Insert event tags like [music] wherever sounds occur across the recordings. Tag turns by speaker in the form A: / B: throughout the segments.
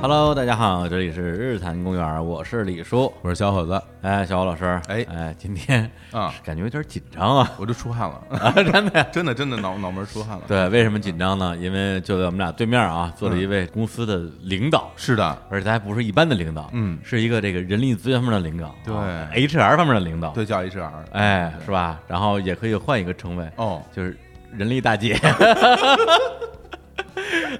A: Hello，大家好，这里是日坛公园，我是李叔。
B: 我是小伙子，
A: 哎，小欧老师，
B: 哎
A: 哎，今天
B: 啊
A: 感觉有点紧张啊， [laughs]
B: 我就出汗了， [laughs]
A: 啊真的。
B: 真的真的脑脑门出汗了。，
A: 对，为什么紧张呢？因为就在我们俩对面啊，坐了一位公司的领导，
B: 是的，
A: 而且他还不是一般的领导，
B: 嗯
A: 是一个这个人力资源方面的领导，
B: 对
A: 啊，HR 方面的领导，
B: 对，叫 HR。
A: 哎，是吧？然后也可以换一个称谓，
B: 哦，
A: 就是人力大姐。 [laughs]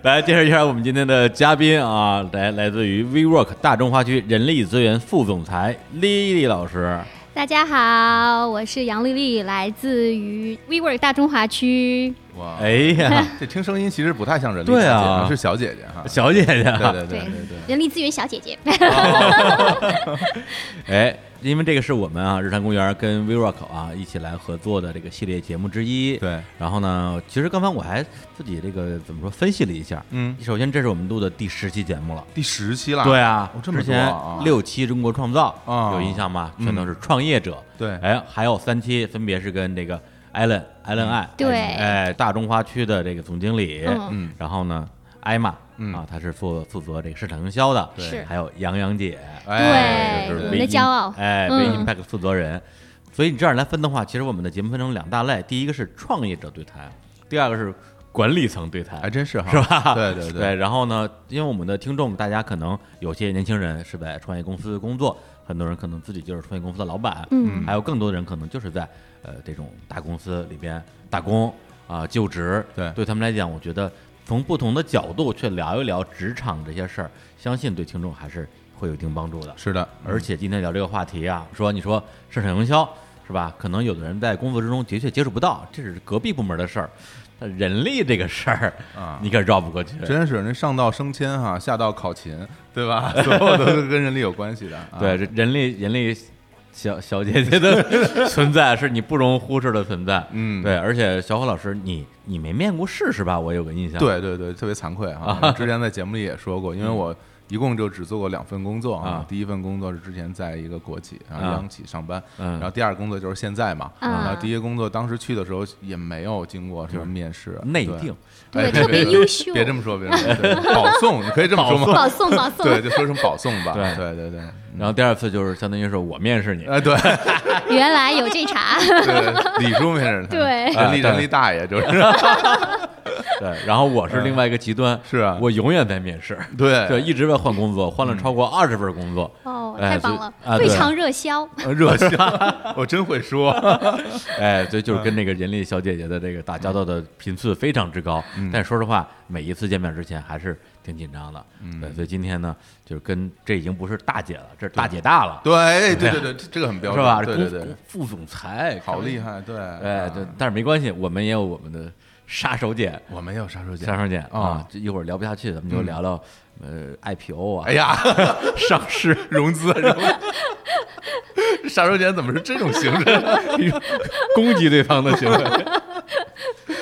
A: 来介绍一下我们今天的嘉宾啊，来来自于 WeWork 大众化区人力资源副总裁丽丽老师。
C: 大家好，我是杨丽丽，来自于 WeWork 大中华区。
B: 哇，
A: 哎，
B: [laughs]
A: 呀，
B: 这听声音其实不太像人力
A: 对啊
B: 小姐是小姐姐哈。
A: 小姐姐啊，
B: 对对对对对，
C: 人力资源小姐
B: [laughs]
C: 姐，
A: 哎，因为这个是我们啊日坛公园跟 WeWork 啊一起来合作的这个系列节目之一。
B: 对
A: 然后呢，其实刚才我还自己这个怎么说分析了一下，
B: 嗯
A: 首先这是我们录的第十期节目了。
B: 第十期了。
A: 对啊
B: 哦，这么
A: 之
B: 多
A: 前
B: 啊。
A: 六期中国创造
B: 啊
A: 有印象吗？
B: 嗯
A: 全都是创业者。
B: 对
A: 哎，还有三期分别是跟这个 Allen Allen 爱
C: 嗯对
A: 哎大中华区的这个总经理，
C: 嗯
B: 嗯
A: 然后呢艾玛
B: 嗯
A: 啊，她是负负责这个市场营销的，
C: 对是
A: 还有杨洋姐，
B: 哎，
C: 对
A: 就是
C: 我们
A: 微
C: 的骄傲
A: Im- 哎，
C: 嗯
A: 微 Impact 负责人。所以你这样来分的话，其实我们的节目分成两大类，第一个是创业者对谈，第二个是管理层对谈，
B: 还真是哈，
A: 是吧？
B: [laughs] 对对
A: 对。，然后呢，因为我们的听众大家可能有些年轻人是在创业公司工作，很多人可能自己就是创业公司的老板，
C: 嗯
A: 还有更多的人可能就是在呃这种大公司里边打工啊、就职。
B: 对
A: 对他们来讲，我觉得从不同的角度去聊一聊职场这些事儿，相信对听众还是会有一定帮助的。
B: 是的，
A: 而且今天聊这个话题啊，说你说市场营销是吧？可能有的人在工作之中的确接触不到，这是隔壁部门的事儿。但人力这个事儿
B: 啊
A: 你可绕不过去。
B: 真是那上到升迁哈，下到考勤，对吧？ [laughs] 所有都是跟人力有关系的。啊
A: 对，，这人力人力小小姐姐
B: [laughs]
A: 的存在是你不容忽视的存在。
B: 嗯
A: 对，而且小火老师，你你没面过试是吧？我有个印象。，
B: 对对对，特别惭愧啊！
A: [laughs]
B: 我之前在节目里也说过，因
A: 嗯
B: 为我一共就只做过两份工作
A: 啊
B: 第一份工作是之前在一个国企啊
A: 啊
B: 央企上班，
A: 嗯
B: 然后第二个工作就是现在嘛。
C: 嗯
B: 然后第一个工作当时去的时候也没有经过什么面试，
A: 嗯内
B: 对
A: 定，
C: 对
B: 哎
C: 特别优秀
B: 别这么说，别这么说，对保送，你可以这么说吗？
C: [laughs] 保送保送，
B: 对，就说成保送吧。
A: 对
B: 对对对，
A: 然后第二次就是相当于是我面试你。
B: 哎对
C: 原来有
B: [laughs]
C: 这茬，
B: 对，李叔面试他，
C: 对
B: 人力
A: 啊对
B: 人力大
A: [laughs]
B: 爷就是， [laughs]
A: 对，然后我是另外一个极端，
B: 是啊
A: 我永远在面试。
B: 对
A: 对，一直在换工作，换了超过二十份工作。
C: 哦，
A: 哎
C: 太棒了
A: 所以啊，
C: 非
A: 对
C: 常热销。
A: [laughs]
B: 热心，我真会说， [laughs]
A: 哎，所以就是跟那个人力小姐姐的这个打交道的频次非常之高，
B: 嗯
A: 但说实话，每一次见面之前还是挺紧张的。嗯，对，所以今天呢，就是跟这已经不是大姐了，这是大姐大了，
B: 对哎对
A: [laughs]
B: 对对，这这个很标
A: 是
B: 准，
A: 吧？
B: 对对对
A: 公，副总裁，
B: 好厉
A: 害！
B: 害， [laughs] 啊对，
A: 哎，对，但是没关系，我们也有我们的杀手锏，
B: 我没有杀手锏
A: 杀手锏啊
B: 啊！
A: 这一会儿聊不下去，咱们就聊聊呃 IPO 啊，
B: 嗯哎呀， [laughs]
A: 上市
B: 融资，融资 [laughs] 杀手锏怎么是这种形式？
A: [laughs] 攻击对方的行为。 [laughs]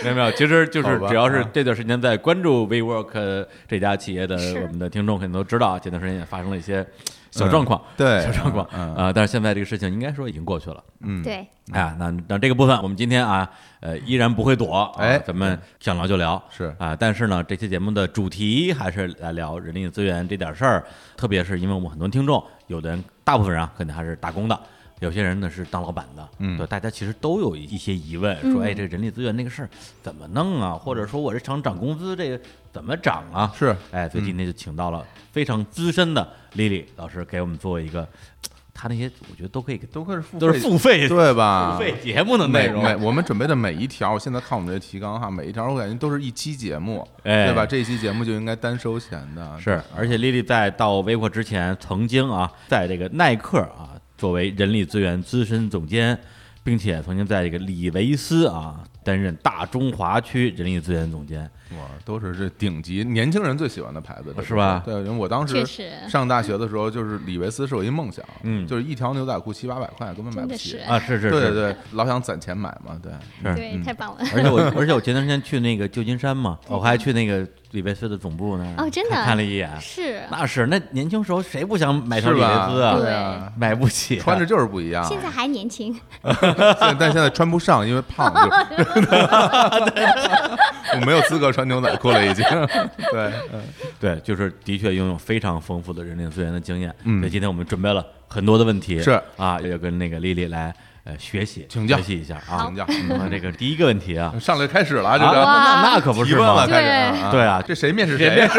A: 没有没有，其实就
B: 好
A: 是
B: 吧啊
A: 只要是这段时间在关注 WeWork 这家企业的
C: 是
A: 我们的听众，肯定都知道，前段时间也发生了一些小状况，
B: 嗯对
A: 小状况
B: 嗯嗯
A: 啊。但是现在这个事情应该说已经过去了。
B: 嗯，
C: 对，
A: 啊，那那这个部分我们今天啊，呃，依然不会躲，啊
B: 哎
A: 咱们想聊就聊，
B: 是
A: 啊，但是呢，这期节目的主题还是来聊人力资源这点事儿，特别是因为我们很多听众，有的人大部分人啊，肯定还是打工的。有些人呢是当老板的，
B: 嗯
A: 对，大家其实都有一些疑问，说，哎，这人力资源那个事儿怎么弄啊？或者说我这想涨工资，这个怎么涨啊？
B: [laughs] 是
A: 哎，所以今天就请到了非常资深的丽丽老师，给我们做一个，他那些我觉得都可以给
B: 都可是付
A: 都是付费
B: 对吧？
A: 付 [laughs] 费节目的内
B: 每
A: 容。
B: 每我们准备的每一条，现在看我们这提纲哈，每一条我感觉都是一期节目，
A: 哎
B: 对吧？这一期节目就应该单收钱的，
A: 是，而且丽丽在到微博之前，曾经啊，在这个耐克啊，作为人力资源资深总监，并且曾经在这个李维斯啊担任大中华区人力资源总监。
B: 哇，都是这顶级年轻人最喜欢的牌子，这
A: 哦是吧
B: 对，因为我当时
C: 确实
B: 上大学的时候，就是李维斯是我一梦想，
A: 嗯
B: 就是一条牛仔裤七八百块根本买
C: 真
B: 不
C: 的
B: 起
C: 是，
A: 啊，是是是，
B: 对对 [laughs] 对，老想攒钱买嘛，对，
A: 是
C: 对，
B: 嗯
C: 太棒了。
A: 而且我，而且我前段时间去那个旧金山嘛，我还去那个李维斯的总部那儿
C: 哦真
B: 啊
C: 的
A: 看看了一眼，
C: 是，
A: 那是那年轻时候谁不想买条
B: 是
A: 李维
B: 吧？
A: 斯啊？
C: 对
B: 啊，
A: 买不起啊，
B: 穿着就是不一样。
C: 现在还
B: [laughs]
C: 年轻，
B: 现在但现在穿不上，因为胖就。 [laughs] 我没有资格穿牛仔裤了，已经。对，嗯
A: 对，就是的确拥有非常丰富的人力资源的经验，
B: 嗯
A: 所以今天我们准备了很多的问题，
B: 是
A: 啊，要跟那个丽丽来呃学习，
B: 请教
A: 学习一下啊。
B: 请教。
A: 那这个第一个问题啊，
B: 上来就开始了，这
A: 啊
B: 个
A: 那
C: 哇
A: 那可不
B: 提
A: 是
B: 问
A: 嘛
B: 了，开始啊。
A: 对啊
B: 这谁面试谁呀？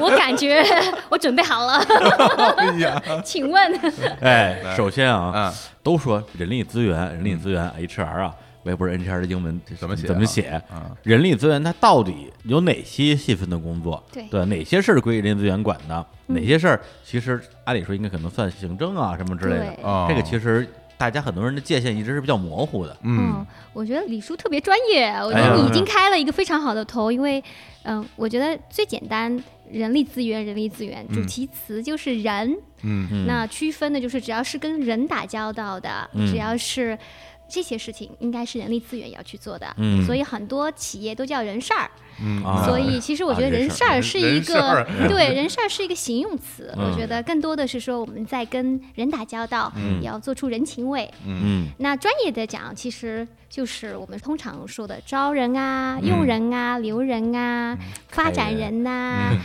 C: 我感觉我准备好了， [laughs]
B: 哎呀，
C: 请问，
A: 哎，首先啊
B: 嗯，
A: 都说人力资源，人力资源 HR 啊，我也不知道 HR 的英文
B: 怎么写啊
A: 怎么写
B: 嗯。
A: 人力资源它到底有哪些细分的工作？
C: 对嗯
A: 哪些事儿归人力资源管的？哪些事儿其实按理说应该可能算行政啊什么之类的。
C: 对
B: 哦
A: 这个其实大家很多人的界限一直是比较模糊的。
B: 嗯，
C: 嗯，我觉得李叔特别专业，我觉
A: 哎呀
C: 得你已经开了一个非常好的头，因为，嗯、我觉得最简单，人力资源，人力资源，主题词就是人，
B: 嗯
A: 嗯
C: 那区分的就是只要是跟人打交道的，
A: 嗯
C: 只要是这些事情，应该是人力资源要去做的，
A: 嗯
C: 所以很多企业都叫人事儿，
B: 嗯
A: 啊
C: 所以其实我觉得
A: 啊人
C: 人事儿是一个、
B: 人事
C: [laughs] 对人事儿是一个形容词，
A: 嗯
C: 我觉得更多的是说我们在跟人打交道，
A: 嗯
C: 要做出人情味。
A: 嗯
C: 那专业的讲，其实就是我们通常说的招人啊、
A: 嗯
C: 用人啊、留人啊、发展人呐、
A: 嗯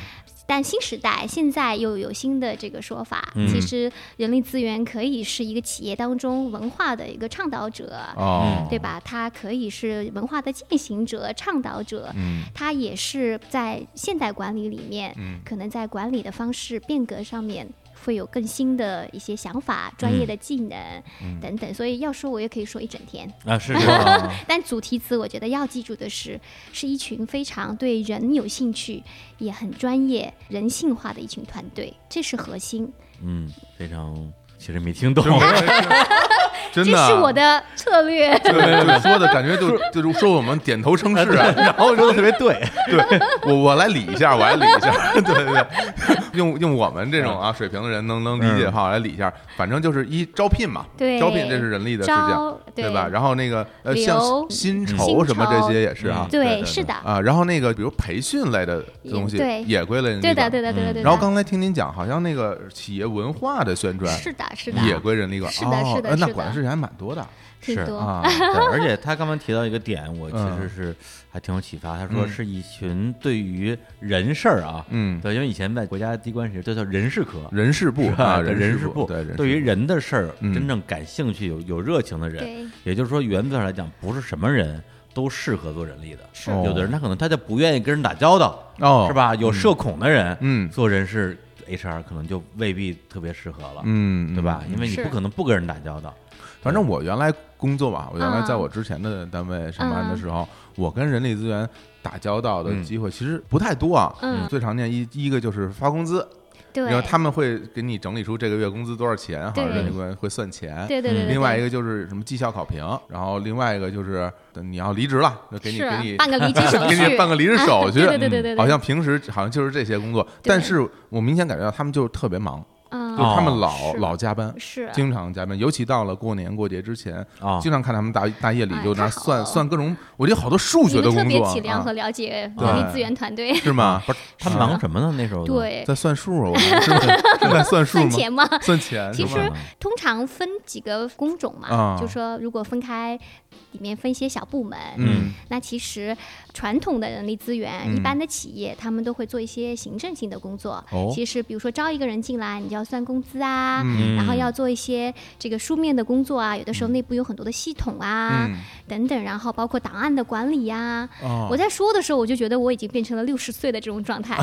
C: 但新时代现在又有新的这个说法，
A: 嗯
C: 其实人力资源可以是一个企业当中文化的一个倡导者，
B: [laughs] 哦，
C: 对？吧？它可以是文化的践行者、倡导者，
B: 嗯
C: 它也是在现代管理里面，
B: 嗯
C: 可能在管理的方式变革上面会有更新的一些想法、专
B: 嗯
C: 业的技能、等等。所以要说，我也可以说一整天。
A: 啊，是
B: [laughs]
A: 这样啊
C: 但主题词，我觉得要记住的是，是一群非常对人有兴趣、也很专业、人性化的一群团队，这是核心，
A: 嗯，非常其实没听懂。
B: 真
C: [laughs] 这
B: 的啊，
C: 是我的策略。
B: 对对对，说的感觉就就是说我们点头称是啊，然后说的特别对，对我我来理一下，我来理一下，对对对， [laughs] 用用我们这种啊水平的人能能理解的话，我来理一下，反正就是一招聘嘛，
C: 对
B: 招聘这是人力的事情，
C: 招
B: 对吧？然后那个呃，像
C: 留
B: 薪
C: 薪
B: 酬
C: 酬
B: 什么这些也是啊，
A: 对
C: 对，
A: 对
C: 是的，
B: 啊，然后那个比如培训类的东西
C: 也对
B: 也归类人力
C: 对的，
B: 管，
C: 对的，对的，对的。
B: 嗯然后刚才听您讲，好像那个企业文化的宣传
C: 是的，是的，
B: 也归人力管，
C: 是的
B: 哦
C: 是的
B: 呃那
C: 是的
B: 管的事情还蛮多的
C: 挺
A: 是
C: 多。 [laughs]
B: 啊， [laughs]
A: 对，而且他刚刚提到一个点，我其
B: 嗯
A: 实是还挺有启发。他说
B: 嗯
A: 是一群对于人事儿啊，
B: 嗯。
A: 对，因为以前在国家机关时都叫人事科。
B: 人事部啊，
A: 对
B: 人
A: 人事
B: 部对人事
A: 对于
B: 部
A: 人的事儿
B: 嗯
A: 真正感兴趣、有有热情的人，
C: 对，
A: 也就是说，原则上来讲，不是什么人都适合做人力的。
C: 是
B: 哦
A: 有的人他可能他就不愿意跟人打交道，
B: 哦，
A: 是？吧？有社恐的人，
B: 嗯
A: 做人事 HR 可能就未必特别适合了，
B: 嗯，
A: 对吧？
B: 嗯
A: 因为你
C: 是
A: 不可能不跟人打交道。
B: 反正我原来工作吧，我原来
C: 嗯
B: 在我之前的单位上班的时候，我跟人力资源打交道的
A: 嗯
B: 机会其实不太多啊。
C: 嗯
B: 最常见一一个就是发工资，
C: 对，
B: 然后他们会给你整理出这个月工资多少钱，好像
C: 对
B: 人力资源会算钱。
C: 对对对对，
B: 嗯
C: 对
B: 另外一个就是什么绩效考评，然后另外一个就是呃你要离职了，就给你
C: 是
B: 给
C: 啊
B: 你 [laughs]
C: 办个离职手
B: 给你
C: 续，
B: 办个离职
C: 啊 [laughs]
B: 手续，
C: 对对对对对，对
B: 好像平时好像就是这些工作，
C: 对
B: 但是我明显感觉到他们就特别忙，
C: 嗯
B: 就是他们
A: 哦
B: 老
C: 是
B: 老加班，
C: 是啊
B: 经常加班，尤其到了过年过节之前，
A: 啊，
B: 经常看他们大大夜里
C: 哎
B: 就那
C: 太
B: 儿
C: 好
B: 算
C: 了
B: 算各种，我觉得好多数
C: 你
B: 学的
C: 们特
B: 工
C: 别
B: 作
C: 体谅
B: 啊
C: 和，了解
B: 对
C: 人力资源团队，
B: 是吗？
A: 嗯不是他们
B: 啊
A: 忙什么呢？那时候都
C: [laughs] 对，
B: 在算数，啊我们 [laughs] 是不是是在算数
C: 算
B: 吗？
C: 钱吗？
B: 算钱是
C: 其
B: 吗，
C: 实通常分几个工种嘛
B: 啊，
C: 就说如果分开，里面分一些小部门，
B: 嗯
C: 那其实传统的人力资源，
B: 嗯
C: 一般的企业他们都会做一些行政性的工作。
B: 哦
C: 其实比如说招一个人进来，你就要算工资啊，
B: 嗯
C: 然后要做一些这个书面的工作啊，有的时候内部有很多的系统啊、
B: 嗯
C: 等等，然后包括档案的管理呀、
B: 哦
C: 我在说的时候，我就觉得我已经变成了六十岁的这种
B: [laughs]
C: 状态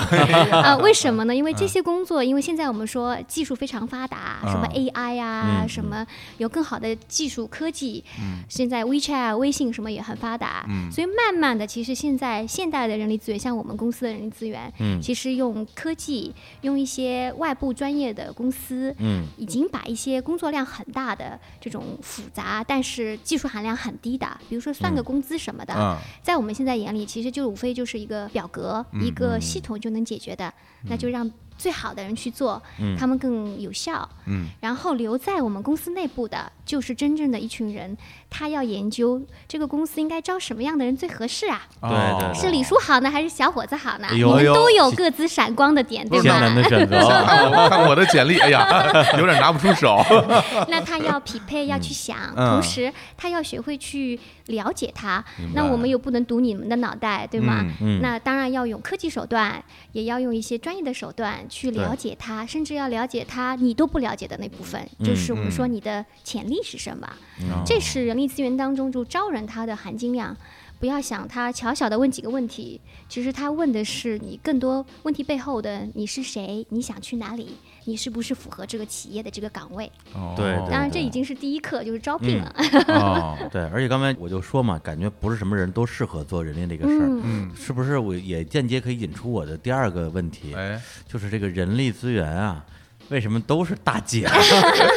C: 啊、为什么呢？因为
B: 嗯
C: 这些工作，因为现在我们说技术非常发达，什么
B: 啊
C: AI 啊，什么
B: 嗯
C: 有更好的技术科技，现在 WeChat、微啊信什么也很发达，
B: 嗯
C: 所以慢慢的，其实现在现代的人力资源，像我们公司的人力资源，
A: 嗯
C: 其实用科技，用一些外部专业的公司，
A: 嗯
C: 已经把一些工作量很大的这种复杂，但是技术含量很低的，比如说算
A: 嗯
C: 个工资什么的，
B: 啊
C: 在我们现在眼里，其实就无非就是一个表格、
A: 嗯
C: 一个系统就能解决的，那就让最好的人去做，
A: 嗯
C: 他们更有效。
B: 嗯
C: 然后留在我们公司内部的，就是真正的一群人，他要研究这个公司应该招什么样的人最合适啊？
A: 对
B: 哦
A: 对对
C: 是李叔好呢，还是小伙子好呢？
A: 哦哎
C: 你
A: 呦
C: 们都有
A: 哎呦
C: 各自闪光的点，对
A: 艰难的
C: 吧？
A: 选择
C: [laughs]
A: 啊，
B: 看我看我的简历，哎呀， [laughs] 有点拿不出手。 [laughs]
C: 那他要匹配，要去想，
B: 嗯
C: 同时他要学会去了解它
B: 明白。
C: 那我们又不能读你们的脑袋，对吗？
B: 嗯
A: 嗯，
C: 那当然要用科技手段，也要用一些专业的手段去了解它，甚至要了解它你都不了解的那部分，
B: 嗯
C: 就是我们说你的潜力是什么。
A: 嗯
C: 这是人力资源当中就招人它的含金量。不要想他小小的问几个问题，其实他问的是你更多问题背后的你是谁，你想去哪里，你是不是符合这个企业的这个岗位。
B: 哦
A: 对对
C: 当然，这已经是第一课，就是招聘
A: 嗯
C: [laughs] 了。
B: 哦
A: 对，而且刚才我就说嘛，感觉不是什么人都适合做人力这个事儿，
B: 嗯，
A: 是不是？我也间接可以引出我的第二个问题，
B: 哎，
A: 就是这个人力资源啊，为什么都是大姐？
C: [laughs]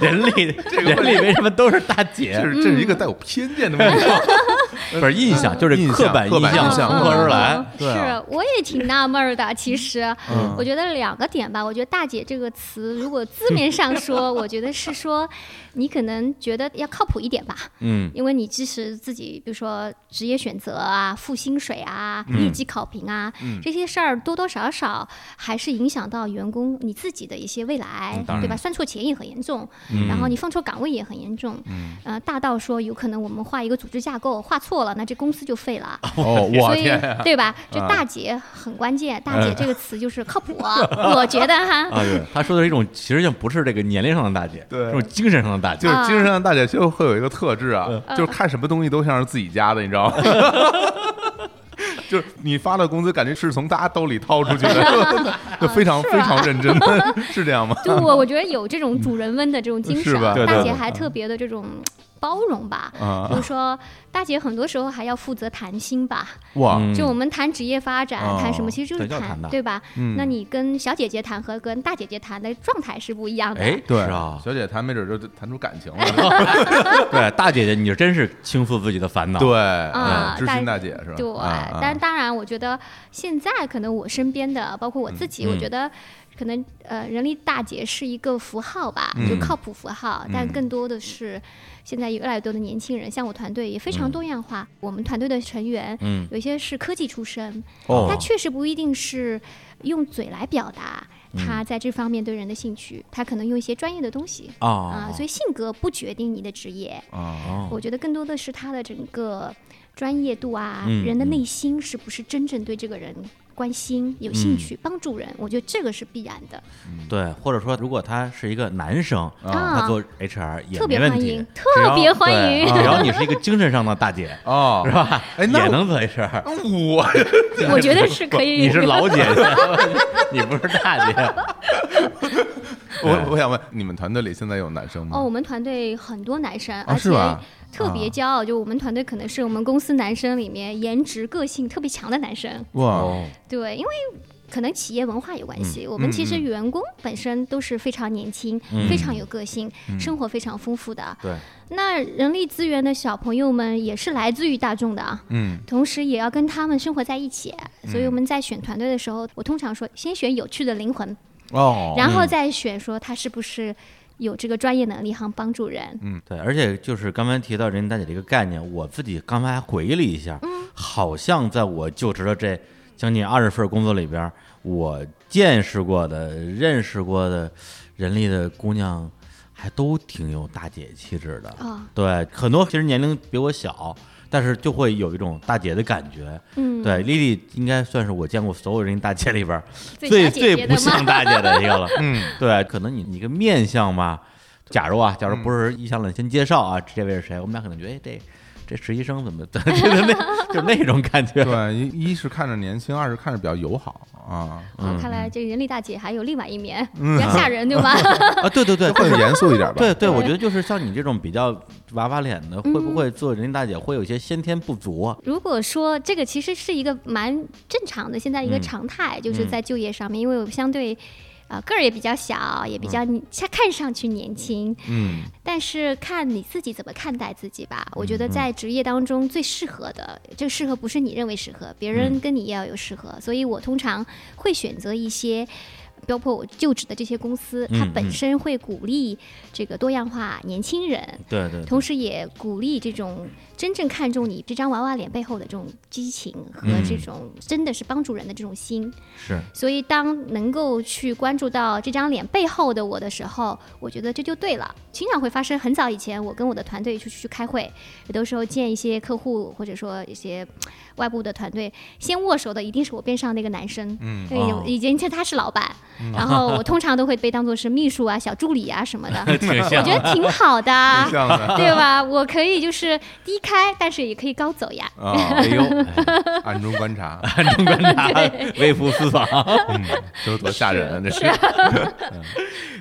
A: 人力人力为什么都是大姐
B: 这？是
C: 嗯
B: 这是一个带有偏见的问
A: [laughs]
B: 题，
A: 不是嗯印象，就是
B: 印象
A: 刻板
B: 刻板
A: 象
B: 印象
A: 冲破而来。
C: 是
A: 对啊，嗯
C: 我也挺纳闷儿的。其实，我觉得两个点吧。我觉得“大姐”这个词，如果字面上说，
A: [laughs]
C: 我觉得是说你可能觉得要靠谱一点吧。
A: 嗯，
C: 因为你即使自己，比如说职业选择啊、付薪水啊、
B: 嗯
C: 业绩考评啊，这些事儿多多少少还是影响到员工你自己的一些未来，
B: 嗯
A: 当然
C: 对吧？算错钱也很严重，然后你放错岗位也很严重。
B: 嗯
C: 呃，大到说有可能我们画一个组织架构画错了，那这公司就废了。
B: 哦，我
C: 所以
B: 天呀，啊嗯
C: 对吧？这大姐很关键，大姐这个词就是靠谱啊，我觉得哈。
A: 啊，对，他说的是一种，其实就不是这个年龄上的大姐，
B: 对
A: 这种精神上的大姐
B: 就。
C: 嗯
B: 是精神上大姐就会有一个特质啊，
A: 嗯
B: 就是看什么东西都像是自己家的，你知
A: [laughs]
B: 道吗？就是你发的工资，感觉是从大家兜里掏出去
C: [laughs]
B: 的，就非
C: 啊
B: 常非常认真，是这样吗？
C: 就我我觉得有这种主人翁的这种精
B: 是
C: 神
B: 吧
C: 啊，
B: 对嗯
A: 对
C: 大姐
A: 对
C: 还特别的这种包容吧。
B: 啊
C: 就是说，大姐很多时候还要负责谈心吧。
B: 哇，
A: 嗯
C: 就我们谈职业发展，
B: 哦
C: 谈什么，其实就是
A: 对就是谈的
C: 对吧？
B: 嗯
C: 那你跟小姐姐谈和跟大姐姐谈的状态是不
B: [laughs]
C: 一样的。
A: 哎，
B: 对
A: 是啊，
B: 小姐谈没准就谈出感情
C: [laughs]
B: 了，
A: 对，大姐姐，你就真是倾诉自己的烦恼。
B: 对，
C: 啊
B: 嗯知心
C: 但
B: 大姐是吧？
C: 对，
B: 啊
C: 但当然，我觉得现在可能我身边的，包括我自己，
A: 嗯
C: 我觉得可能呃，人力大姐是一个符号吧，
B: 嗯
C: 就靠谱符号，但更多的是现在有越来越多的年轻人，像我团队也非
B: 嗯
C: 常多样化，我们团队的成员
A: 嗯，
C: 有些是科技出身，
A: 哦
C: 他确实不一定是用嘴来表达
A: 嗯
C: 他在这方面对人的兴趣，他可能用一些专业的东西啊、
A: 啊，
C: 所以性格不决定你的职业，
B: 啊
A: 哦
C: 我觉得更多的是他的整个专业度啊，
A: 嗯
C: 人的内心是不是真正对这个人关心、
A: 嗯
C: 有兴趣、帮助人，我觉得这个是必然的，
A: 对，或者说，如果他是一个男生，
C: 啊
A: 他做 HR 也
C: 特别
A: 没问
C: 欢
A: 题
C: 迎，特别欢迎
A: 只要对只要你是一个精神上的大
B: [laughs]
A: 姐，
B: 哦，
A: 是吧？
B: 哎那
A: 也能做 HR。
B: 我
C: 我觉得是可以。
A: [laughs] 你是老姐姐，你不是大姐。
B: 我我想问，你们团队里现在有男生
A: 嗯
C: 哦，
B: 吗？
C: 我们团队很多男生，
A: 哦
B: 啊
C: 而
B: 是
C: 且
B: 吧
C: 特
A: 啊
C: 别骄傲，就我们团队可能是我们公司男生里面颜值、个性特别强的男生。
B: 哇，
A: 哦，
C: 对，因为可能企业文化有关
A: 嗯
C: 系，我们其实员工本身都是非常年轻、非常有个性、
A: 嗯
C: 生活非常丰富的。
A: 对，
C: 那人力资源的小朋友们也是来自于大众的啊。
B: 嗯，
C: 同时也要跟他们生活在一起，
A: 嗯
C: 所以我们在选团队的时候，我通常说先选有趣的灵魂，
B: 哦，
C: 然
A: 嗯
C: 后再选说他是不是有这个专业能力，还帮助人。
A: 对，而且就是刚才提到人力大姐这个概念，我自己刚才还回忆了一下，
C: 嗯
A: 好像在我就职的这将近二十份工作里边，我见识过的、认识过的人力的姑娘，还都挺有大姐气质的。
C: 啊
A: 对，很多其实年龄比我小，但是就会有一种大姐的感觉。
C: 嗯，
A: 对，丽丽应该算是我见过所有人力大姐里边儿
C: 最
A: 最
C: 小姐姐
A: 最
C: 的
A: 不
C: 吗
A: 像大姐的一个了。
B: 嗯，
A: 对，可能你你个面相吧，假如啊，假如不
B: 嗯
A: 是意向了，先介绍啊，这位是谁？我们俩可能觉得，哎，这这实习生怎么，对对对，那 [laughs] 就那种感觉。
B: 对，一一是看着年轻，二是看着比较友好啊，
A: 嗯
C: 哦，看来这个人力大姐还有另外一面，比较吓人，对吧？
A: 啊，对对对，
B: 更严肃一点吧。
A: 对对，我觉得就是像你这种比较娃娃脸的，会不会做人大姐会有一些先天不足啊？
C: 如果说这个其实是一个蛮正常的，现在一
A: 嗯
C: 个常态，就是在就业上面，因为我相对。啊、个儿也比较小，
A: 嗯
C: 也比较年看看上去年轻，
B: 嗯，
C: 但是看你自己怎么看待自己吧。我觉
A: 嗯
C: 得在职业当中最适合的，这个适合不
A: 嗯
C: 是你认为适合，别人跟你也要有适合。所以我通常会选择一些包括我就职的这些公司，它
A: 嗯
C: 本
A: 嗯
C: 身会鼓励这个多样化年轻人，
A: 对对，
C: 同时也鼓励这种真正看重你这张娃娃脸背后的这种激情和这
A: 嗯
C: 种真的是帮助人的这种心。
A: 是
C: 所以，当能够去关注到这张脸背后的我的时候，我觉得这就对了。经常会发生，很早以前我跟我的团队出去去开会，有的时候见一些客户或者说一些呃外部的团队，先握手的一定是我边上那个男生，
B: 嗯
C: 因为
A: 哦嗯
C: 已经他是老板，
A: [laughs]
C: 然后我通常都会被当做是秘书啊、小助理啊什么的，
A: 挺像 [laughs]
C: 我觉得挺好的啊
B: 挺。像的
C: 对吧？我可以就是低开，但是也可以高走呀。
B: 啊，
A: 哎呦，
B: 暗中观察，
A: [laughs] 微服私访。
B: 这多吓人啊！这是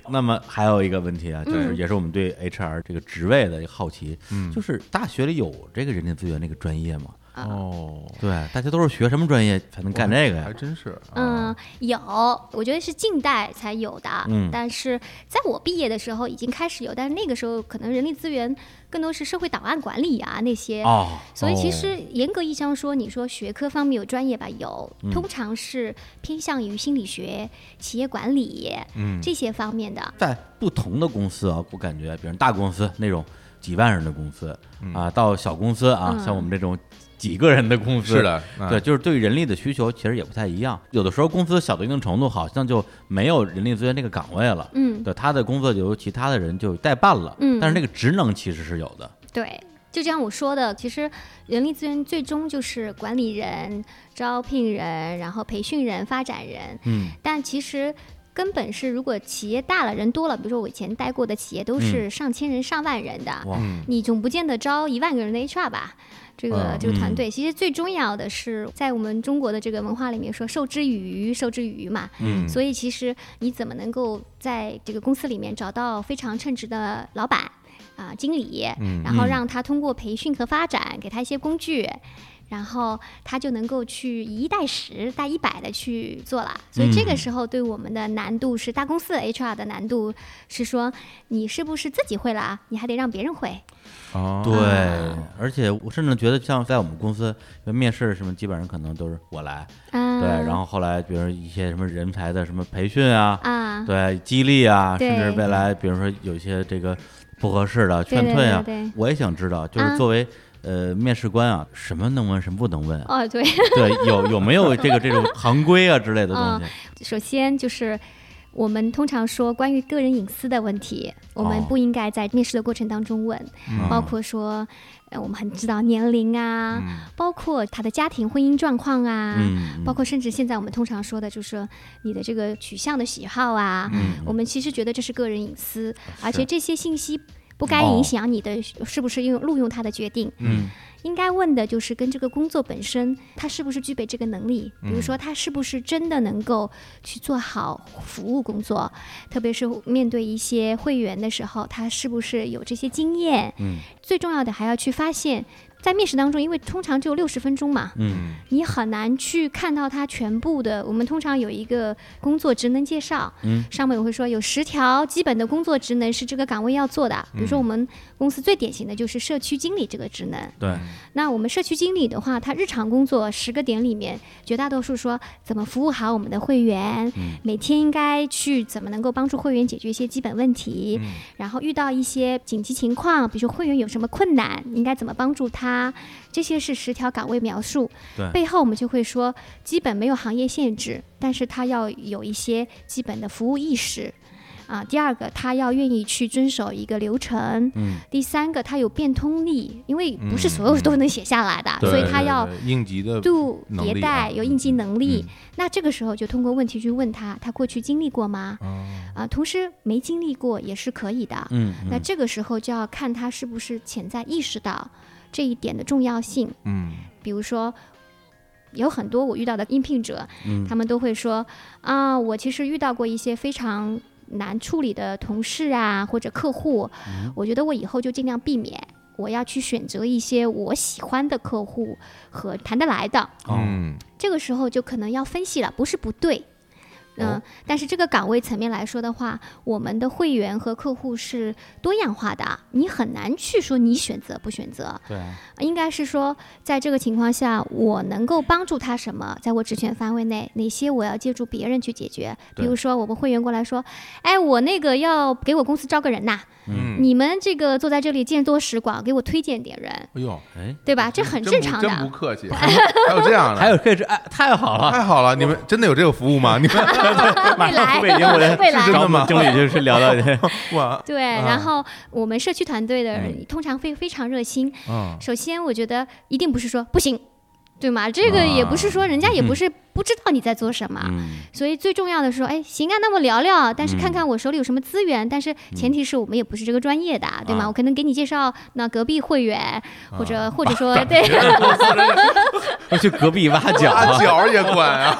A: 那么还有一个问题啊，就是也是我们对 HR 这个职位的一个好奇，
B: 嗯
A: 就是大学里有这个人力资源那个专业吗？
B: 哦，
A: 对，大家都是学什么专业才能干这个
B: 还
A: 呀？
B: 真是，
A: 哦
C: 嗯，有，我觉得是近代才有的，啊
A: 嗯
C: 但是在我毕业的时候已经开始有，但是那个时候可能人力资源更多是社会档案管理啊那些，
A: 哦，
C: 所以其实严格意义上说，你说学科方面有专业吧，有，
A: 嗯
C: 通常是偏向于心理学、企业管理
B: 嗯
C: 这些方面的。
A: 在不同的公司啊，我感觉，比如大公司那种几万人的公司
B: 嗯
A: 啊，到小公司啊，
C: 嗯
A: 像我们这种几个人的公司，
B: 是的，嗯
A: 对，，就是对人力的需求其实也不太一样。有的时候公司小到一定程度，好像就没有人力资源这个岗位了。
C: 嗯，
A: 对，他的工作就由其他的人就代办了，
C: 嗯
A: 但是那个职能其实是有的，
C: 对，就像我说的，其实人力资源最终就是管理人、招聘人，然后培训人、发展人，
A: 嗯，
C: 但其实根本是，如果企业大了，人多了，比如说我以前待过的企业都是上千人、上万人的，
A: 哇，
C: 你总不见得招一万个人的 HR 吧？这个
B: 嗯
C: 这个团队，其实最重要的是在我们中国的这个文化里面说“授之以鱼，授之以渔”嘛。
A: 嗯
C: 所以其实你怎么能够在这个公司里面找到非常称职的老板啊、经理，然后让他通过培训和发展，给他一些工具。然后他就能够去以一带十、带一百的去做了，所以这个时候对我们的难度是大公司的 HR 的难度是说，你是不是自己会了啊，你还得让别人会。
B: 哦，
A: 对，而且我甚至觉得，像在我们公司面试什么，基本上可能都是我来，
C: 啊，
A: 对，然后后来比如说一些什么人才的什么培训啊，
C: 啊，
A: 对，激励啊，
C: 对
A: 甚至未来比如说有一些这个不合适的劝退啊，
C: 对对对对
A: 我也想知道，就是
C: 啊
A: 作为、呃面试官啊，什么能问，什么不能问啊？
C: 哦，对， [laughs]
A: 对，有有没有这个这种行规啊之类的
C: 嗯
A: 东西？
C: 首先就是我们通常说关于个人隐私的问题，我们
A: 哦
C: 不应该在面试的过程当中问，
A: 嗯
C: 包括说，呃，我们很知道年龄啊，
B: 嗯
C: 包括他的家庭婚姻状况啊。
A: 嗯，
C: 包括甚至现在我们通常说的就是你的这个取向的喜好啊，
A: 嗯
C: 我们其实觉得这是个人隐私，而且这些信息不该
A: 哦
C: 影响你的是不是用录用他的决定。
A: 嗯
C: 应该问的就是跟这个工作本身，他是不是具备这个能力？比如
A: 嗯
C: 说，他是不是真的能够去做好服务工作？特别是面对一些会员的时候，他是不是有这些经验？
A: 嗯
C: 最重要的还要去发现，在面试当中，因为通常只有六十分钟嘛，
A: 嗯
C: 你很难去看到它全部的。我们通常有一个工作职能介绍，
A: 嗯
C: 上面我会说有十条基本的工作职能是这个岗位要做的。比如
A: 嗯
C: 说我们公司最典型的就是社区经理这个职能。
A: 对，
C: 那我们社区经理的话，他日常工作十个点里面，绝大多数说怎么服务好我们的会员，每天应该去怎么能够帮助会员解决一些基本问题，然后遇到一些紧急情况，比如说会员有什么困难，应该怎么帮助他，这些是十条岗位描述
A: 对。
C: 背后我们就会说，基本没有行业限制，但是他要有一些基本的服务意识。啊，第二个，他要愿意去遵守一个流程，
A: 嗯
C: 第三个，它有变通力，因为不是所有都能写下来的，
B: 嗯对
C: 所以
B: 对
C: 它
B: 对
C: 要
B: 对应急的
C: 度
B: 能
C: 迭
B: 力
C: 代，
B: 啊嗯
C: 有应急能力。那这个时候就通过问题去问他，他过去经历过吗？啊、
B: 哦
C: 同时没经历过也是可以的。
A: 嗯
C: 那这个时候就要看他是不是潜在意识到这一点的重要性。
B: 嗯，
C: 比如说，有很多我遇到的应聘者，他们都会说啊，我其实遇到过一些非常难处理的同事啊或者客户，我觉得我以后就尽量避免。我要去选择一些我喜欢的客户和谈得来的，
A: 哦
B: 嗯
C: 这个时候就可能要分析了，不是不对，嗯、
B: 哦
C: 但是这个岗位层面来说的话，我们的会员和客户是多样化的，你很难去说你选择不选择，
A: 对啊，
C: 应该是说在这个情况下，我能够帮助他什么，在我职权范围内，哪些我要借助别人去解决。比
A: 对
C: 如说我们会员过来说，哎，我那个要给我公司招个人呐、
B: 嗯，
C: 你们这个坐在这里见多识广，给我推荐点人，
B: 哎呦，
A: 哎，
C: 对吧？这很正常的。
B: 真不客气，还有还有这样的，
A: 还有可以是哎，太好了，
B: 太好了，你们真的有这个服务吗？你们
A: 马上
C: 未
A: 北京我
C: 来 [laughs] 未来
B: 真的
A: 找我
B: 吗
A: 们经理就是聊到这，
B: 哇，
C: 对，然后我们社区团队的人通常会非常热心。
B: 嗯，
C: 首先，我觉得一定不是说不行，对吗？这个也不是
B: 啊
C: 说人家也
B: 嗯
C: 不是不知道你在做什么，
A: 嗯，
C: 所以最重要的是说，哎，行啊，那么聊聊，但
B: 嗯
C: 是看看我手里有什么资源，但是前提是我们也不是这个专业的，对吗？
B: 啊
C: 我可能给你介绍那隔壁会员，或者或者说
B: 别
C: 对
B: 人公司真是
A: 我 [laughs] 去隔壁挖角
B: 大
A: 啊，
B: 脚也管啊，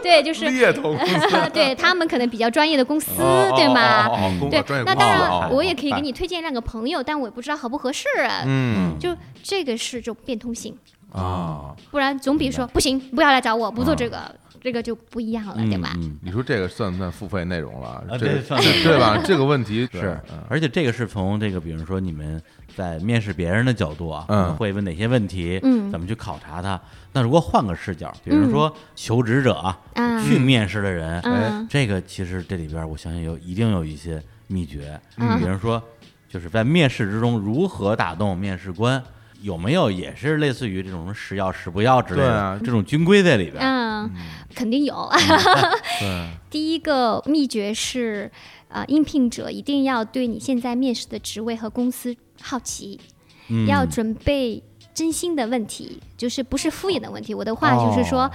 C: 对，就是
B: 猎头公司，
C: 对他们可能比较专业的公司，
B: 哦
C: 对吗？？
B: 哦哦哦哦公
C: 对
B: 哦专业，
C: 那
B: 公
C: 当
B: 司
C: 然
B: 哦，
C: 我也可以给，
B: 哦
C: 你推荐两个朋友，但我也不知道合不合适。
B: 嗯
C: 就这个是种变通性，
B: 啊，
C: 不然总比说不行，不要来找我，不做这个，这个就不一样了，对吧？
A: 嗯
B: 你说这个算不算付费内容了？这
A: 啊对
B: 个
A: 算
B: 这对嗯吧？这个问题
A: 是，而且这个是从这个，比如说你们在面试别人的角度啊，
B: 嗯
A: 我们会问哪些问题，
C: 嗯
A: 怎么去考察他。那如果换个视角，比如说求职者啊，
C: 啊
A: 去面试的人，
B: 哎
C: 嗯
A: 这个其实这里边我相信有一定有一些秘诀，
C: 嗯
A: 比如说就是在面试之中如何打动面试官。有没有也是类似于这种是要是不要之类
B: 对
A: 的、
B: 啊
A: 这种军规在里边？
C: 嗯，肯定有。
B: 对，
C: [laughs] 第一个秘诀是，呃，应聘者一定要对你现在面试的职位和公司好奇，
A: 嗯，
C: 要准备真心的问题，就是不是敷衍的问题。我的话就是说，
B: 哦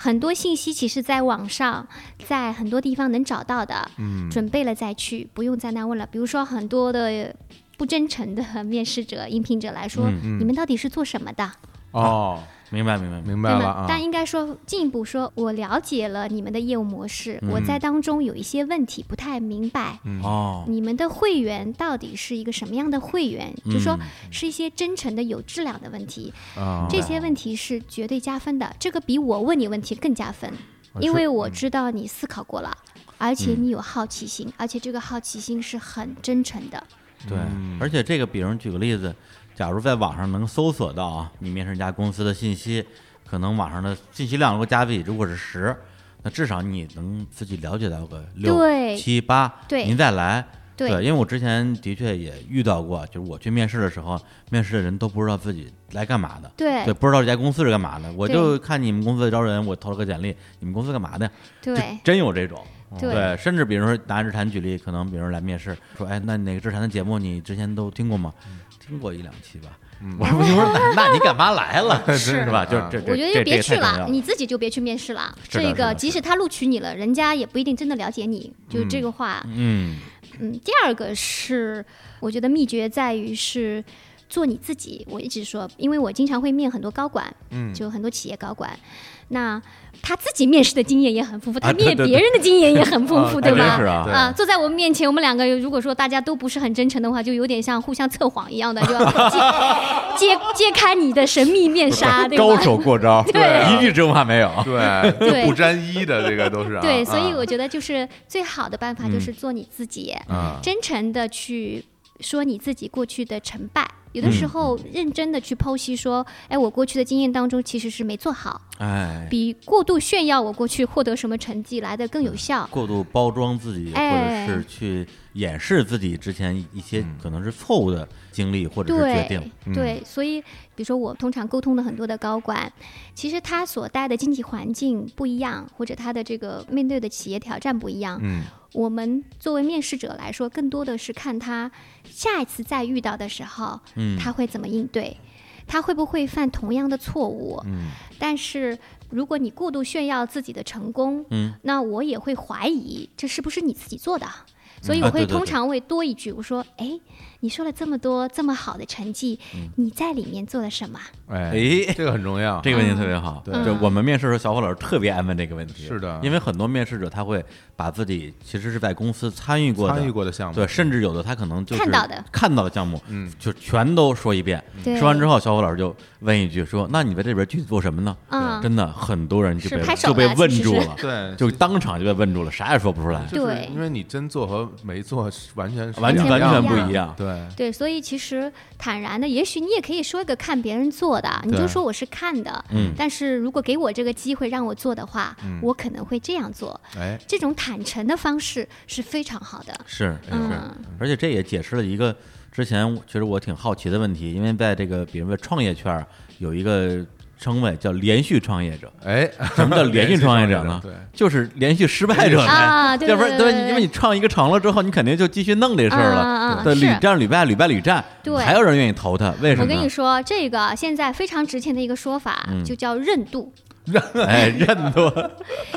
C: 很多信息其实在网上，在很多地方能找到的，
B: 嗯
C: 准备了再去，不用在那问了。比如说很多的。不真诚的面试者、应聘者来说，
A: 嗯
B: 嗯
C: 你们到底是做什么的？
B: 哦，
A: 明白明白明白。
B: 明白
C: 对
B: 了
C: 吗？
B: 啊，
C: 但应该说进一步说，我了解了你们的业务模式，我在当中有一些问题不太明白。
B: 嗯
A: 哦，
C: 你们的会员到底是一个什么样的会员？就说是一些真诚的、有质量的问题，
B: 啊，
C: 这些问题是绝对加分的。这个比我问你问题更加分，
B: 啊
C: 因
B: 是
C: 为我知道你思考过了，而且你有好奇心，而且这个好奇心是很真诚的。
A: 对，而且这个，比如举个例子，假如在网上能搜索到啊，你面试一家公司的信息，可能网上的信息量如果加比如果是十，那至少你能自己了解到个六
C: 对
A: 七八，
C: 对
A: 您再来。
C: 对
A: 因为我之前的确也遇到过，就是我去面试的时候，面试的人都不知道自己来干嘛的，
C: 对
A: 不知道这家公司是干嘛的。我就看你们公司招人，我投了个简历，你们公司干嘛的呀？就
C: 对
A: 真有这种。
C: 对
A: 啊甚至比如说拿日坛举例，可能比如来面试说，哎，那哪个日坛的节目你之前都听过吗？听过一两期吧。我说，我说，那那你干嘛来了？嗯
C: 是
A: [laughs] 是吧？嗯就是这这，
C: 我觉得
A: 这
C: 就别
A: 这
C: 去
A: 太重要
C: 了，你自己就别去面试了。
A: 是的
C: 这
A: 是的
C: 个即使他录取你了，人家也不一定真的了解你。就这个话，
A: [laughs] 嗯
C: 嗯第二个是，我觉得秘诀在于是做你自己。我一直说，因为我经常会面很多高管，
B: 嗯
C: 就很多企业高管，那他自己面试的经验也很丰富，
A: 啊
C: 他面
A: 对对对
C: 别人的经验也很丰富，
A: 还
B: 啊
C: 对
A: 真
C: 吧？
A: 是啊，
C: 啊，坐在我们面前，我们两个如果说大家都不是很真诚的话，就有点像互相测谎一样的，就要 [laughs] 揭揭揭开你的神秘面纱，对吧？
A: 高手过招，
C: [laughs] 对啊
A: 一句真话没有。
B: 对，
C: 对
B: 就不沾衣的这个都是啊，
C: 对，所以
B: 啊嗯
C: 我觉得就是最好的办法就是做你自己，
B: 啊
C: 真诚的去说你自己过去的成败。有的时
B: 嗯
C: 候认真的去剖析说，哎，我过去的经验当中其实是没做好，
A: [laughs] 哎，
C: 比过度炫耀我过去获得什么成绩来的更有
B: 嗯
C: 效。
A: 过度包装自己，或者
C: 哎
A: 是去掩饰自己之前一些可能是错误的经历或者是决定嗯
C: 对。对，所以比如说我通常沟通的很多的高管，其实他所带的经济环境不一样，或者他的这个面对的企业挑战不一样。
B: 嗯，
C: 我们作为面试者来说，更多的是看他下一次再遇到的时候，
A: 嗯
C: 他会怎么应对，他会不会犯同样的错误。
B: 嗯，
C: 但是如果你过度炫耀自己的成功，
A: 嗯，
C: 那我也会怀疑这是不是你自己做的。所以
A: 啊
C: 我会
A: 对对对
C: 通常会多一句，我说：“哎，你说了这么多这么好的成绩，
A: 嗯
C: 你在里面做了什么？
B: 哎
A: 哎
B: 这个很重要。
A: 这个问题特别好，
B: 对
A: 就我们面试的时候，小伙老师特别爱问这个问题。
B: 是的
A: 因为很多面试者他会把自己其实是在公司参与过的、
B: 参与过的项目，
A: 对，甚至有的他可能就是
C: 看到的嗯
A: 看到的项目，
B: 啊嗯
A: 就全都说一遍。
C: 对
A: 说完之后，小伙老师就问一句说：“那你们这边具体做什么呢？”
C: 嗯
A: 真的很多人就是被
C: 拍手
A: 就被
C: 了
A: 问
C: 其实
A: 住
C: 是
A: 了，
B: 对，
A: 就当场就被问住了，啥也说不出来，
B: 就是
C: 对
B: 因为你真做和没做是完全是
A: 完
B: 两
A: 完
B: 样
A: 全
B: 的
A: 不一样。
B: 对，
C: 对，所以其实坦然的，也许你也可以说一个看别人做的，你就
B: 对
C: 说我是看的，
A: 啊嗯
C: 但是如果给我这个机会让我做的话，我可能会这样做。
B: 哎，
C: 这种坦诚的方式是非常好的。
A: 是，
C: 嗯
A: 是，而且这也解释了一个之前其实我挺好奇的问题，因为在这个比如说创业圈儿有一个称谓叫连续创业者，
B: 哎，
A: 什 [laughs] 么叫连续创业者
B: [laughs]
A: 呢？
B: 对，
A: 就是连续失败者呗。
C: 啊对
A: 要不然
C: 对对对
A: 因为你创一个成了之后，你肯定就继续弄这事儿了，
C: 啊啊啊
A: 对，
C: 是
A: 屡战屡败，屡败屡战，
C: 对
A: 还有人愿意投他，为什
C: 我
A: 么
C: 跟
A: 呢
C: 你？说，这个现在非常值钱的一个说法，
A: 嗯
C: 就叫韧
A: [laughs]
C: 度，
A: 哎，
C: [laughs]
A: 认多，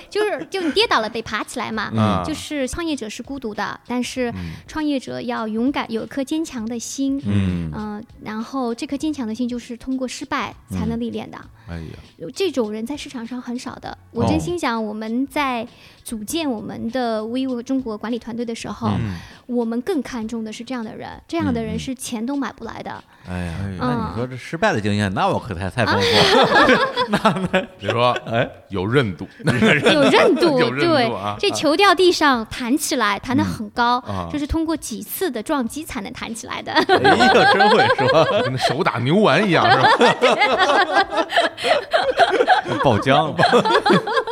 C: 就是就你跌倒了得爬起来嘛。
A: 啊
B: 嗯
C: 就是创业者是孤独的，但是创业者要勇敢，有一颗坚强的心。
A: 嗯，
C: 嗯，然后这颗坚强的心就是通过失败才能历练的。
B: 哎呀，
C: 有这种人在市场上很少的。
A: 嗯哦
C: 我真心想，我们在组建我们的 vivo 中国管理团队的时候，
A: 嗯
C: 我们更看重的是这样的人，这样的人是钱都买不来的。
A: 哎呀
C: 嗯
B: 哎呀，
A: 那你说这失败的经验，那我可太太丰
C: [laughs]
A: 富了，
B: 你说，哎，有韧度，
A: [laughs]
C: 有韧度，
B: 有韧
C: 对，
B: 度啊
C: 这球掉地上弹起来，弹得很高，
A: 嗯
B: 啊
C: 这是通过几次的撞击才能弹起来的。 [laughs]
A: 哎呀，真会说，
B: 跟那手打牛丸一样，是吧？
A: 爆浆。 [laughs]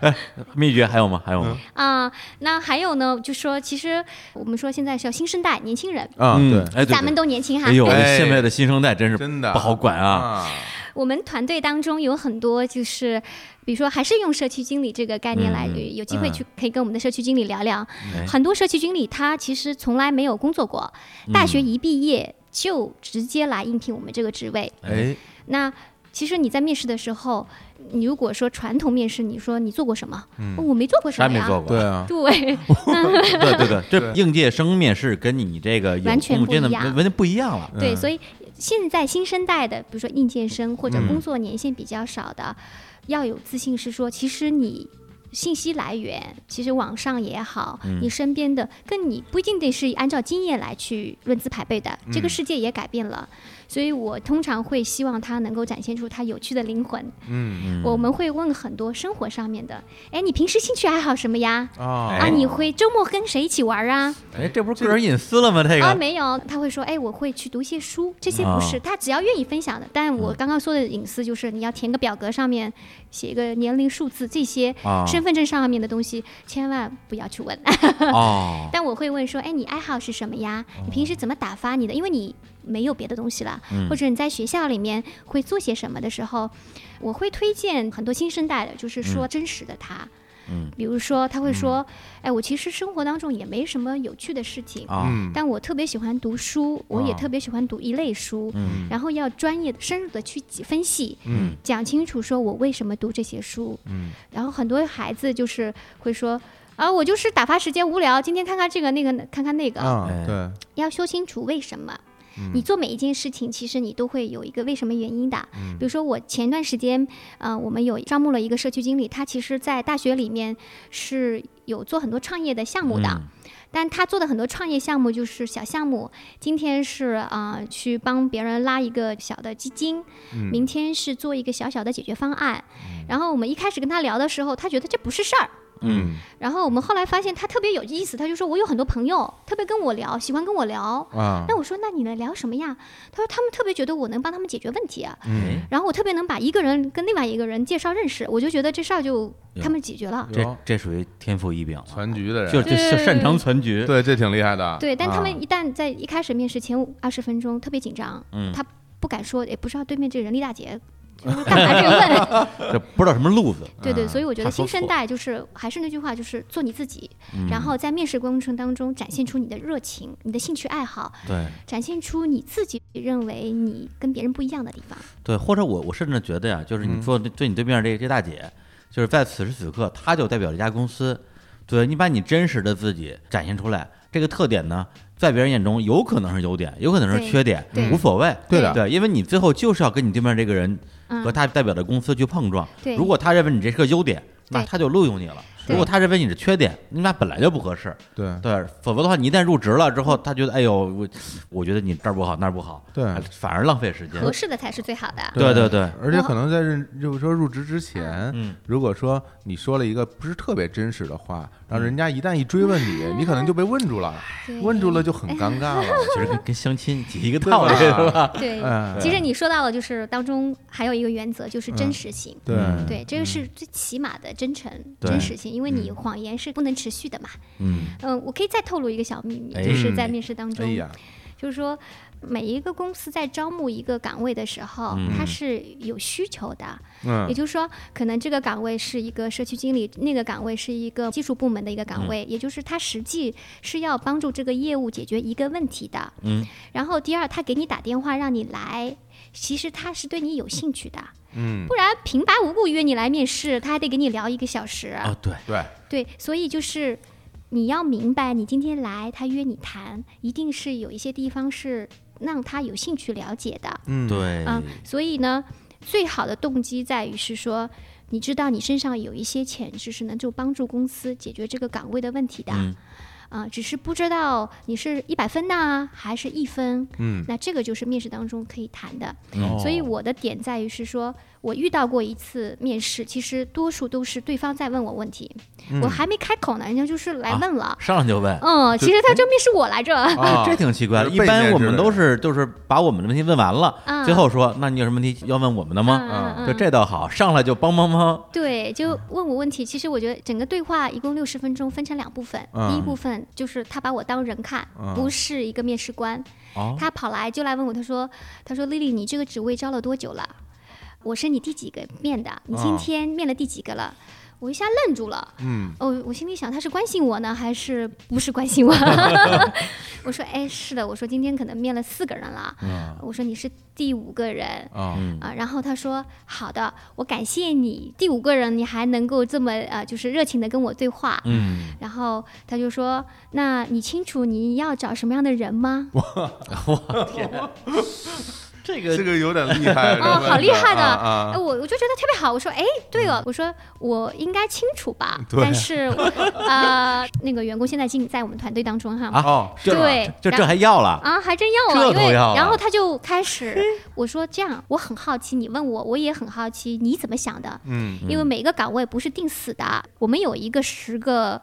A: 哎，秘诀还有吗？还有吗？
C: 啊、那还有呢，就说其实我们说现在是要新生代年轻人，
B: 啊
A: 嗯，
B: 对，
A: 哎，对
C: 咱们
A: 对
C: 都年轻哈。
A: 哎呦，这
B: 哎
A: 现在的新生代真是
B: 真的
A: 不好管啊。
B: 啊，
C: [laughs] 我们团队当中有很多就是，比如说还是用社区经理这个概念来，
A: 嗯嗯
C: 有机会去可以跟我们的社区经理聊聊。
A: 哎
C: 很多社区经理他其实从来没有工作过，
A: 嗯
C: 大学一毕业就直接来应聘我们这个职位。
B: 哎，
C: 那其实你在面试的时候，你如果说传统面试，你说你做过什么？哦我没做过什
A: 啥嗯
C: 么
A: 也没
C: 呀。
A: 做过，
B: 对
A: [laughs]
B: 啊，
C: 对，
A: 对对对，这
B: 对
A: 应届生面试跟你这个有
C: 完全
A: 空间的
C: 不一样
A: 完全不一样了。
C: 对，所以现在新生代的，比如说应届生或者
A: 嗯
C: 工作年限比较少的，要有自信，是说其实你。信息来源其实网上也好，
A: 嗯
C: 你身边的跟你不一定得是按照经验来去论资排辈的，
A: 嗯
C: 这个世界也改变了，所以我通常会希望他能够展现出他有趣的灵魂。
B: 嗯
C: 我们会问很多生活上面的，哎，你平时兴趣爱好什么呀？
B: 啊
A: 哎
C: 啊，你会周末跟谁一起玩啊？
A: 哎，这不是个人隐私了吗？这
C: 啊，
A: 个
C: 没有，他会说，哎，我会去读一些书，这些不是、
A: 啊嗯
C: 他只要愿意分享的。但我刚刚说的隐私就是，你要填个表格，上面写一个年龄、数字这些，
A: 啊
C: 身份证上面的东西千万不要去问。
A: 哦，
C: 但我会问说，哎，你爱好是什么呀？你平时怎么打发你的？因为你没有别的东西了，
A: 嗯
C: 或者你在学校里面会做些什么的时候，我会推荐很多新生代的，就是说真实的他。
A: 嗯
C: 比如说他会说，哎，我其实生活当中也没什么有趣的事情，
A: 啊，
B: 嗯，啊
C: 但我特别喜欢读书，我也特别喜欢读一类书，
A: 嗯
C: 然后要专业深入的去分析，
A: 嗯
C: 讲清楚说我为什么读这些书。
B: 嗯
C: 然后很多孩子就是会说。啊，我就是打发时间无聊，今天看看这个那个，看看那个，
B: 啊
A: 哎，
B: 对，
C: 要说清楚为什么。
B: 嗯
C: 你做每一件事情，其实你都会有一个为什么原因的。
B: 嗯
C: 比如说，我前段时间，呃，我们有招募了一个社区经理，他其实在大学里面是有做很多创业的项目的，
A: 嗯
C: 但他做的很多创业项目就是小项目，今天是啊、呃去帮别人拉一个小的基金，
B: 嗯
C: 明天是做一个小小的解决方案。然后我们一开始跟他聊的时候，他觉得这不是事儿。
A: 嗯
C: 然后我们后来发现他特别有意思，他就说我有很多朋友特别跟我聊，喜欢跟我聊。
B: 啊，
C: 那我说那你们聊什么呀？他说他们特别觉得我能帮他们解决问题，啊
B: 嗯
A: 哎，
C: 然后我特别能把一个人跟另外一个人介绍认识，我就觉得这事儿就他们解决了。
A: 嗯这这属于天赋异禀了，
B: 全局的人，
A: 就就
C: 对
A: 擅长全局。
B: 对，这挺厉害的，
C: 对，但他
B: 啊
C: 们一旦在一开始面试前二十分钟特别紧张，
A: 嗯
C: 他不敢说，也不知道对面这人力大姐。就是干嘛这个
A: [laughs]
C: 问？
A: 这不知道什么路子。
C: 对对，所以我觉
A: 怕嗯
C: 得
A: 说
C: 新生
A: 错
C: 代就是还是那句话，就是做你自己，
A: 嗯
C: 然后在面试过程当中展现出你的热情、你的兴趣爱好，
A: 对
C: 展现出你自己认为你跟别人不一样的地方。
A: 对，或者我我甚至觉得呀，就是你
B: 嗯
A: 说对对你对面这这大姐，就是在此时此刻，她就代表这家公司。对你把你真实的自己展现出来，这个特点呢，在别人眼中有可能是优点，有可能是
C: 对
A: 缺点
C: 对，
A: 无所谓。
B: 对的
A: 对，因为你最后就是要跟你对面这个人
C: 嗯
A: 和他代表的公司去碰撞。
C: 对
A: 如果他认为你这是个优点，那
C: 对
A: 他就录用你了；
C: 对
A: 如果他认为你是缺点，你们俩本来就不合适。
B: 对
A: 对，否则的话，你一旦入职了之后，他觉得，哎呦，我我觉得你这儿不好那儿不好，
B: 对
A: 反而浪费时间。
C: 合适的才是最好的。
A: 啊对对对，
B: 而且可能在认，就是说入职之前，
A: 嗯
B: 如果说你说了一个不是特别真实的话，然后人家一旦一追问你，你可能就被问住了，
C: 嗯对
B: 问住了就很尴尬了，
C: [laughs]
A: 其实跟跟相亲一个
B: 对
A: 道
C: 啊
A: 理，是吧？
B: 吧？
C: 对，
B: 哎
C: 其实你说到了，就是当中还有一个原则，就是真实性。
B: 对
A: 嗯
C: 对，这个是最起码的真诚、
A: 对
C: 真实性，因为你谎言是不能持续的嘛。
A: 嗯
C: 嗯，我可以再透露一个小秘密，
A: 哎
C: 就是在面试当中
B: 哎，呀，
C: 就是说每一个公司在招募一个岗位的时候，它是有需求的。也
B: 嗯
C: 就是说，可能这个岗位是一个社区经理，那个岗位是一个技术部门的一个
B: 嗯
C: 岗位，也就是它实际是要帮助这个业务解决一个问题的。
A: 嗯，
C: 然后第二，他给你打电话让你来，其实他是对你有兴趣的，
B: 嗯，
C: 不然平白无故约你来面试，他还得给你聊一个小时。
B: 哦
A: 啊，对，
C: [laughs]
B: 对，
C: 对，所以就是你要明白，你今天来，他约你谈，一定是有一些地方是让他有兴趣了解的。
B: 嗯
A: 对，
C: 啊，所以呢，最好的动机在于是说，你知道你身上有一些潜质是能够帮助公司解决这个岗位的问题的，
A: 嗯
C: 啊，只是不知道你是一百分呐、还是一分，
B: 嗯，
C: 那这个就是面试当中可以谈的。
A: 嗯
C: 所以我的点在于是说，我遇到过一次面试，其实多数都是对方在问我问题，我还没开口呢，人家就是来
A: 嗯啊
C: 问了。
A: 上来就哦问，
C: 嗯，其实他就面试我来着，
B: 啊
A: 这挺奇怪的。
B: 就是
A: 一
B: 被面
A: 般我
B: 试
A: 们
B: 的
A: 都是就是把我们的问题问完了，
C: 嗯
A: 最后说，那你有什么问题要问我们的吗？
C: 嗯嗯
A: 就这倒好，上来就梆梆梆，
C: 对，就
B: 嗯
C: 问我问题。其实我觉得整个对话一共六十分钟，分成两部分。
B: 嗯
C: 第一部分就是他把我当人看，
B: 嗯
C: 不是一个面试官。
A: 哦
C: 他跑来就来问我，他说：“他说丽丽，你这个职位招了多久了？我是你第几个面的？你今
B: 哦
C: 天面了第几个了？”我一下愣住了，
B: 嗯
C: 哦，我心里想他是关心我呢，还是不是关心我？ [laughs] 我说，哎，是的，我说今天可能面了四个人了，
B: 啊
C: 我说你是第五个人，
B: 啊
A: 嗯
C: 啊，然后他说：“好的，我感谢你，第五个人你还能够这么呃，就是热情的跟我对话。
A: 嗯，
C: 然后他就说：“那你清楚你要找什么样的人吗
A: 这个
B: 这个有点厉
C: [laughs]
B: 害，？”
C: 哦，好厉害的！
B: 啊
C: 哎，我我就觉得特别好。我说：“哎，对
A: 嗯
C: 哦，我说我应该清楚吧？
B: 对
C: 但是呃， [laughs] 那个员工现在进哎在我们团队当中哈，
A: 啊
B: 啊哦，
A: 这
C: 对
A: 就
C: 然
A: 这还要了，
C: 啊，还真要啊，
A: 这
C: 因
A: 都
C: 为
A: 要啊
C: 然后他就开始，我说这样，我很好奇，你问我，我也很好奇你怎么想的，
B: 嗯，
C: 因为每一个岗位不是定死的，我们有一个十个。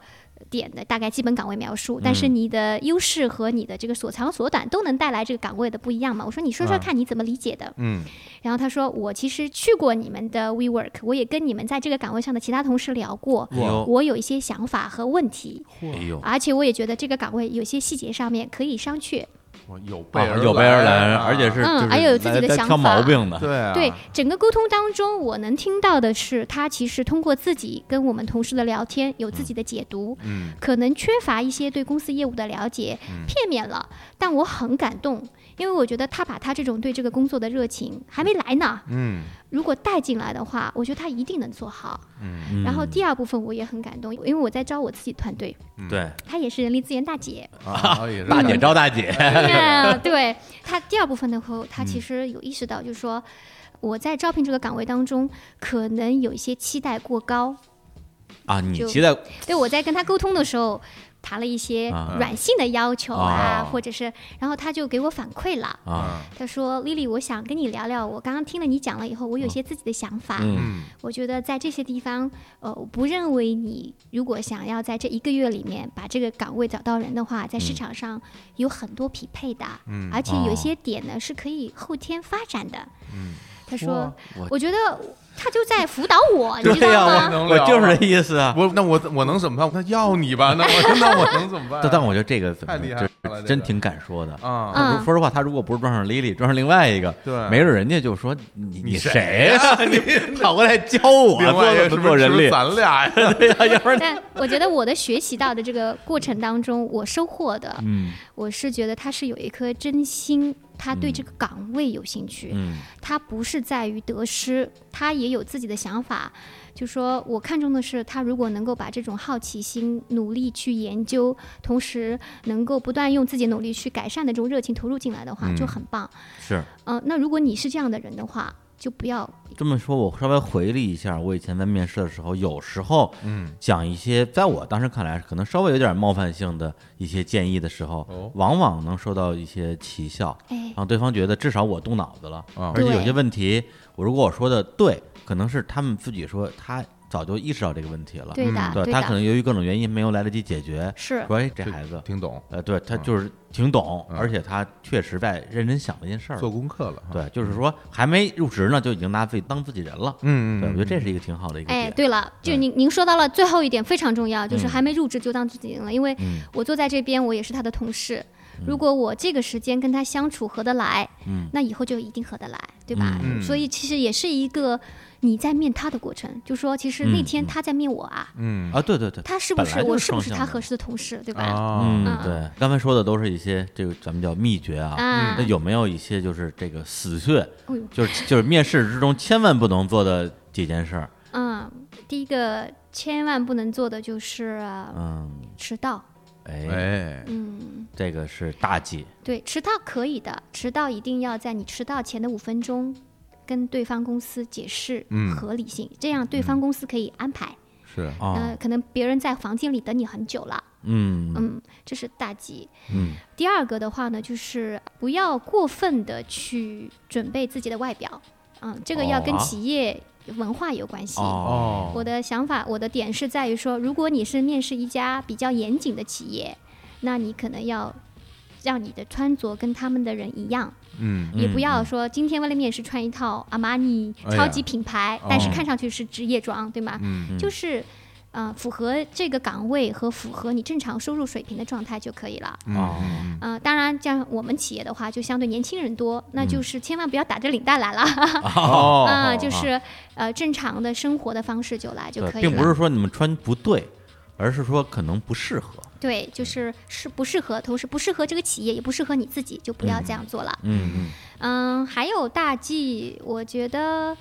C: 点的大概基本岗位描述，但是
B: 嗯
C: 你的优势和你的这个所长所短都能带来这个岗位的不一样嘛？我说你说说
B: 啊
C: 看你怎么理解的？
B: 嗯
C: 然后他说我其实去过你们的 WeWork，我也跟你们在这个岗位上的其他同事聊过，
A: 哎
B: 哦
A: 呦，
C: 我有一些想法和问题，
A: 哎呦，
C: 而且我也觉得这个岗位有些细节上面可以商榷。
B: 我有备
A: 啊
B: 而
A: 有备而来，
B: 啊
A: 而且是
C: 嗯
A: 就是
C: 还有自己
A: 来
C: 的
A: 来
C: 想
A: 挑毛
C: 法
A: 病的，
B: 对啊
C: 对整个沟通当中，我能听到的是，他其实通过自己跟我们同事的聊天，有自己的解读，
B: 嗯
C: 可能缺乏一些对公司业务的了解，片面了。但我很感动，因为我觉得他把他这种对这个工作的热情还没来呢，
B: 嗯
C: 如果带进来的话，我觉得他一定能做好。
B: 嗯
A: 嗯
C: 然后第二部分我也很感动，因为我在招我自己团队，
A: 嗯对
C: 她也是人力资源大姐，
B: [laughs] 啊，也是
A: 大
C: 嗯
A: 姐招大姐，
C: 啊，对他第二部分的时候，他其实有意识到，就是说我在招聘这个岗位当中，可能有一些期待过高。
A: 啊，你
C: 就
A: 期待
C: 对我在跟他沟通的时候，谈了一些
A: 啊
C: 软性的要求啊，
A: 哦
C: 或者是，然后他就给我反馈了，
A: 啊，
C: 他说：“Lily，我想跟你聊聊，我刚刚听了你讲了以后，我有些自己的想法。
A: 嗯
B: 嗯
C: 我觉得在这些地方，呃，我不认为你如果想要在这一个月里面把这个岗位找到人的话，在市场上有很多匹配的，
B: 嗯
C: 而且有
A: 嗯哦
C: 一些点呢是可以后天发展的。
B: 嗯，
C: 他说
A: 哇我，
C: 我觉得他就在辅导
A: [laughs]
C: 我，你知
A: 对呀，
C: 道吗？
A: 我
B: 能
A: 我
B: 聊
A: 就是
B: 吗
A: 这意思啊。
B: 我那我我能怎么办？那要你吧，那我 [laughs] 那我能怎么办啊？
A: [laughs] 但但我觉得这个怎么
B: 太厉害
A: 就
B: 了
A: 是
B: 这
A: 真
B: 个
A: 挺敢说的
B: 啊
A: 他如说实话，他如果不是撞上 Lily，撞上另外一个，
B: 对
A: 没准人家就说你你
B: 谁
A: 谁呀？
B: [laughs]
A: 你跑过来教我
B: 另外
A: 做怎
B: 一个是
A: 么
B: 不
A: 做
B: 是
A: 人力？
B: 咱俩呀？
A: 对呀，要不然
C: [laughs] 但我觉得我的学习到的这个过程当中，我收获的，
A: 嗯
C: 我是觉得他是有一颗真心，他对这个岗位有兴趣，
A: 嗯
C: 他不是在于得失，他也有自己的想法。就说我看重的是他如果能够把这种好奇心、努力去研究，同时能够不断用自己的努力去改善的这种热情投入进来的话，
A: 嗯
C: 就很棒。
A: 是
C: 嗯，那如果你是这样的人的话，就不要
A: 这么说，我稍微回忆一下，我以前在面试的时候，有时候
B: 嗯
A: 讲一些在我当时看来可能稍微有点冒犯性的一些建议的时候，
B: 哦
A: 往往能收到一些奇效，
C: 哎
A: 让对方觉得至少我动脑子了，
B: 啊
A: 哦而且有
C: 对
A: 些问题，我如果我说的对，可能是他们自己说他早就意识到这个问题了，嗯
C: 对的，
A: 对
C: 对
A: 他可
C: 的，
A: 能由于各种原因没有来得及解决，
C: 是
A: 说 [laughs] 哎这
B: 这
A: 孩子，
B: [laughs] 听懂，
A: 呃，对他
B: 嗯
A: 就是挺懂，
B: 嗯
A: 而且他确实在认真想这件事儿了，
B: 做功课了，，
A: 对，就是说还没入职呢，就已经拿自己当自己人了。
B: 嗯嗯，
A: 对，我觉得这
B: 是
A: 是一个挺好的一个
C: 哎，
A: 点。
C: 对了，就
A: 对
C: 您您说到了最后一点非常重要，就是
A: 嗯
C: 还没入职就当自己人了，因为
A: 嗯
C: 我坐在这边，我也是他的同事。如果我这个时间跟他相处合得来，
A: 嗯
C: 那以后就一定合得来，对吧？
B: 嗯
C: 所以其实也是一个你在面他的过程，就说其实那
A: 嗯
C: 天
A: 嗯
C: 他在面我啊，
B: 嗯
A: 啊，对对对，
C: 他是不
A: 本来
C: 是
A: 就是
C: 我是不是
A: 双向
C: 他
A: 的
C: 合适的同事，对吧？
B: 啊，
A: 嗯
C: 啊
A: 对，刚才说的都是一些这个咱们叫秘诀啊。
C: 啊
A: 那，有没有一些就是这个死穴
C: 哎呦，
A: 就是就是面试之中千万不能做的几件事儿？
C: 嗯，第一个千万不能做的就是
A: 嗯，
C: 迟到，
A: 哎，
B: 哎，
C: 嗯，
A: 这个是大忌。
C: 对，迟到可以的，迟到一定要在你迟到前的五分钟跟对方公司解释
B: 嗯
C: 合理性，这样
A: 嗯
C: 对方公司可以安排。
B: 是，
A: 啊
C: 呃，，可能别人在房间里等你很久了，
A: 嗯
C: 嗯，这是大忌。
A: 嗯
C: 第二个的话呢，就是不要过分的去准备自己的外表，嗯，这个要跟
A: 哦啊
C: 企业文化有关系。
A: 哦，
B: 哦，
C: 嗯
A: [laughs]
C: 我的想法，我的点是在于说，如果你是面试一家比较严谨的企业，那你可能要让你的穿着跟他们的人一样，
B: 嗯
C: 也不要
A: 嗯
C: 说今天为了面试穿一套阿玛尼
B: 哎呀
C: 超级品牌，
B: 哦
C: 但是看上去是职业装，对吗？
B: 嗯
A: 嗯
C: 就是。呃，符合这个岗位和符合你正常收入水平的状态就可以了。
B: 嗯
A: 哦
B: 嗯
C: 嗯、当然，像我们企业的话，就相对年轻人多，那就是千万不要打着领带来了
B: 嗯
C: [laughs]
B: 哦
C: 啊、就是呃正常的生活的方式就来就
A: 对
C: 可，以了。
A: 并不是说你们穿不对，而是说可能不适合。
C: 对，就是适不适合，同时不适合这个企业，也不适合你自己，就不要这样做了。
A: 嗯
C: 嗯，还有大忌，我觉得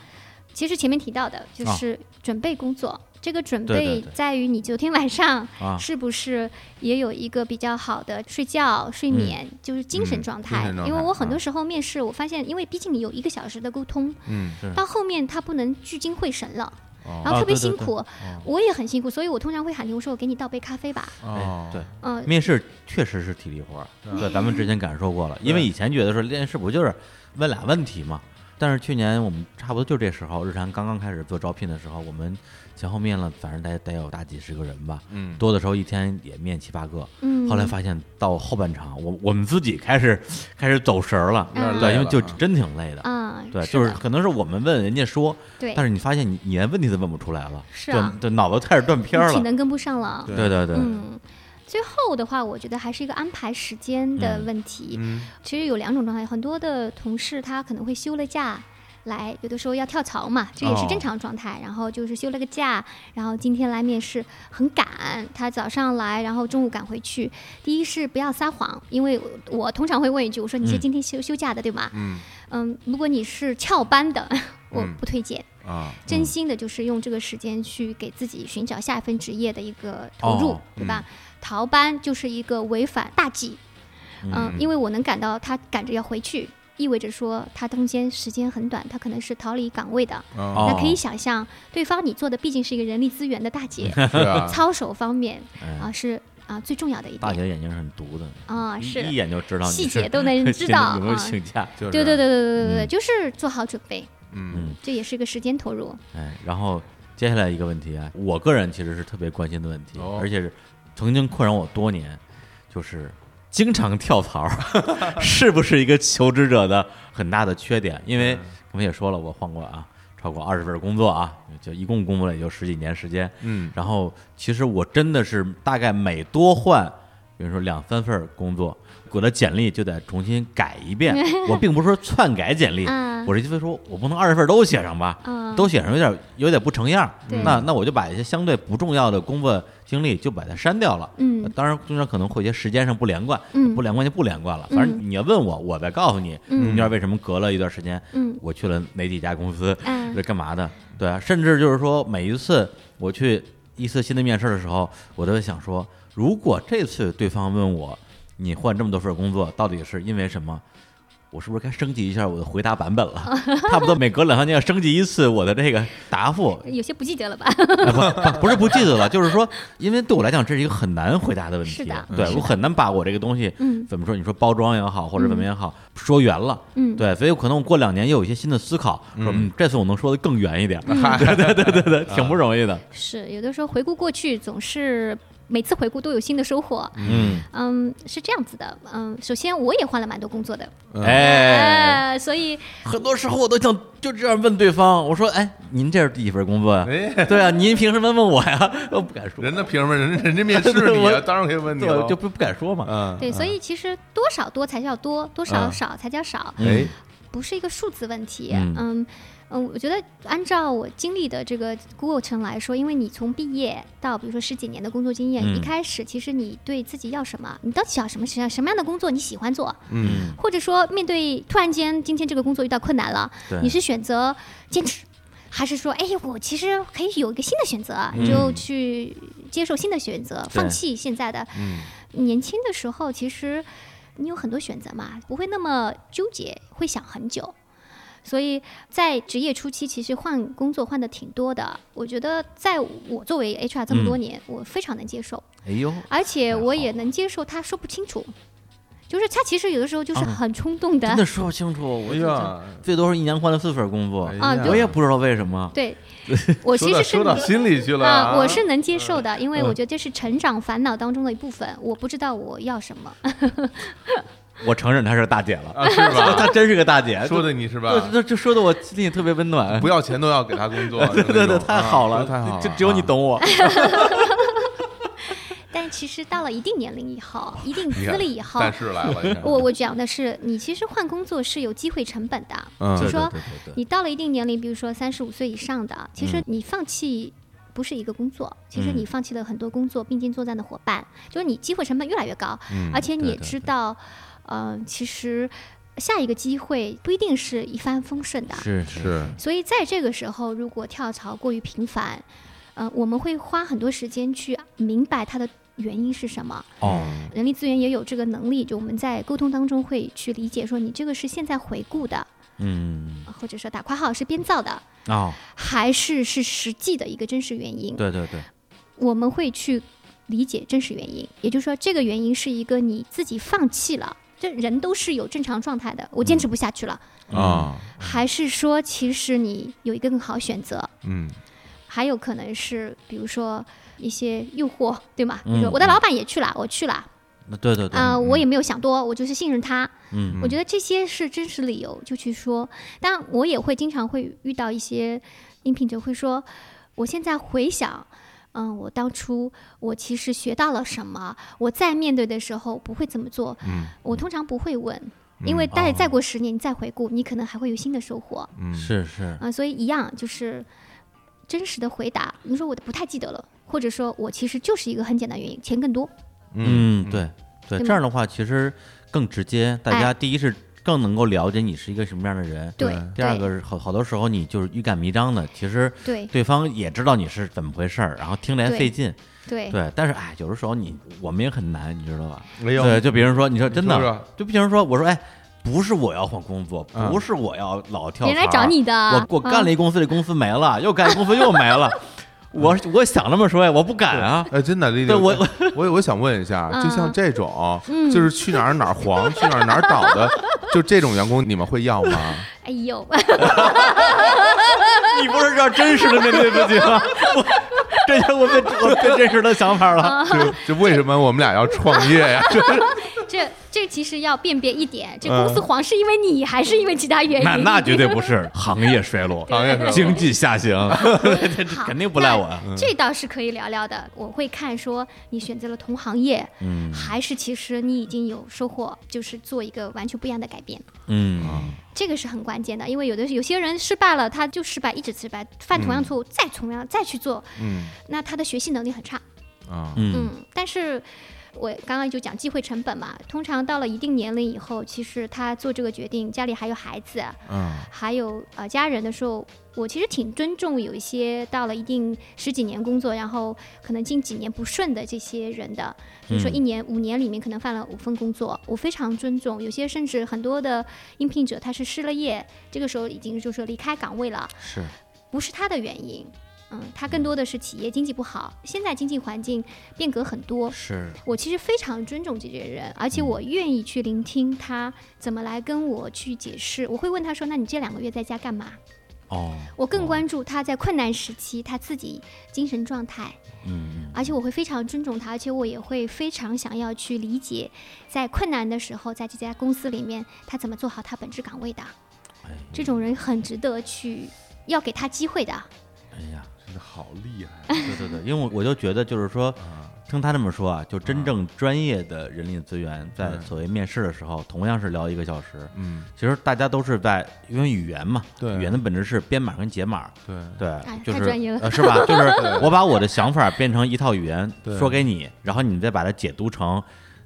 C: 其实前面提到的就
A: 啊
C: 是准备工作。这个准
A: 对对
C: 备
A: 对
C: 在于你昨天晚上
A: 嗯啊，
C: 是不是也有一个比较好的睡觉、
A: 嗯
C: 睡眠，就是精神
B: 嗯
C: 状
B: 精
C: 态。
B: 神状
C: 因为
B: 态
C: 我很
B: 啊
C: 多时候面试，我发现，因为毕竟你有一个小时的沟通，
B: 嗯，
A: 是
C: 到后面他不能聚精会神了，
B: 哦
C: 然后特
A: 啊对对
C: 别辛
A: 对
C: 苦。
B: 嗯
C: 我也很辛苦，所以我通常会喊停，我说我给你倒杯咖啡吧。
B: 哦
A: 哎，对，
C: 嗯、
A: 面试确实是体力活儿，对，咱们之前感受过了，因为以前觉得说面试不就是问俩问题嘛，但是去年我们差不多就这时候，日常刚刚开始做招聘的时候，我们前后面了，反正得得有大几十个人吧，
B: 嗯
A: 多的时候一天也面七八个，
C: 嗯，
A: 后来发现到后半场，我我们自己开始开始走神儿了，
C: 有点累
A: 对，因为
B: 了
A: 就
B: 啊
A: 真挺累的。
C: 啊、
A: 对，
C: 嗯是
A: 就是
C: 的
A: 可能是我们问人家说，
C: 对，
A: 但是你发现你你连问题都问不出来了，
C: 是啊
A: 就就脑子开始断片儿
C: 体
A: 了。
C: 能跟不上了。
B: 对
A: 对对对，
C: 嗯，最后的话，我觉得还是一个安排时间的问题。
B: 嗯
C: 其实有两种状态，很多的同事他可能会休了假。来，有的时候要跳槽嘛，这也是正常状态。然后就是休了个假，然后今天来面试，很赶，他早上来，然后中午赶回去。第一是不要撒谎，因为我我通常会问一句，我说你是
A: 嗯
C: 今天休、休假的对吗？
B: 嗯
C: 嗯，如果你是翘班的， [laughs] 我
B: 嗯
C: 不推荐。
B: 啊，
A: 嗯
C: 真心的，就是用这个时间去给自己寻找下一份职业的一个投入，
A: 哦
C: 对吧？逃班就是一个违反大忌，嗯、因为我能感到他赶着要回去，意味着说他中间时间很短，他可能是逃离岗位的。
A: 啊
B: 哦，
C: 那可以想象，对方你做的毕竟是一个人力资源的
A: [laughs]
C: 大姐，
B: 是啊，
C: 操守方面
A: 哎
C: 啊、是啊、最重要的一
A: 大
C: 点
A: 姐眼睛是很毒的，
C: 啊、
A: 一一
C: 是
A: 眼就知道你
C: 细
A: 是
C: 节都
A: [laughs]
C: 能知道啊
A: 有没、有请假。
B: 就是
C: 对对对对对对对，
A: 嗯
C: 就是做好准备，
B: 嗯
C: 这也是一个时间投入。
A: 哎，然后接下来一个问题啊，我个人其实是特别关心的问题，
B: 哦
A: 而且是曾经困扰我多年，就是经常跳槽， [laughs] 是不是一个求职者的很大的缺点？因为我们也说了，我换过啊，超过二十份工作啊，就一共工作了也就十几年时间。
B: 嗯
A: 然后其实我真的是大概每多换，比如说两三份工作，我的简历就得重新改一遍。我并不是说篡改简历，
C: 嗯
A: 我这意思说，我不能二月份都写上吧？
C: 嗯，
A: 都写上有点有点不成样儿
C: 对。
A: 那那我就把一些相对不重要的工作经历就把它删掉了。
C: 嗯
A: 当然中间可能会有些时间上不连贯，
C: 嗯
A: 不连贯就不连贯了。反正你要问我，我再告诉你
C: 嗯
A: 中间为什么隔了一段时间，
C: 嗯
A: 我去了哪几家公司，
C: 嗯
A: 这干嘛的？对啊，甚至就是说每一次我去一次新的面试的时候，我都会想说，如果这次对方问我你换这么多份工作，到底是因为什么？我是不是该升级一下我的回答版本了？ [laughs] 差不多每隔两三年要升级一次我的这个答
C: [laughs]
A: 复，
C: 有些不记得了吧？
A: 哎不不不是不记得了，就是说，因为对我来讲这是一个很难回答的问题，
C: 是的
A: 对
C: 是的
A: 我很难把我这个东西
C: 嗯
A: 怎么说？你说包装也好，或者怎么也好，说圆了，
C: 嗯
A: 对，所以可能我过两年又有一些新的思考，说嗯，这次我能说的更圆一点，
B: 嗯
A: [laughs] 对对对对对，挺不容易的，
C: 是有的时候回顾过去，总是每次回顾都有新的收获。
A: 嗯，
C: 嗯，是这样子的。嗯，首先我也换了蛮多工作的，
A: [laughs]
B: 嗯
A: 哎，
C: 呃，所以
A: 很多时候我都想就这样问对方，我说，哎，您这是第几份工作
B: [laughs]
A: 呀？
B: 哎，
A: 对啊，您凭什么问我呀？ [laughs] 我不敢说，
B: 人家凭什么？人人家面试你
A: [laughs] 我
B: 啊，当然可以问你
A: 对，
B: 了。
A: 我就不不敢说嘛，
B: 嗯，
C: 对，所以其实多少多才叫多，多少
B: 嗯
C: 少才叫少，
B: 哎，
C: 不是一个数字问题。
A: 啊嗯
C: 嗯嗯，我觉得按照我经历的这个过程来说，因为你从毕业到比如说十几年的工作经验，
A: 嗯
C: 一开始其实你对自己要什么，你到底要什么什么什么样的工作你喜欢做，
B: 嗯，
C: 或者说面对突然间今天这个工作遇到困难了，
A: 对
C: 你是选择坚持，还是说，哎，我其实可以有一个新的选择，
A: 嗯
C: 你就去接受新的选择，放弃现在的？
A: 嗯
C: 年轻的时候其实你有很多选择嘛，不会那么纠结，会想很久。所以在职业初期，其实换工作换的挺多的。我觉得，在我作为 HR 这么多年，我非常能接受。
A: 哎呦，
C: 而且我
A: 嗯太好
C: 也能接受他说不清楚，就是他其实有的时候就是
A: 嗯
C: 很冲动的，
A: 真的说不清楚，我
B: 哎呀，
A: 最多是一年换了四份工作，
B: 哎
C: 啊
B: 呀
C: 对
A: 我也不知道为什么。
C: 对我
B: 说
C: 其
B: 到
C: 实是
B: 说到心里去了
C: 啊，
B: 啊，嗯
C: 我是能接受的，因为我觉得这是成长烦恼当中的一部分，我不知道我要什么， [laughs]
A: 我承认她是大姐了，
B: 啊，是
A: [laughs]
B: 吧？
A: 她真是个大姐，
B: 说的你是吧？
A: 这这这说的我心里特别温暖。
B: 不要钱都要给他工作，
A: [laughs] 对对对，嗯太好了，
B: 啊太好了，
A: 就只有你
B: 啊。
A: 懂我。
C: 但其实到了一定年龄以后，一定
B: 你
C: 资
B: 看
C: 历以后，
B: 但是来了，你看
C: 我我讲的是，你其实换工作是有机会成本的，
B: 嗯
C: 就说
A: 对对对
C: 哎你到了一定年龄，比如说三十五岁以上的，其
B: 嗯
C: 实你放弃不是一个工作，其实
A: 嗯
C: 你放弃了很多工作并肩作战的伙伴，就是你机会成本越来越高，
B: 嗯
C: 而且你
A: 对
C: 也
A: 对
C: 知道，呃，其实下一个机会不一定是一帆风顺的，
A: 是
B: 是
C: 所以在这个时候，如果跳槽过于频繁，呃，我们会花很多时间去明白它的原因是什么。
A: 哦，
C: 人力资源也有这个能力，就我们在沟通当中会去理解说，你这个是现在回顾的，呃
A: 嗯
C: 或者说打括号是编造的，
A: 哦，
C: 还是是实际的一个真实原因。
A: 对对对，
C: 我们会去理解真实原因，也就是说，这个原因是一个你自己放弃了。这人都是有正常状态的，我坚持不下去了，
A: 嗯哦
B: 啊，
C: 还是说其实你有一个更好选择？
B: 嗯
C: 还有可能是比如说一些诱惑， [laughs] 对吗？
A: 嗯
C: 比如说我的老板也去了，我去了，
A: 那对对对，
C: 啊、我也没有想多，我就是信任他。
A: 嗯
C: 我觉得这些是真实理由，就去说。但我也会经常会遇到一些应聘者会说，我现在回想。嗯，我当初我其实学到了什么？我在面对的时候不会这么做。
B: 嗯，
C: 我通常不会问，因为待
A: 哦
C: 再过十年，你再回顾，你可能还会有新的收获。
B: 嗯，
A: 是是
C: 啊、，所以一样就是真实的回答。你说我不太记得了，或者说我其实就是一个很简单的原因，钱更多。
A: 嗯对对，
C: 对吗
A: 这样的话其实更直接，大家
C: 哎
A: 第一是更能够了解你是一个什么样的人，
C: 对
A: 第二个是好好多时候你就是欲盖弥彰的，其实
C: 对
A: 对方也知道你是怎么回事儿，然后听着还
C: 对
A: 费劲，
C: 对
A: 对，但是哎，有的时候你我们也很难，你知道吧？
B: 哎呦
A: 对，就比如说，你说真
B: 你说
A: 的
B: 说，
A: 就比如说，我说哎，不是我要换工作，
B: 嗯
A: 不是我要老跳槽，啊
C: 别人来找啊你的嗯
A: 我我干了一公司，这公司没了，又干一公司又没 [laughs] 了，我我想这么说呀，我不敢啊，
B: 哎，真的，丽丽，
A: 对我
B: 我我想问一下，啊就像这种，
C: 嗯
B: 就是去哪儿哪儿黄，去哪儿哪儿倒的，就这种员工，你们会要吗？
C: 哎呦， [laughs]
A: 你不是要真实的面对自己吗？ [laughs] 我这就是我最
C: 啊
A: 我最真实的想法了，
B: 就就为什么我们俩要创业呀？ [laughs]
C: 这这这其实要辨别一点，这公司黄是因为你还是因为其他原因？
A: 嗯那那绝对不是行业衰落，
B: 行业衰
A: [laughs] 经济下行， [laughs] 这这
C: 好
A: 肯定不赖我啊。
C: 那这倒是可以聊聊的。我会看说你选择了同行业，
A: 嗯
C: 还是其实你已经有收获，就是做一个完全不一样的改变，
A: 嗯，
C: 这个是很关键的。因为有的有些人失败了，他就失败，一直失败，犯同样错误，再同样再去做，
B: 嗯
C: 那他的学习能力很差。
B: 啊
A: 嗯
C: 嗯，但是我刚刚就讲机会成本嘛，通常到了一定年龄以后，其实他做这个决定，家里还有孩子，
B: 啊
C: 还有呃家人的时候，我其实挺尊重有一些到了一定十几年工作，然后可能近几年不顺的这些人的，比如说
A: 嗯
C: 一年、五年里面可能犯了五份工作，我非常尊重。有些甚至很多的应聘者他是失了业，这个时候已经就是离开岗位了，
B: 是
C: 不是他的原因。嗯，他更多的是企业经济不好，现在经济环境变革很多，
A: 是
C: 我其实非常尊重这些人，而
A: 嗯
C: 且我愿意去聆听他怎么来跟我去解释。我会问他说：“那你这两个月在家干嘛
A: 哦，？”
C: 我更
A: 哦
C: 关注他在困难时期他自己精神状态，
A: 嗯
C: 而且我会非常尊重他，而且我也会非常想要去理解，在困难的时候，在这家公司里面他怎么做好他本职岗位的。
A: 哎
C: 这种人很值得去要给他机会的。
A: 哎呀，
B: 真的好厉害 [laughs]
A: 对对对，因为我我就觉得就是说。
B: 啊！
A: 听他这么说啊，就真正专业的人力资源在
B: 嗯
A: 所谓面试的时候，同样是聊一个小时。
B: 嗯，
A: 其实大家都是在因为语言嘛，
B: 对
A: 语言的本质是编码跟解码，
B: 对，
A: 对
C: 哎，
A: 就
C: 太
A: 是
C: 专业了
A: 呃是
C: [laughs]
A: 吧？就是
B: 对
A: 我把我的想法变成一套语言
B: 对
A: 说给你，然后你再把它解读成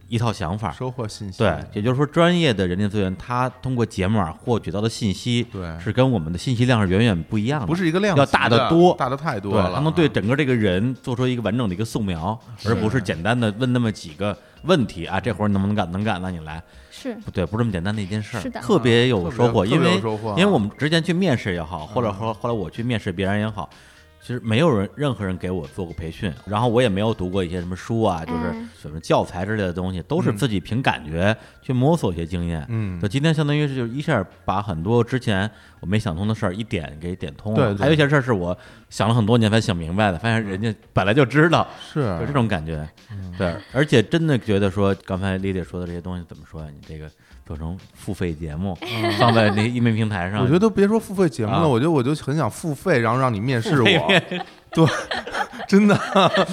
A: 一套想法。
B: 收获信息，
A: 对，也就是说，专业的人力资源，它通过解码获取到的信息，
B: 对
A: 是跟我们的信息量是远远不一样的，
B: 不是一个量
A: 要
B: 级
A: 大
B: 的
A: 得多
B: 大的太多
A: 对，
B: 了。啊
A: 他能对整个这个人做出一个完整的一个素描，而不是简单的问那么几个问题啊，这活儿你能不能干？能干，那你来。
C: 是
A: 不对，不是这么简单的一件事儿，
C: 是的
A: 特别有收获，
B: 特别
A: 因
B: 有
A: 为
B: 特别有收获啊嗯
A: 因为我们之前去面试也好，或者后后来我去面试别人也好，其实没有人任何人给我做过培训，然后我也没有读过一些什么书啊，就是
C: 嗯
A: 什么教材之类的东西，都是自己凭感觉去摸索一些经验。
B: 嗯
A: 就今天相当于是就一下把很多之前我没想通的事儿一点给点通了，
B: 对对
A: 还有一些事儿是我想了很多年才想明白的，发现人家本来就知道，
B: 是
A: 有这种感觉，
B: 嗯
A: 对，而且真的觉得说，刚才李姐说的这些东西怎么说呀？你这个做成付费节目，放在那个音频平台上，
B: 嗯我觉得都别说付费节目
A: 啊
B: 了，我觉得我就很想付费，然后让你面试我。 [laughs] 对，真的， [laughs]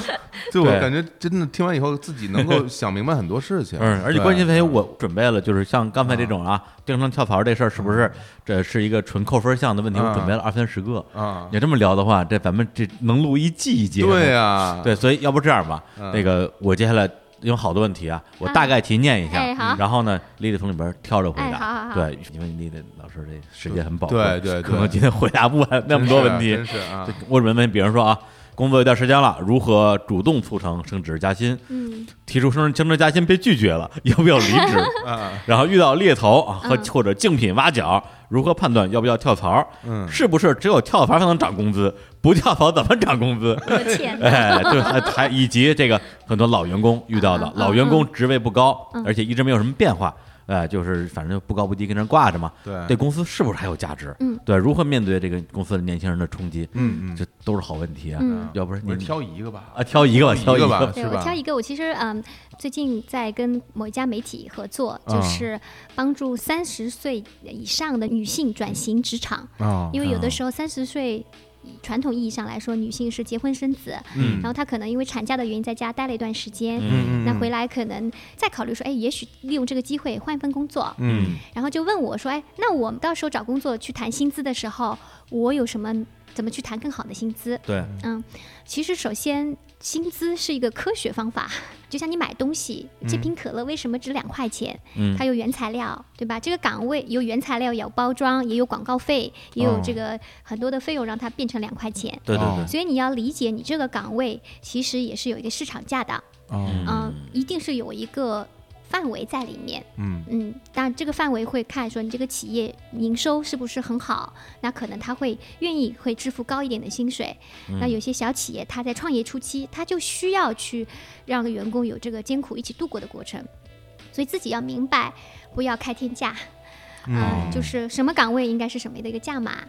B: 就我
A: 对
B: 感觉真的听完以后，自己
A: [laughs]
B: 能够想明白很多事情。
A: 嗯，而且
B: 对
A: 关键在于我准备了，就是像刚才这种啊，经常跳槽这事儿，是不
B: 嗯
A: 是这是一个纯扣分项的问题？我
B: 啊
A: 准备了二三十个，
B: 啊，
A: 你这么聊的话，这咱们这能录一季节目，
B: 对啊呀，
A: 对，所以要不这样吧，
B: 嗯
A: 那个我接下来有好多问题啊，我大概提念一下，
C: 哎好
A: 然后呢，丽丽从里边挑着回
C: 哎好好
A: 答。
C: 好
A: 对，因为丽丽老师这时间很宝贵，
B: 对对对
A: 可能今天回答不完那么多问题
B: 真。是啊，
A: 就我准备问，比如说啊，工作有段时间了，如何主动促成升职加薪？
C: 嗯，
A: 提出升职升职加薪被拒绝了， [laughs] 要不要离
B: [laughs]
A: 职？
B: 啊，
A: 然后遇到猎头啊和
C: 嗯
A: 或者竞品挖角，如何判断要不要跳槽？
B: 嗯
A: 是不是只有跳槽才能涨工资？不跳槽怎么涨工资？
C: 我的天哪，
A: [laughs] 哎，对，还还以及这个很多老员工遇到的
C: 嗯，嗯
A: 老员工职位不高，
C: 嗯
A: 而且一直没有什么变化，呃，就是反正就不高不低跟那儿挂着嘛，
B: 对
A: 对公司是不是还有价值？
C: 嗯，
A: 对，如何面对这个公司的年轻人的冲击？
B: 嗯嗯
A: 这都是好问题啊。
C: 嗯
A: 要不是
B: 我
A: 你
B: 挑一个吧，
A: 啊，挑一个吧，
B: 挑
A: 挑
B: 一个吧
A: 个，
C: 对，
B: 是
C: 我
B: 吧
C: 挑一个，我其实嗯，最近在跟某一家媒体合作，
B: 啊
C: 就是帮助三十岁以上的女性转型职场，
B: 啊
C: 因为有的时候三十岁。传统意义上来说，女性是结婚生子，
B: 嗯
C: 然后她可能因为产假的原因在家待了一段时间，
A: 嗯
C: 那回来可能再考虑说，哎，也许利用这个机会换一份工作，
B: 嗯
C: 然后就问我说，哎，那我们到时候找工作去谈薪资的时候，我有什么怎么去谈更好的薪资？
A: 对，
C: 嗯，其实首先薪资是一个科学方法，就像你买东西，这瓶可乐为什么值两块钱？
A: 嗯
C: 它有原材料，对吧？这个岗位有原材料，有包装，也有广告费，也有这个很多的费用让它变成两块钱。
A: 对对对
B: 哦，
C: 所以你要理解，你这个岗位其实也是有一个市场价的，
B: 嗯
C: 嗯，一定是有一个范围在里面。
B: 嗯
C: 嗯，但这个范围会看说你这个企业营收是不是很好，那可能他会愿意会支付高一点的薪水。
A: 嗯
C: 那有些小企业，他在创业初期，他就需要去让员工有这个艰苦一起度过的过程，所以自己要明白，不要开天价。
A: 嗯
C: 啊、就是什么岗位应该是什么样的一个价码。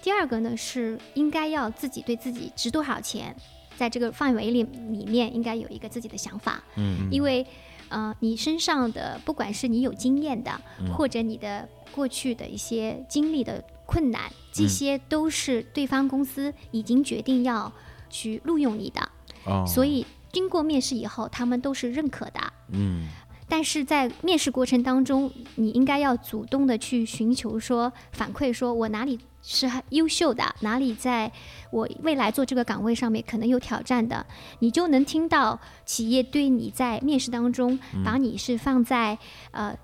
C: 第二个呢是应该要自己对自己值多少钱，在这个范围里里面应该有一个自己的想法。
A: 嗯
C: 因为呃，你身上的不管是你有经验的，或者你的过去的一些经历的困难，这些都是对方公司已经决定要去录用你的，
B: 哦
C: 所以经过面试以后，他们都是认可的。
A: 嗯
C: 但是在面试过程当中，你应该要主动的去寻求说反馈，说我哪里是优秀的，哪里在我未来做这个岗位上面可能有挑战的，你就能听到企业对你在面试当中
A: 嗯
C: 把你是放在、呃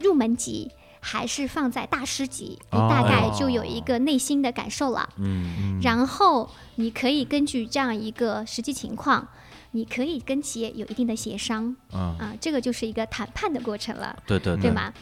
C: 入门级。还是放在大师级，你大概就有一个内心的感受了。
A: 哦嗯
C: 然后你可以根据这样一个实际情况，你可以跟企业有一定的协商，
B: 嗯
C: 啊，这个就是一个谈判的过程了，
A: 对对
C: 对？吗？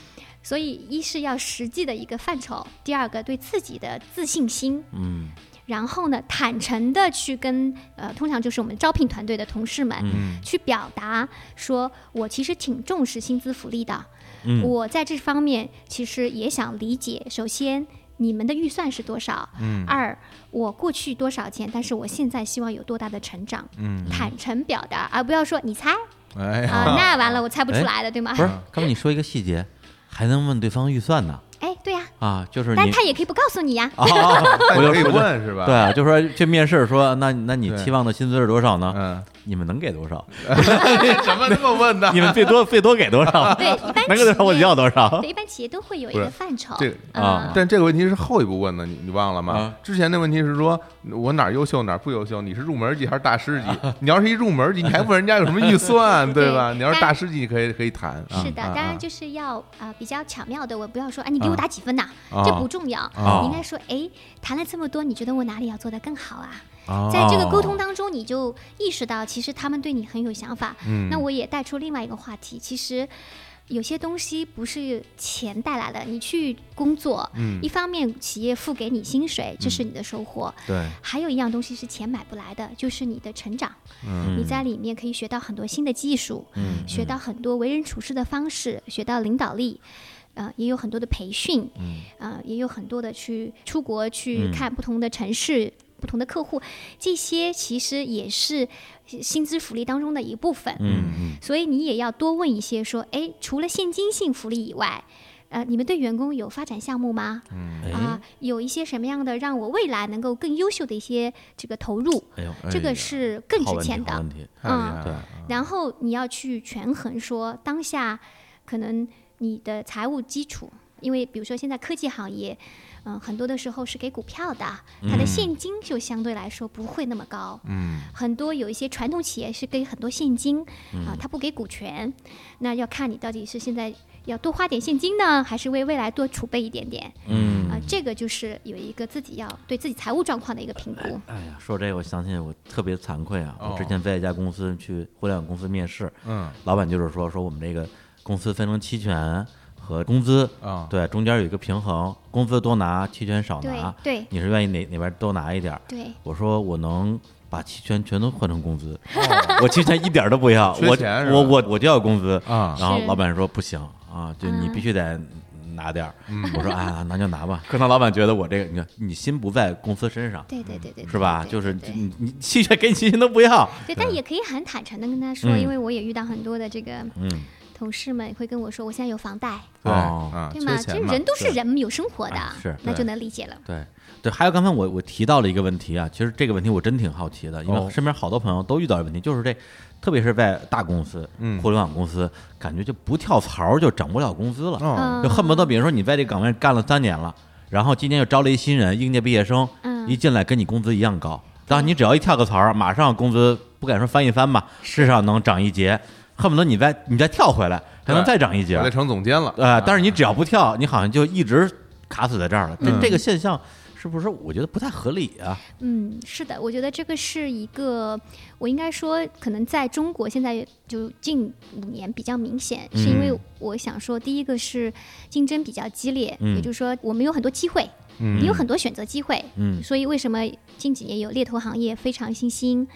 C: 所以，一是要实际的一个范畴，第二个对自己的自信心，
A: 嗯
C: 然后呢，坦诚的去跟呃，通常就是我们招聘团队的同事们、
A: 嗯
C: 去表达，说我其实挺重视薪资福利的，
A: 嗯
C: 我在这方面其实也想理解，首先。你们的预算是多少？
B: 嗯
C: 二，我过去多少钱？但是我现在希望有多大的成长？
B: 嗯，
C: 坦诚表达，而不要说你猜
B: 哎呀，[laughs]
C: 啊、那完了我猜不出来的，对吗？
A: 不是，刚才你说一个细节，还能问对方预算呢
C: 哎，对呀、
A: 啊，就是
C: 但
A: 你
C: 他也可以不告诉你呀、
A: 啊，啊
C: [laughs]
B: 那
A: 我
B: 你
A: 就
B: 可以
A: 我就
B: 问是吧？
A: 对，啊，就说这面试说，那那你
B: 对
A: 期望的薪资是多少呢？ [laughs]
B: 嗯， [laughs]
A: 你们能给多少？
B: 怎么这么
A: [laughs]
B: 问的？
A: 你们最多最多给多少？
C: 对，一般
A: 能给
C: 企
A: 多
C: 业
A: 少我就要多少
C: 对，。一般企业都会有一
B: 不是
C: 个范畴嗯
B: 这个
A: 啊
B: 但这个问题是后一步问的，你你忘了吗
A: 啊？
B: 之前的问题是说我哪儿优秀哪儿不优秀，你是入门级还是大师级？你要是一入门级，你还问人家有什么预算，对吧？
C: 对
B: 你要是
C: 但
B: 大师级，你可以可以谈。啊
C: 是的，
B: 啊
C: 当然
B: 啊
C: 就是要啊、呃比较巧妙的问，不要说哎你给我打几分呐、
B: 啊
C: 这不重要，
A: 啊
C: 你应该说哎谈了这么多，你觉得我哪里要做得更好啊？
B: 啊
C: 在这个沟通当中，你就意识到其实他们对你很有想法。
B: 嗯
C: 那我也带出另外一个话题，其实。有些东西不是钱带来的，你去工作，
B: 嗯
C: 一方面企业付给你薪水，这是你的收获，
A: 对，
C: 还有一样东西是钱买不来的，就是你的成长。
B: 嗯
C: 你在里面可以学到很多新的技术，
A: 嗯
C: 学到很多为人处事的方式，学到领导力。呃，也有很多的培训，嗯，呃，也有很多的去出国
A: 嗯
C: 去看不同的城市、不同的客户，这些其实也是薪资福利当中的一部分，
A: 嗯嗯
C: 所以你也要多问一些说，哎，除了现金性福利以外，呃，你们对员工有发展项目吗？
A: 哎
C: 啊，有一些什么样的让我未来能够更优秀的一些这个投入，
A: 哎呦，
C: 这
B: 哎
C: 个
B: 呀
C: 是更
A: 好
C: 值
A: 问题
C: 钱
A: 好
C: 的啊
A: 问。题，哎
B: 太厉害
A: 对
B: 了，
C: 然后你要去权衡说当下可能你的财务基础，因为比如说现在科技行业，嗯、很多的时候是给股票的，它
A: 嗯
C: 的现金就相对来说不会那么高。
B: 嗯，
C: 很多有一些传统企业是给很多现金，啊、
A: 嗯
C: 它不给股权，那要看你到底是现在要多花点现金呢，还是为未来多储备一点点。
A: 嗯
C: 啊、这个就是有一个自己要对自己财务状况的一个评估。
A: 哎呀，说这个我想起我特别惭愧啊！
B: 哦
A: 我之前在一家公司去互联网公司面试，
B: 嗯，
A: 老板就是说说我们这个公司分成期权和工资
B: 啊
A: 对，中间有一个平衡，工资多拿，期权少拿，
C: 对对
A: 你是愿意哪哪边多拿一点儿？
C: 对，
A: 我说我能把期权全都换成工资，我期权一点儿都不要，
B: 哦缺
A: 我
B: 钱是吧
A: 我我我就要工资
B: 啊
A: 然后
C: 是
A: 老板说不行啊，就你
C: 嗯
A: 必须得拿点儿。
B: 嗯
A: 我
B: [laughs]
A: 说啊，那就拿吧。可能老板觉得我这个，你看你心不在公司身上，
C: 对对对对，
A: 嗯是吧？
C: 对
A: 就是
C: 对对
A: 你你期权给你期权都不要，
C: 对，但也可以很坦诚的跟他说，
A: 嗯
C: 因为我也遇到很多的这个
A: 嗯，
C: 同事们会跟我说，我现在有房贷，
B: 对
A: 哦
B: 啊，
C: 对吗
B: 缺？
C: 这
B: 钱嘛，
C: 人都是人，有生活的
A: 啊，是
C: 那
B: 对
C: 就能理解了。
A: 对对。还有刚才我我提到了一个问题啊，其实这个问题我真挺好奇的，因
B: 哦
A: 为身边好多朋友都遇到的问题，就是这，特别是在大公司、
B: 嗯
A: 互联网公司，感觉就不跳槽就涨不了工资了。
B: 哦，
C: 嗯
A: 就恨不得，比如说你在这个岗位上干了三年了，然后今年又招了一新人，应届毕业生，
C: 嗯
A: 一进来跟你工资一样高，但你只要一跳个槽儿，马上工资不敢说翻一番吧，至少能涨一截，恨不得你再你再跳回来，还能
B: 对
A: 再涨一截
C: 嗯
B: 我得，成总监了
A: 呃，但是你只要不跳，你好像就一直卡死在这儿了。这这个现象是不是我觉得不太合理啊？
C: 嗯，是的，我觉得这个是一个，我应该说，可能在中国现在就近五年比较明显，是因
A: 嗯
C: 为我想说，第一个是竞争比较激烈，
A: 嗯
C: 也就是说，我们有很多机会，
B: 嗯
C: 你有很多选择机会，
A: 嗯
C: 所以为什么近几年有猎头行业非常新兴？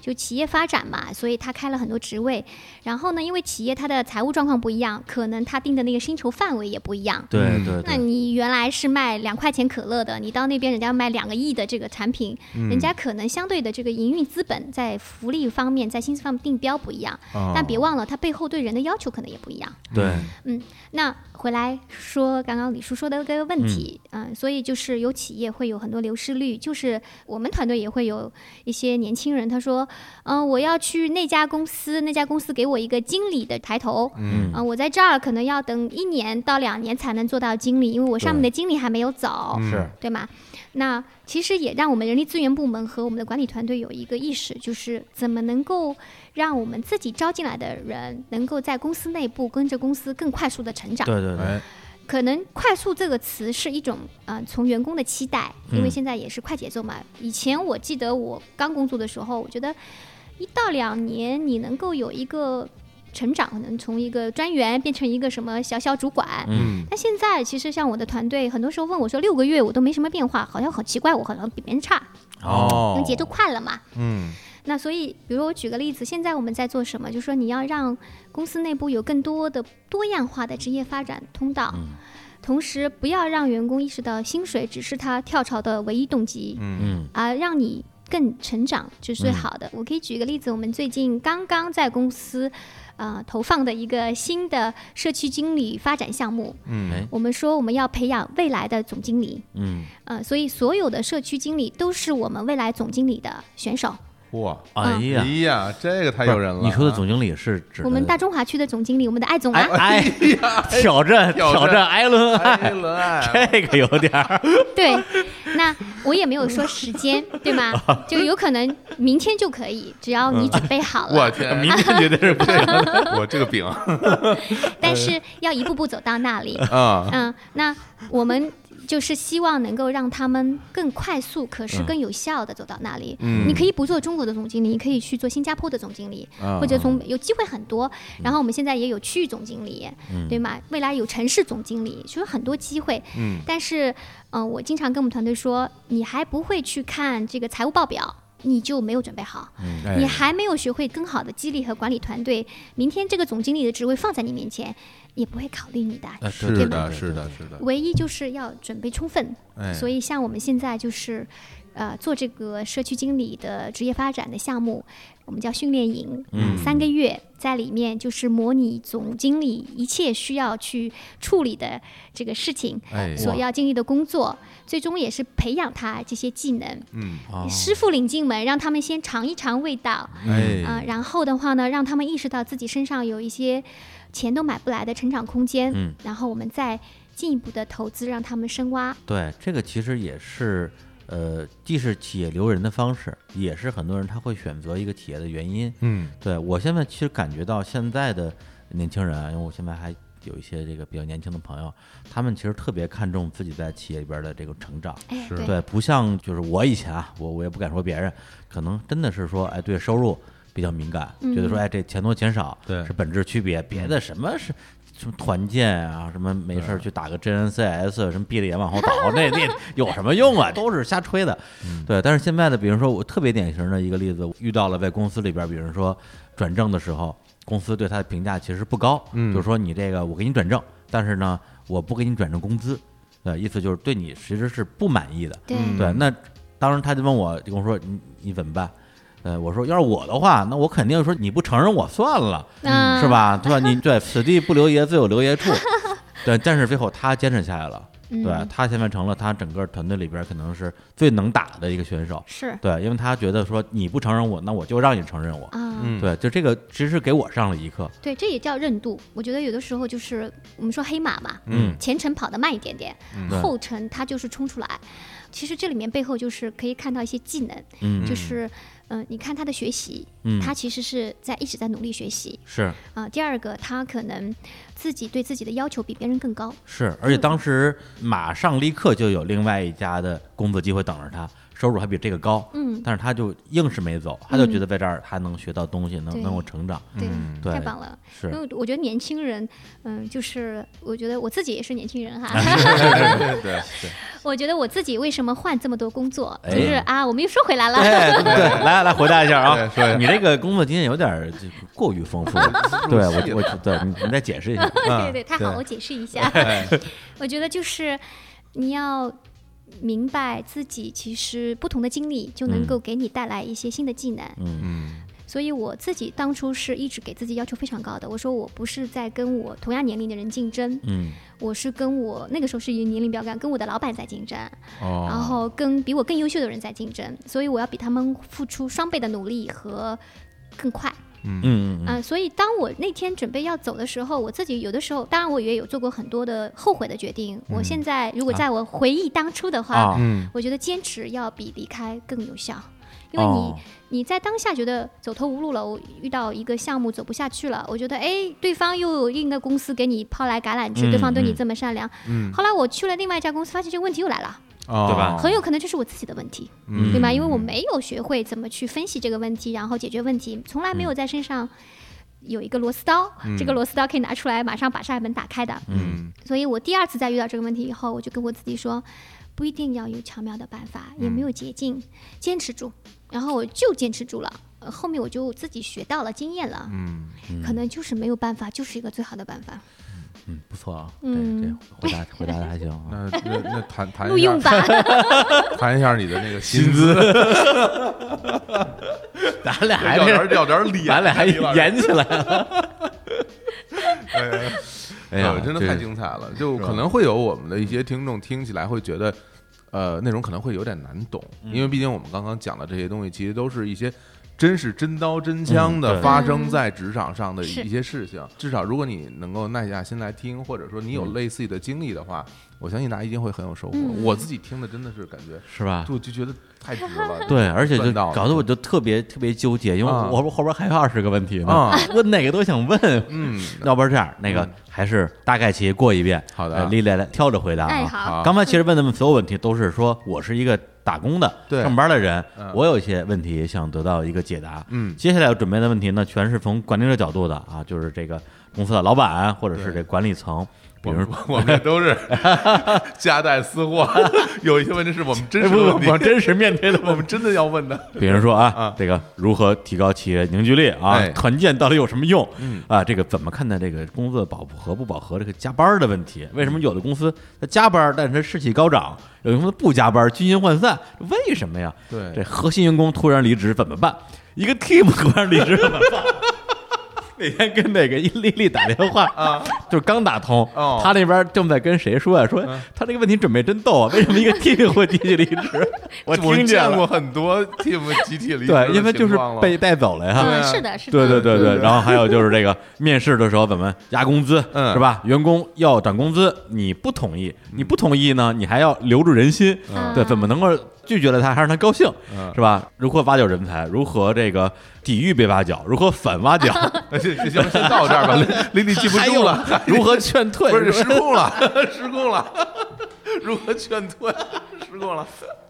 C: 就企业发展嘛，所以他开了很多职位。然后呢，因为企业它的财务状况不一样，可能他定的那个薪酬范围也不一样。
A: 对
B: 嗯
A: 对
C: 那
A: 对，
C: 你原来是卖两块钱可乐的，你到那边人家卖两个亿的这个产品，
A: 嗯
C: 人家可能相对的这个营运资本在福利方面、在薪资方面定标不一样，
A: 哦
C: 但别忘了它背后对人的要求可能也不一样。
A: 对
C: 那回来说刚刚李叔说的这个问题，嗯、所以就是有企业会有很多流失率，就是我们团队也会有一些年轻人，他说，嗯、我要去那家公司，那家公司给我一个经理的抬头，嗯、我在这儿可能要等一年到两年才能做到经理，因为我上面的经理还没有走，
B: 嗯
A: 是，
C: 对吗？那其实也让我们人力资源部门和我们的管理团队有一个意识，就是怎么能够让我们自己招进来的人能够在公司内部跟着公司更快速的成长。
A: 对对对，
B: 哎，
C: 可能“快速”这个词是一种呃从员工的期待，因为
A: 嗯
C: 现在也是快节奏嘛。以前我记得我刚工作的时候，我觉得一到两年你能够有一个成长，可能从一个专员变成一个什么小小主管，
B: 嗯
C: 但现在其实像我的团队，很多时候问我说六个月我都没什么变化，好像很奇怪，我好像比别人差，
A: 哦，
C: 因为节奏快了嘛。
B: 嗯
C: 那所以，比如我举个例子，现在我们在做什么？就是说你要让公司内部有更多的多样化的职业发展通道，同时不要让员工意识到薪水只是他跳槽的唯一动机，
B: 嗯
A: 嗯
C: 而让你更成长就是最好的。我可以举个例子，我们最近刚刚在公司。呃，投放的一个新的社区经理发展项目，
B: 嗯
A: 哎
C: 我们说我们要培养未来的总经理，
A: 嗯
C: 呃，所以所有的社区经理都是我们未来总经理的选手。
B: 哇，
A: 哎呀
B: 哎，呀，这个
A: 不
B: 太
A: 是
B: 诱人了。啊
A: 你说的总经理是指
C: 我们
A: 的
C: 大中华区的总经理，我们的艾总
A: 哎
C: 啊，
A: 哎挑战
B: 哎挑战
A: 挑战艾伦
B: 啊
A: 艾
B: 哎，伦爱，
A: 这个有点儿
C: 对，那我也没有说
A: [laughs]
C: 时间，对吗？就有可能明天就可以，只要你准备好
A: [laughs]
B: 我
A: 呃
C: 了。
B: 天，
A: 明天绝对是不
B: 这个我这个饼
C: 但是要一步步走到那里。
B: 啊，
C: 嗯，那我们就是希望能够让他们更快速，可是更有效的走到那里。
B: 嗯
C: 你可以不做中国的总经理，你可以去做新加坡的总经理，
B: 啊嗯
C: 或者从有机会很多。然后我们现在也有区域总经理，对吗？未来有城市总经理，就是很多机会。
B: 嗯
C: 但是，嗯、我经常跟我们团队说，你还不会去看这个财务报表，你就没有准备好，
B: 哎
C: 你还没有学会更好的激励和管理团队。明天这个总经理的职位放在你面前，也不会考虑你的。
A: 呃对
B: 是
A: 对
B: 的，
A: 对
B: 是
A: 对
B: 的，
A: 对
B: 是的，
C: 唯一就是要准备充分。
B: 哎，
C: 所以，像我们现在就是，呃，做这个社区经理的职业发展的项目，我们叫训练营，
A: 嗯
C: 三个月在里面就是模拟总经理一切需要去处理的这个事情。
B: 哎，
C: 所
B: 哇
C: 要经历的工作，最终也是培养他这些技能。
B: 嗯，
A: 哦嗯
C: 师傅领进门，让他们先尝一尝味道啊、
B: 哎，
C: 然后的话呢，让他们意识到自己身上有一些钱都买不来的成长空间，
A: 嗯
C: 然后我们再进一步的投资，让他们深挖。
A: 对，这个其实也是，呃，既是企业留人的方式，也是很多人他会选择一个企业的原因。
B: 嗯
A: 对我现在其实感觉到现在的年轻人啊，因为我现在还有一些这个比较年轻的朋友，他们其实特别看重自己在企业里边的这个成长。
C: 哎，
B: 是
C: 对，
A: 对，不像就是我以前啊，我我也不敢说别人，可能真的是说，哎，对收入比较敏感，觉得说，
C: 嗯
A: 哎，这钱多钱少，
B: 对嗯
A: 是本质区别，别的什么是。什么团建啊，什么没事儿去打个 JNCS，什么闭着眼往后倒，那
B: [laughs]
A: 那有什么用啊？都是瞎吹的。
B: 嗯
A: 对，但是现在的，比如说我特别典型的一个例子，我遇到了在公司里边儿，比如说转正的时候，公司对他的评价其实不高，
B: 嗯
A: 就是说你这个我给你转正，但是呢，我不给你转正工资，呃，意思就是对你其实是不满意的。
C: 对，
B: 嗯
A: 对，那当时他就问我，就跟我说你你怎么办？呃，我说要是我的话，那我肯定说你不承认我算了，
C: 嗯
A: 是吧？对吧？你对此地不留爷，自有留爷
C: [laughs]
A: 处。对，但是最后他坚持下来了，对
C: 嗯，
A: 他现在成了他整个团队里边可能是最能打的一个选手。
C: 是
A: 对，因为他觉得说你不承认我，那我就让你承认我。
C: 啊。
B: 嗯，
A: 对，就这个其实是给我上了一课。
C: 对，这也叫任度。我觉得有的时候就是我们说黑马嘛，
A: 嗯
C: 前程跑得慢一点点，
A: 对
C: 后程它就是冲出来。其实这里面背后就是可以看到一些技能，
A: 嗯
C: 就是嗯、呃你看他的学习，
A: 嗯，
C: 他其实是在一直在努力学习
A: 是
C: 啊、第二个，他可能自己对自己的要求比别人更高，
A: 是，而且当时马上立刻就有另外一家的工作机会等着他，收入还比这个高，
C: 嗯，
A: 但是他就硬是没走，他就觉得在这儿他能学到东西，能
C: 对
A: 能够成长，
C: 对，
B: 嗯 [laughs]
A: 对
C: 太棒了。
A: 是
C: 因为我觉得年轻人，嗯，就是我觉得我自己也是年轻人哈，
A: 哎
B: 对对对，
C: [laughs] 我觉得我自己为什么换这么多工作，
A: 哎
C: 就是啊，我们又说回来了， [laughs]
A: 哎，对，
B: [laughs]
A: 来来回答一下啊
B: 对，对
A: 你这个工作经验有点儿就过于丰富，
B: [laughs] 嗯
A: 对我我对你你再解释一下，
C: 对对，太好了，我解释一
A: [laughs]
C: 下。我觉得就是你要明白自己其实不同的经历就能够给你带来一些新的技能。
A: 嗯
B: 嗯
C: 所以我自己当初是一直给自己要求非常高的，我说我不是在跟我同样年龄的人竞争，
A: 嗯
C: 我是跟我那个时候是以年龄标杆，跟我的老板在竞争，
B: 哦，
C: 然后跟比我更优秀的人在竞争，所以我要比他们付出双倍的努力和更快。
A: 嗯嗯
C: 嗯、所以当我那天准备要走的时候，我自己有的时候，当然我也有做过很多的后悔的决定。我现在如果在我回忆当初的话，
A: 嗯啊
B: 嗯
C: 我觉得坚持要比离开更有效，因为你、
A: 哦
C: 你在当下觉得走投无路了，我遇到一个项目走不下去了，我觉得哎，对方又有另一个公司给你抛来橄榄枝，
A: 嗯
C: 对方对你
A: 嗯
C: 这么善良。
B: 嗯，
C: 后来我去了另外一家公司，发现这个问题又来了，
B: 哦
A: 对吧
C: 很有可能这是我自己的问题。
A: 嗯
C: 对吧？因为我没有学会怎么去分析这个问题，然后解决问题，从来
A: 嗯
C: 没有在身上有一个螺丝刀，这个螺丝刀可以拿出来马上把扇门打开的。
B: 嗯
C: 所以我第二次再遇到这个问题以后，我就跟我自己说，不一定要有巧妙的办法，也没
A: 嗯
C: 有捷径，坚持住。然后我就坚持住了。呃后面我就自己学到了经验了，
B: 嗯
C: 可能就是没有办法，就是一个最好的办法，
A: 嗯，不错啊，对对
C: 嗯，
A: 回答回答的还行 [laughs] 啊，
B: [laughs] 那那那谈
A: 哎
B: 谈
C: 录
B: 一下
C: 用吧。
A: [laughs]
B: 谈一下你的那个薪资，
A: 咱俩还
B: 要点儿
A: 是
B: 要点儿脸，
A: 咱俩还
B: 李老师
A: 演起来了，
B: [laughs]
A: 哎呀，
B: 真的
A: 这
B: 太精彩了！就可能会有我们的一些听众听起来会觉得，呃，内容可能会有点难懂，
A: 嗯
B: 因为毕竟我们刚刚讲的这些东西，其实都是一些真是真刀真枪
A: 嗯
B: 的
A: 对
B: 发生在职场上的
C: 是
B: 一些事情。至少如果你能够耐下心来听，或者说你
A: 嗯
B: 有类似的经历的话，我相信大家一定会很有收获。
C: 嗯
B: 我自己听的真的是感觉，
A: 是吧？
B: 就就觉得太值了。
A: [laughs] 对，而且就
B: 赚到了
A: 搞得我就特别特别纠结，因为
B: 啊
A: 我我后边还有二十个问题呢
B: 啊，
A: 我哪个都想问。
B: 嗯，
A: 要不然这样，那个还是大概其过一遍，
B: 好的啊
A: 呃丽丽来挑着回答
C: 哎，
A: 啊。
C: 好，
B: 好
A: 刚才其实问的所有问题都是说我是一个打工的
B: 对
A: 上班的人
B: 嗯，
A: 我有一些问题想得到一个解答。
B: 嗯
A: 接下来我准备的问题呢，全是从管理者角度的啊，就是这个公司的老板或者是
B: 对
A: 这管理层，比
B: 我
A: 如
B: 们我们这都
A: [laughs]
B: 是夹带私货，有一些问题是我们真实的问题
A: 我，真实面对的
B: 我们真的要问的。
A: [laughs] 比如说啊
B: 啊，
A: 这个如何提高企业凝聚力啊
B: 哎，
A: 团建到底有什么用
B: 嗯？
A: 啊，这个怎么看待这个工作饱和不饱和这个加班的问题？为什么有的公司它加班，但是它士气高涨；有的公司不加班，军心涣散？为什么呀？
B: 对
A: 这核心员工突然离职怎么办？一个 team 突然离职怎么办？ [laughs] 那天跟那个丽丽打电话
B: 啊，
A: 就是刚打通，
B: 哦嗯
A: 她那边正在跟谁说呀、说她这个问题准备真逗啊，为什么一个 team 会集体离
B: [laughs]
A: 职？我
B: 我
A: 听见
B: 见
A: 了
B: 过很多 team 集体离职的
A: 对，因为就是
B: 情况了
A: 被带走了呀。
B: 对
C: 嗯，
B: 啊
C: 是的，是的，
A: 对对对
B: 对
A: 对，
B: 对
A: 然后还有就是这个面试的时候怎么压工资，
B: 嗯
A: 是吧？员工要涨工资，你不同意，你不同意呢，你还要留住人心，
C: 嗯
A: 对，怎么能够拒绝了他，还让他高兴，
B: 嗯
A: 是吧？如何挖角人才，如何这个抵御被挖角，如何反挖角，
B: 哎行行行，先到这儿吧，林林你记不
A: 还
B: 住
A: 有
B: 了，
A: [laughs] 如何劝退，
B: 不是失控了，失控了，如何劝退？失控了，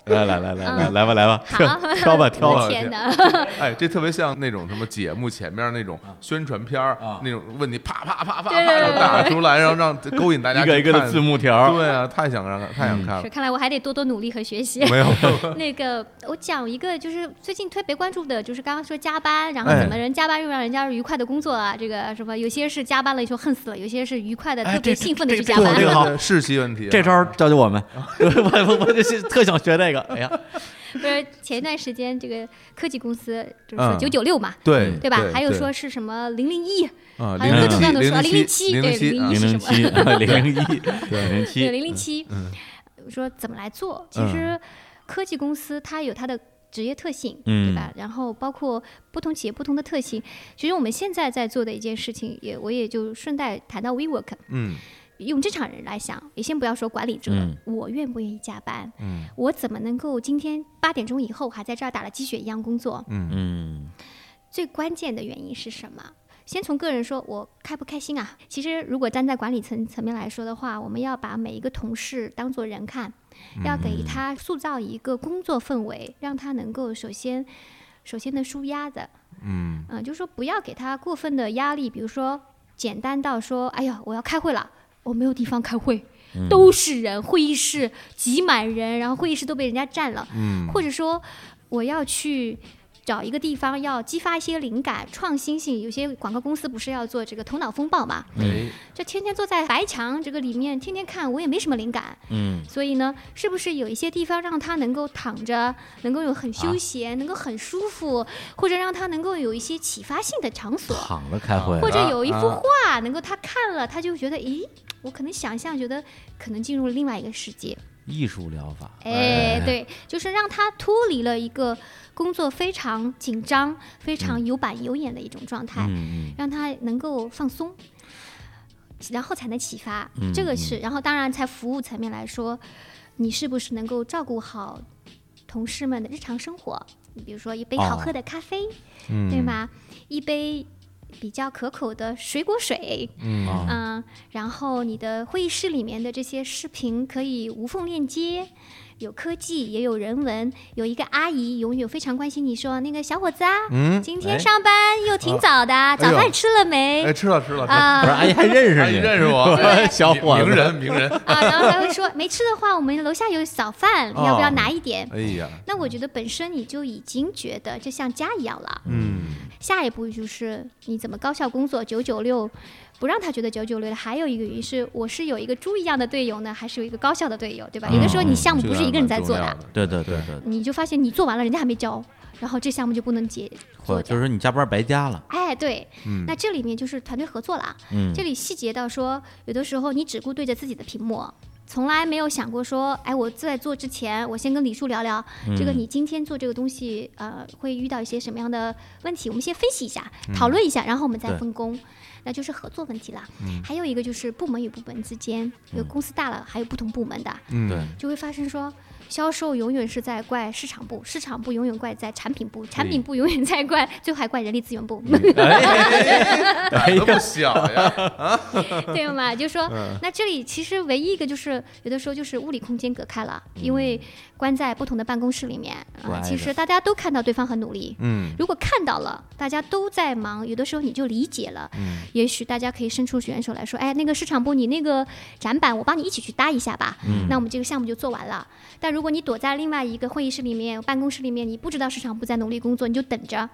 A: 来来来来来来吧来吧，
C: 好
A: [laughs]
C: [laughs]
A: 挑吧挑吧
B: 我，
C: 天哪，
B: 哎，这特别像那种什么节目前面那种宣传片儿
A: 啊
B: 那种问题，啪啪啪啪
C: 对
B: 啪
C: 对对
B: 就打出来，然后让勾引大家
A: 一个一个
B: 去
A: 的
B: 看
A: 字。幕条，
B: 对啊，太想让看，太想看
C: 是
B: 了。
C: 看来我还得多多努力和学习。 [laughs]
B: 没有， [laughs]
C: 那个，我讲一个，就是最近特别关注的，就是刚刚说加班，然后
B: 哎
C: 怎么人加班又让人家愉快的工作啊？这个什么，有些是加班了以后恨死了，有些是愉快的、
A: 哎
C: 特
A: 这
C: 别兴奋的
A: 这
C: 去
A: 这
C: 加班。
A: 这个好
B: 士气问题啊，
A: 这招儿教教我们， [laughs] 我我我就是特想学这个，哎呀，
C: 不是前一段时间这个科技公司就是
B: 嗯
C: 九九六嘛，
B: 对
C: 对吧？还有说是什么零零一，
B: 啊，
C: 还有
A: 各种
B: 零
A: 各
C: 样的说
B: 零
C: 007
B: 零
C: 对
B: 啊
C: 007
A: 零零七零零
C: [laughs]
A: 一零零
C: 对
A: 七，
C: 零零七，
A: 嗯
C: 我说怎么来做？其实科技公司它有它的。职业特性，
A: 嗯
C: 对吧？然后包括不同企业不同的特性。其实我们现在在做的一件事情，也我也就顺带谈到 WeWork，
B: 嗯
C: 用职场人来想，也先不要说管理者，
A: 嗯
C: 我愿不愿意加班？
B: 嗯
C: 我怎么能够今天八点钟以后还在这儿打了鸡血一样工作？
B: 嗯
A: 嗯
C: 最关键的原因是什么？先从个人说，我开不开心啊？其实如果站在管理层层面来说的话，我们要把每一个同事当做人看，
B: 嗯
C: 要给他塑造一个工作氛围，让他能够首先首先的舒压的，
B: 嗯
C: 嗯、就是说不要给他过分的压力，比如说简单到说，哎呀，我要开会了，我没有地方开会，
B: 嗯
C: 都是人，会议室挤满人，然后会议室都被人家占了，
B: 嗯
C: 或者说我要去。找一个地方要激发一些灵感、创新性，有些广告公司不是要做这个头脑风暴嘛？
B: 哎，
C: 就天天坐在白墙这个里面，天天看，我也没什么灵感。
A: 嗯，
C: 所以呢，是不是有一些地方让他能够躺着，能够有很休闲，能够很舒服，或者让他能够有一些启发性的场所，
A: 躺着开会
C: 或者
B: 啊
C: 有一幅
B: 啊
C: 画，能够他看了，他就觉得，咦，我可能想象觉得可能进入了另外一个世界。
A: 艺术疗法，
C: 哎，对，就是让他脱离了一个工作非常紧张、非常有板有眼的一种状态。
A: 嗯嗯
C: 让他能够放松，然后才能启发。
A: 嗯
C: 这个是，然后当然在服务层面来说，你是不是能够照顾好同事们的日常生活？你比如说一杯好喝的咖啡，
A: 哦
B: 嗯
C: 对？吗？一杯比较可口的水果水，
B: 嗯
A: 啊
C: 嗯，然后你的会议室里面的这些视频可以无缝链接，有科技也有人文，有一个阿姨永远非常关心你说那个小伙子啊，
B: 嗯，
C: 今
A: 哎
C: 天上班又挺早的，早
B: 哎
C: 饭
B: 呦
C: 吃了没？
B: 哎，吃了吃了，吃了
A: 不是
C: 啊
A: 阿姨还认
B: 哎
A: 识
B: 你
A: 你，
B: 认识我，哎
A: [laughs]
B: [laughs]
A: 小伙子
B: 名人名人，
C: 啊，然后还会说没吃的话，我们楼下有早饭，
B: 哦
C: 要不要拿一点？
B: 哎呀，
C: 那我觉得本身你就已经觉得这像家一样了。
B: 嗯
C: 下一步就是你怎么高效工作，九九六，不让他觉得九九六的。还有一个原因是，我是有一个猪一样的队友呢，还是有一个高效的队友，对
B: 嗯
C: 吧？有的时候你项目不是一个人在做的，，
A: 对对对对，
C: 你就发现你做完了，人家还没交，然后这项目就不能结
A: 或
C: 做
A: 者就
C: 掉。
A: 是说你加班白加了，
C: 哎，对，
B: 嗯
C: 那这里面就是团队合作啊啦。
A: 嗯
C: 这里细节到说，有的时候你只顾对着自己的屏幕，从来没有想过说，哎，我在做之前，我先跟李叔聊聊，
A: 嗯
C: 这个你今天做这个东西，呃，会遇到一些什么样的问题？我们先分析一下，讨论一下，然后我们再
A: 嗯对嗯
C: 分工。那就是合作问题啦，还有一个就是部门与部门之间，有公司大了，还有不同部门的，
B: 嗯
A: 对，
C: [laughs] 就会发生说，销售永远是在怪市场部，市场部永远怪在产品部，产品部永远在怪，最后还怪人力资源部。
A: [laughs] 哎
B: 都不小呀， [laughs]
C: 对嘛？就说、那这里其实唯一一个就是有的时候就是物理空间隔开了，因为关在不同的办公室里面
A: 不挨
C: 啊、
A: 着
C: 其实大家都看到对方很努力。
B: 嗯
C: 如果看到了，大家都在忙，有的时候你就理解了。
B: 嗯
C: 也许大家可以伸出援手来说，哎，那个市场部你那个展板，我帮你一起去搭一下吧。
A: 嗯
C: 那我们这个项目就做完了。但如果你躲在另外一个会议室里面、办公室里面，你不知道市场部在努力工作，你就等着。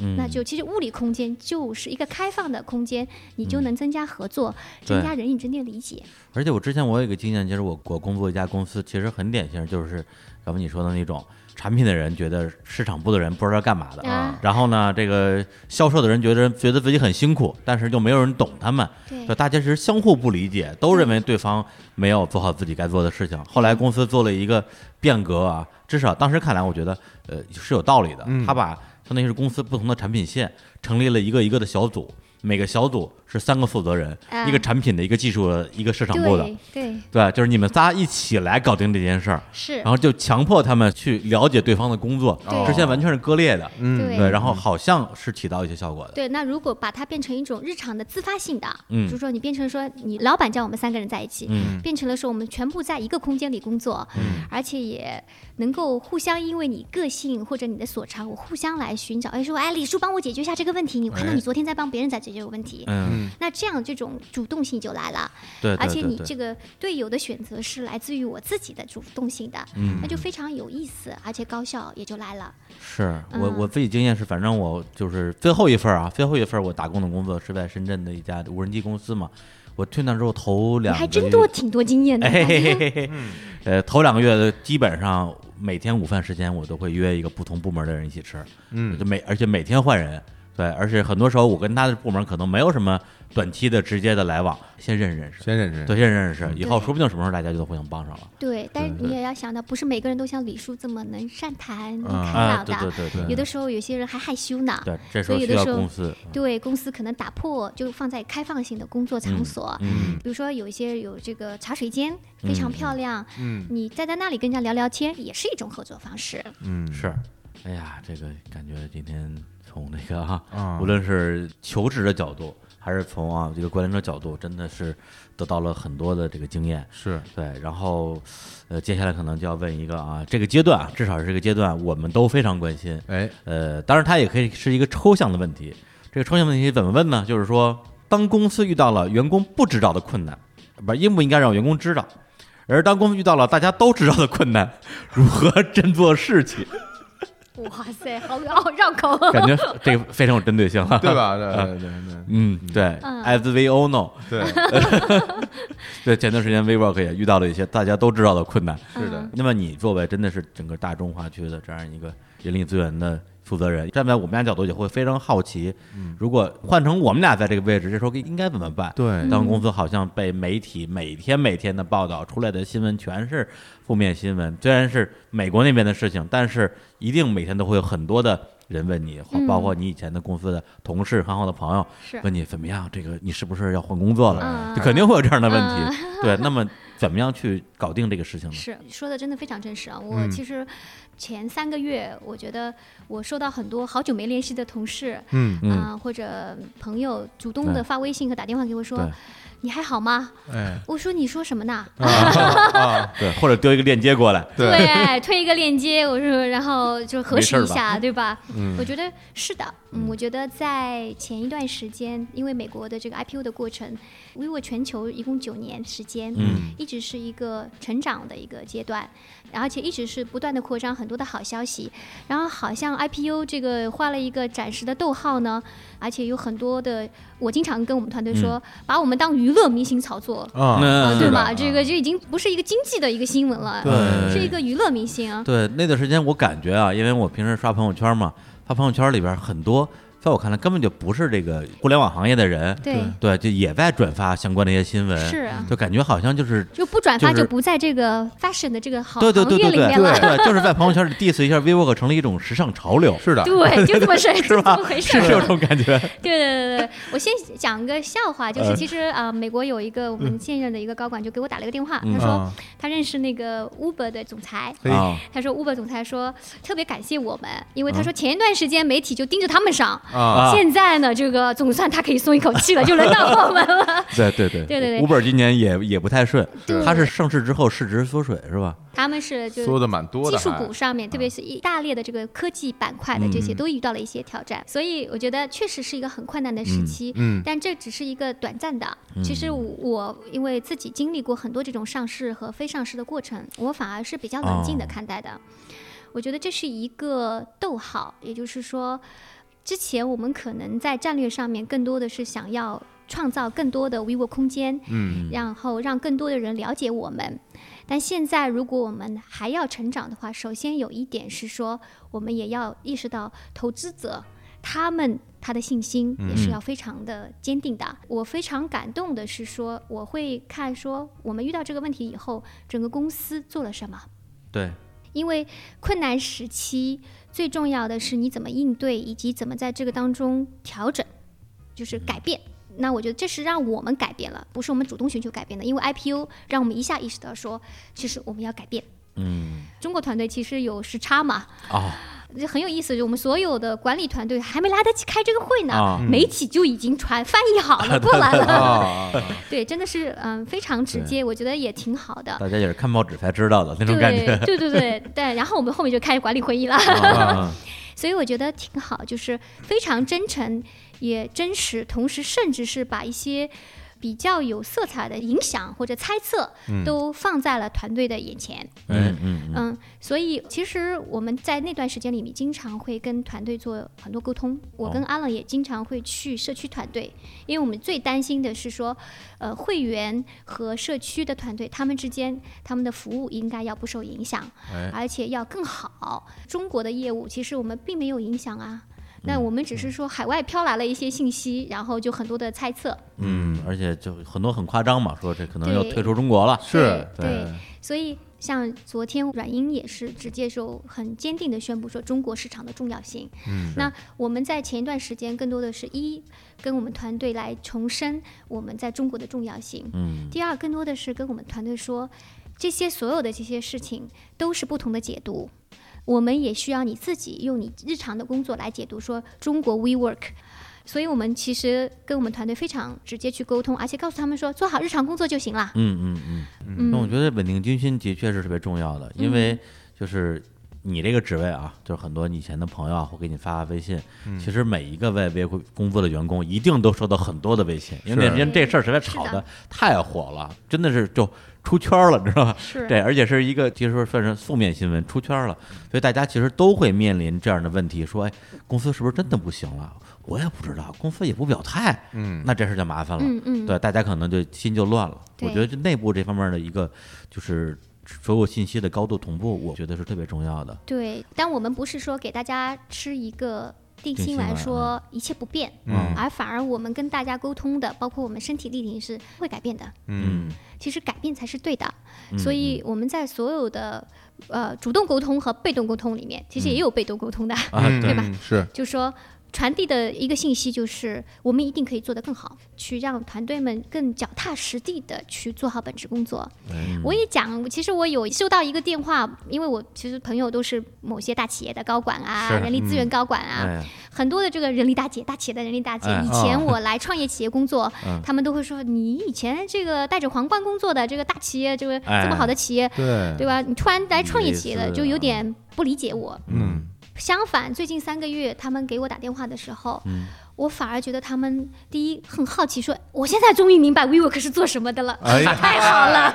A: 嗯
C: 那就其实物理空间就是一个开放的空间，你就能增加
A: 嗯
C: 合作，增加人与之间的理解。
A: 而且我之前我有一个经验，就是我我工作一家公司，其实很典型，就是刚才你说的那种产品的人觉得市场部的人不知道干嘛的，
C: 啊
A: 然后呢，这个销售的人觉得觉得自己很辛苦，但是又没有人懂他们，
C: 对
A: 就大家其实相互不理解，都认为对方没有做好自己该做的事
C: 嗯
A: 情。后来公司做了一个变革啊，至少当时看来，我觉得呃是有道理的。
B: 嗯
A: 他把相当于是公司不同的产品线成立了一个一个的小组，每个小组是三个负责人，
C: 啊
A: 一个产品的，一个技术的，一个市场部的
C: 对。对
A: 对，就是你们仨一起来搞定这件事儿，
C: 是
A: 然，后就强迫他们去了解对方的工作
C: 对，
A: 之前完全是割裂的，
B: 嗯
C: 对
A: 对，然后好像是起到一些效果的，
C: 对，那如果把它变成一种日常的自发性的，
A: 嗯
C: 就是说你变成说你老板叫我们三个人在一起，
A: 嗯
C: 变成了说我们全部在一个空间里工作，而且也能够互相因为你个性或者你的所长，我互相来寻找，哎说哎李叔帮我解决一下这个问题，你我看到
B: 哎
C: 你昨天在帮别人在解决问题，
A: 嗯，
C: 那这样这种主动性就来了，
A: 对，
C: 而且
A: 对对
C: 你
A: 对
C: 这个队友的选择是来自于我自己的主动性的，
A: 嗯
C: 那就非常有意思，而且高效也就来了，
A: 是我
C: 嗯
A: 我自己经验是，反正我就是最后一份儿啊，最后一份儿我打工的工作是在深圳的一家无人机公司嘛。我去那之后头
C: 你
A: 两个
C: 还
A: 月，
C: 真
A: [laughs]
C: 多挺多经验的，
A: 哎嘿嘿嘿嘿， [laughs] 呃，头两个月基本上每天午饭时间我都会约一个不同部门的人一起吃，
B: 嗯
A: 就每而且每天换人，对，而且很多时候我跟他的部门可能没有什么短期的直接的来往，先认识认识，
B: 先认识，嗯
A: 对，先认识认识，以后
C: 对
A: 说不定什么时候大家就互相帮上了。
C: 对，但是你也要想到，不是每个人都像李叔这么能善谈、能
B: 嗯
C: 开
A: 啊，
C: 朗
A: 对对
C: 的，
A: 对对
C: 有的时候有些人还害羞呢。
A: 对，这时
C: 所
A: 候
C: 以有
A: 需
C: 的
A: 要
C: 时候
A: 公司，
C: 对公司可能打破，就放在开放性的工作场所，
A: 嗯
C: 比如说有一些有这个茶水间，非常漂亮，
B: 嗯
C: 你站在那里跟人家聊聊天，也是一种合作方式。
B: 嗯
A: 是，哎呀，这个感觉今天从这个啊，
B: 啊
A: 无论是求职的角度，还是从啊这个关联者角度，真的是得到了很多的这个经验。
B: 是
A: 对，然后，呃，接下来可能就要问一个啊，这个阶段啊，至少是这个阶段，我们都非常关心。
B: [laughs] 哎，
A: 呃，当然它也可以是一个抽象的问题。这个抽象问题怎么问呢？就是说，当公司遇到了员工不知道的困难，不是应不应该让员工知道？而当公司遇到了大家都知道的困难，如何 [laughs] 真做事情？嗯
C: [laughs] 哇塞，好绕绕口。
B: [laughs]
A: 感觉这个非常有针对性了，
B: 对？吧？对对对对
A: 嗯，对
C: 嗯
A: ，as we all know，
B: [laughs] 对，
A: 对，前段时间 WeWork 也遇到了一些大家都知道的嗯困难。
B: 是
C: 嗯
B: 的，
A: 那么你作为真的是整个大中华区的这样一个人力资源的负责人，站在我们俩角度也会非常好奇，如果换成我们俩在这个位置，这时候应该怎么办？
B: 嗯
C: 嗯
B: 对
A: 哎当公司好像被媒体每天每天的报道出来的新闻全是负面新闻，虽然是美国那边的事情，但是一定每天都会有很多的人问你，
C: 嗯
A: 包括你以前的公司的同事、很好的朋友
C: 是
A: 问你怎么样，这个你是不是要换工作了？
C: 嗯
A: 就肯定会有这样的问题。对，那么怎么样去搞定这个事情呢？
C: 是说的真的非常真实啊！我
B: 嗯
C: 其实前三个月，我觉得我收到很多好久没联系的同事。
B: 嗯，
A: 嗯
C: 啊、或者朋友主动的
A: 对
C: 发微信和打电话给我说
A: 对，
C: 你还好吗？
B: [laughs] 哎，
C: 我说你说什么呢？
B: 啊，
A: 对，或者丢一个链接过来，
B: 对
C: 对，推一个链接，我说，然后就核实
A: 没事儿
C: 一
A: 吧
C: 下，对吧？
B: 嗯
C: 我觉得是的，嗯，我觉得在前一段时间，因为美国的这个 IPO 的过程，vivo 全球一共九年时间，
A: 嗯，
C: 一直是一个成长的一个阶段，而且一直是不断的扩张，很多的好消息。然后好像 IPO 这个画了一个暂时的逗号呢，而且有很多的，我经常跟我们团队说，
A: 嗯
C: 把我们当娱乐明星炒作。
B: 啊
A: 那
C: 对吧？
B: 吧？
C: 这个就已经不是一个经济的一个新闻
A: 嗯
C: 了，
B: 对
C: 是一个娱乐明星啊。
A: 对，那段时间我感觉啊，因为我平时刷朋友圈嘛，发朋友圈里边很多，在我看来根本就不是这个互联网行业的人，
C: 对，
A: 对，就也在转发相关的一些新闻，
C: 是啊
A: 就感觉好像就是。
C: 就不转发
A: 就是
C: 就不在这个 fashion 的这个行
A: 对对
C: 行
A: 对
C: 业
A: 对
C: 里
A: 对
C: 面了。
A: 对，就是在朋友圈里 diss 一下 vivo 成了一种时尚潮流，啊
B: 是的，
C: 对，就
A: [laughs]
C: 这么事，就这么回事
A: 是
C: 儿。
A: 这种感觉。
C: 对对对对，我先讲个笑话，就
A: 呃
C: 是其实啊、呃美国有一个我们现任的一个高管就给我打了个电话，
A: 嗯
C: 他说
B: 啊
C: 他认识那个 Uber 的总裁，
B: 嘿
A: 啊
C: 他说 Uber 总裁说特别感谢我们，因为他
A: 嗯
C: 说前一段时间媒体就盯着他们上，
B: 啊，
C: 现在呢这个总算他可以松一口气了，就轮到我
A: [laughs]
C: 们了。
A: 对对对
C: 对对对
A: 五本今年也也不太顺，
C: 对
A: 它是上市之后市值缩水是吧？
C: 他们是就
B: 说的蛮多
C: 技
B: 的，嗯
C: 术
B: 还
C: 股上面，特别是一大列的这个科技板块的
B: 嗯
C: 这些，都遇到了一些挑战，所以我觉得确实是一个很困难的时期。
B: 嗯
C: 但这只是一个短暂的。其实我我因为自己经历过很多这种上市和非上市的过程，我反而是比较冷静的
A: 哦
C: 看待的。我觉得这是一个逗号，也就是说，之前我们可能在战略上面更多的是想要创造更多的 vivo 空间，
B: 嗯，
C: 然后让更多的人了解我们。但现在，如果我们还要成长的话，首先有一点是说，我们也要意识到投资者他们他的信心也是要非常的坚定的。我非常感动的是说，我会看说我们遇到这个问题以后，整个公司做了什么。
A: 对，
C: 因为困难时期最重要的是你怎么应对，以及怎么在这个当中调整，
A: 嗯
C: 就是改变。那我觉得这是让我们改变了，不是我们主动寻求改变的。因为 IPO 让我们一下意识到说，其实我们要改变。
A: 嗯
C: 中国团队其实有时差嘛，
A: 啊，
C: 就很有意思。就我们所有的管理团队还没来得及开这个会呢，
A: 啊
C: 媒体就已经传翻译好
A: [laughs]
C: 了过来
B: 啊
C: 了。
B: 啊，啊
C: 对，真的是嗯非常直接，我觉得也挺好的。
A: 大家也是看报纸才知道的那种感
C: 对
A: 觉。
C: 对对对对，然后我们后面就开始管理会议了。
A: [laughs] 啊
C: 所以我觉得挺好，就是非常真诚，也真实，同时甚至是把一些比较有色彩的影响或者猜测都放在了团队的眼前。
A: 嗯嗯
C: 嗯，所以其实我们在那段时间里面，经常会跟团队做很多沟通。我
A: 哦
C: 跟阿冷也经常会去社区团队，因为我们最担心的是说，呃，会员和社区的团队他们之间，他们的服务应该要不受影响，
B: 哎
C: 而且要更好。中国的业务其实我们并没有影响啊。
A: 嗯
C: 那我们只是说海外飘来了一些信息，然后就很多的猜测。
A: 嗯，而且就很多很夸张嘛，说这可能要
C: 对
A: 退出中国了。
B: 是，
C: 对对所以，像昨天软银也是直接就很坚定地宣布说中国市场的重要性。
B: 嗯，
C: 那我们在前一段时间更多的是一跟我们团队来重申我们在中国的重要性，
A: 嗯
C: 第二更多的是跟我们团队说，这些所有的这些事情都是不同的解读。我们也需要你自己用你日常的工作来解读说中国 WeWork。所以我们其实跟我们团队非常直接去沟通，而且告诉他们说，做好日常工作就行了。
A: 嗯嗯嗯。那我觉得稳定军心的确是特别重要的，因为就是你这个职位啊，就是很多你以前的朋友啊会给你发微信，
B: 嗯
A: 其实每一个外围工作的员工一定都收到很多的微信，因为
B: 是
A: 那人这事儿实在炒的太火了，真的是就出圈了，你知道吧？
C: 是
A: 对，而且是一个其实说算是负面新闻出圈了，所以大家其实都会面临这样的问题，说哎，公司是不是真的不行了？我也不知道，公司也不表态，
B: 嗯，
A: 那这事儿就麻烦了，
C: 嗯嗯
A: 对，大家可能就心就乱了。我
C: 对
A: 觉得这内部这方面的一个就是所有信息的高度同步，我觉得是特别重要的。
C: 对，但我们不是说给大家吃一个定
A: 定
C: 心
A: 心
C: 丸，
A: 丸
C: 说一切不变，
A: 嗯
C: 而反而我们跟大家沟通的，包括我们身体力行是会改变的。
A: 嗯
C: 其实改变才是对的，所以我们在所有的呃主动沟通和被动沟通里面，其实也
A: 嗯
C: 有被动沟通的，
A: 啊，对
C: 对吧？
B: 是，
C: 就说传递的一个信息就是，我们一定可以做得更好，去让团队们更脚踏实地的去做好本职工作。
A: 嗯
C: 我也讲，其实我有收到一个电话，因为我其实朋友都是某些大企业的高管啊，
A: 是
C: 人力资源高管啊，
A: 哎，
C: 很多的这个人力大姐、大企业的人力大姐，
A: 哎
C: 以前
B: 哦
C: 我来创业企业工作，
A: [laughs] 嗯
C: 他们都会说你以前这个戴着皇冠工作的这个大企业，这个
A: 哎
C: 这么好的企业，
B: 对
C: 对吧？你突然来创业企业
A: 有
C: 的，
A: 意思
C: 就有点不理解我。
B: 嗯
C: 相反，最近三个月他们给我打电话的时候，
B: 嗯
C: 我反而觉得他们第一很好奇说，我现在终于明白 WeWork 是做什么的了，
B: 哎呀
C: 太好了。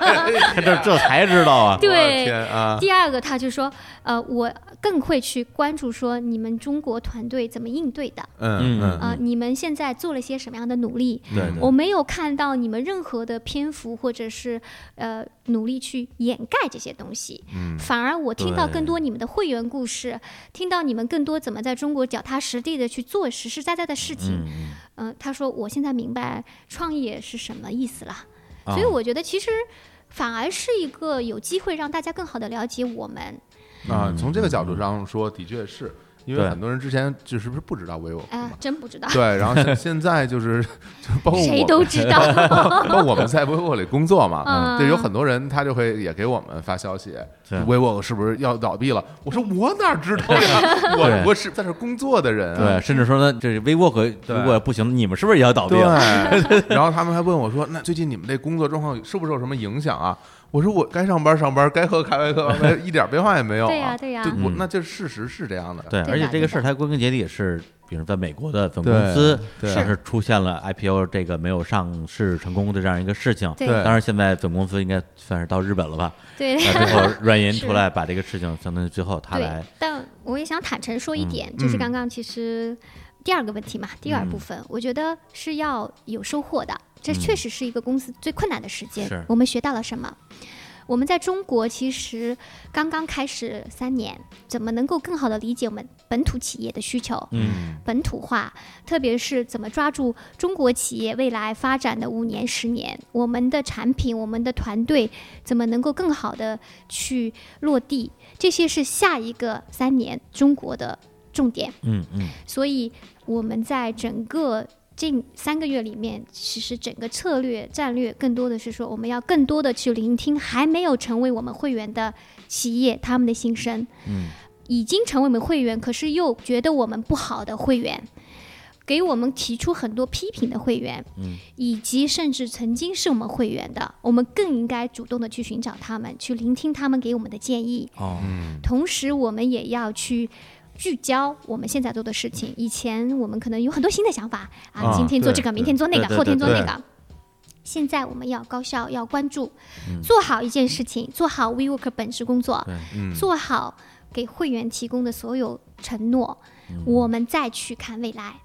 A: 这这才知道啊，
B: 我的
C: 对，
B: 天啊，
C: 第二个，他就说，呃，我更会去关注说你们中国团队怎么应对的，
B: 嗯
A: 嗯
B: 嗯，
C: 啊、你们现在做了些什么样的努力？
A: 对对嗯
C: 我没有看到你们任何的篇幅，或者是呃努力去掩盖这些东西，
B: 嗯
C: 反而我听到
A: 对
C: 更多你们的会员故事，听到你们更多怎么在中国脚踏实地的去做实实在在的事情。
A: 嗯
C: 嗯、他说我现在明白创业是什么意思了，
A: 啊
C: 所以我觉得其实反而是一个有机会让大家更好的了解我们。
B: 啊，从这个角度上说，的确是因为
A: 对
B: 很多人之前就是不是不知道 vivo
C: 哎、
B: 嘛。
C: 真不知道，
B: 对，然后现现在就是，就包
A: 哦
B: 括
C: 谁
A: [laughs]
B: 我
C: 都知道。
B: 那我们在 vivo 里工作嘛，
C: 嗯
B: 对，有很多人他就会也给我们发消息
A: 是
B: ，vivo 是不是要倒闭了？我说我哪知道呀，我
A: 对
B: 我是在这工作的人啊，
A: 对，甚至说呢，这 WeWork
B: 对
A: 如果不行，你们是不是也要倒闭了？
B: 对， [laughs] 然后他们还问我说：“那最近你们这工作状况受不受什么影响啊？”我说：“我该上班上班，该喝咖啡喝咖啡，一点变化也没有、啊。
C: 对呀对呀
B: 我
A: 嗯
B: 那这事实是这样的。 [laughs]
A: 对，
C: 对
A: 而且
C: 吧
A: 这个
C: 对
A: 事儿它归根结底也是，比如在美国的总
B: 对
A: 公司，
B: 对
A: 它是出现了 IPO 这个没有上市成功的这样一个事情。
C: 对
A: 当然现在总公司应该算是到日本了吧？
C: 对。
A: 那最
B: [laughs]
A: 后阮银
C: 是
A: 出来把这个事情，相当于最后他
C: 对
A: 来，，嗯
C: 但我也想坦诚说一点，就是刚刚其实第二个问题嘛，第二部分，我觉得是要有收获的。这确实是一个公司最困难的时间。
A: 嗯是
C: 我们学到了什么？我们在中国其实刚刚开始三年，怎么能够更好的理解我们本土企业的需求？
A: 嗯
C: 本土化，特别是怎么抓住中国企业未来发展的五年、十年，我们的产品、我们的团队怎么能够更好的去落地，这些是下一个三年中国的重点。
A: 嗯嗯，
C: 所以我们在整个近三个月里面，其实整个策略战略更多的是说，我们要更多的去聆听还没有成为我们会员的企业他们的心声，
A: 嗯，
C: 已经成为我们会员，可是又觉得我们不好的会员。给我们提出很多批评的会员，
A: 嗯、
C: 以及甚至曾经是我们会员的，我们更应该主动的去寻找他们，去聆听他们给我们的建议，
A: 哦，
B: 嗯
C: 同时，我们也要去聚焦我们现在做的事情。以前我们可能有很多新的想法啊，
B: 啊
C: 今天做
B: 对
C: 这个，明天做那
A: 对
C: 个，
A: 对
C: 后天做
B: 对
C: 那个。现在我们要高效，要关注，做好一件事情，做好 WeWork 本职工作，
A: 嗯对，
B: 嗯
C: 做好给会员提供的所有承诺，我们再去看未来。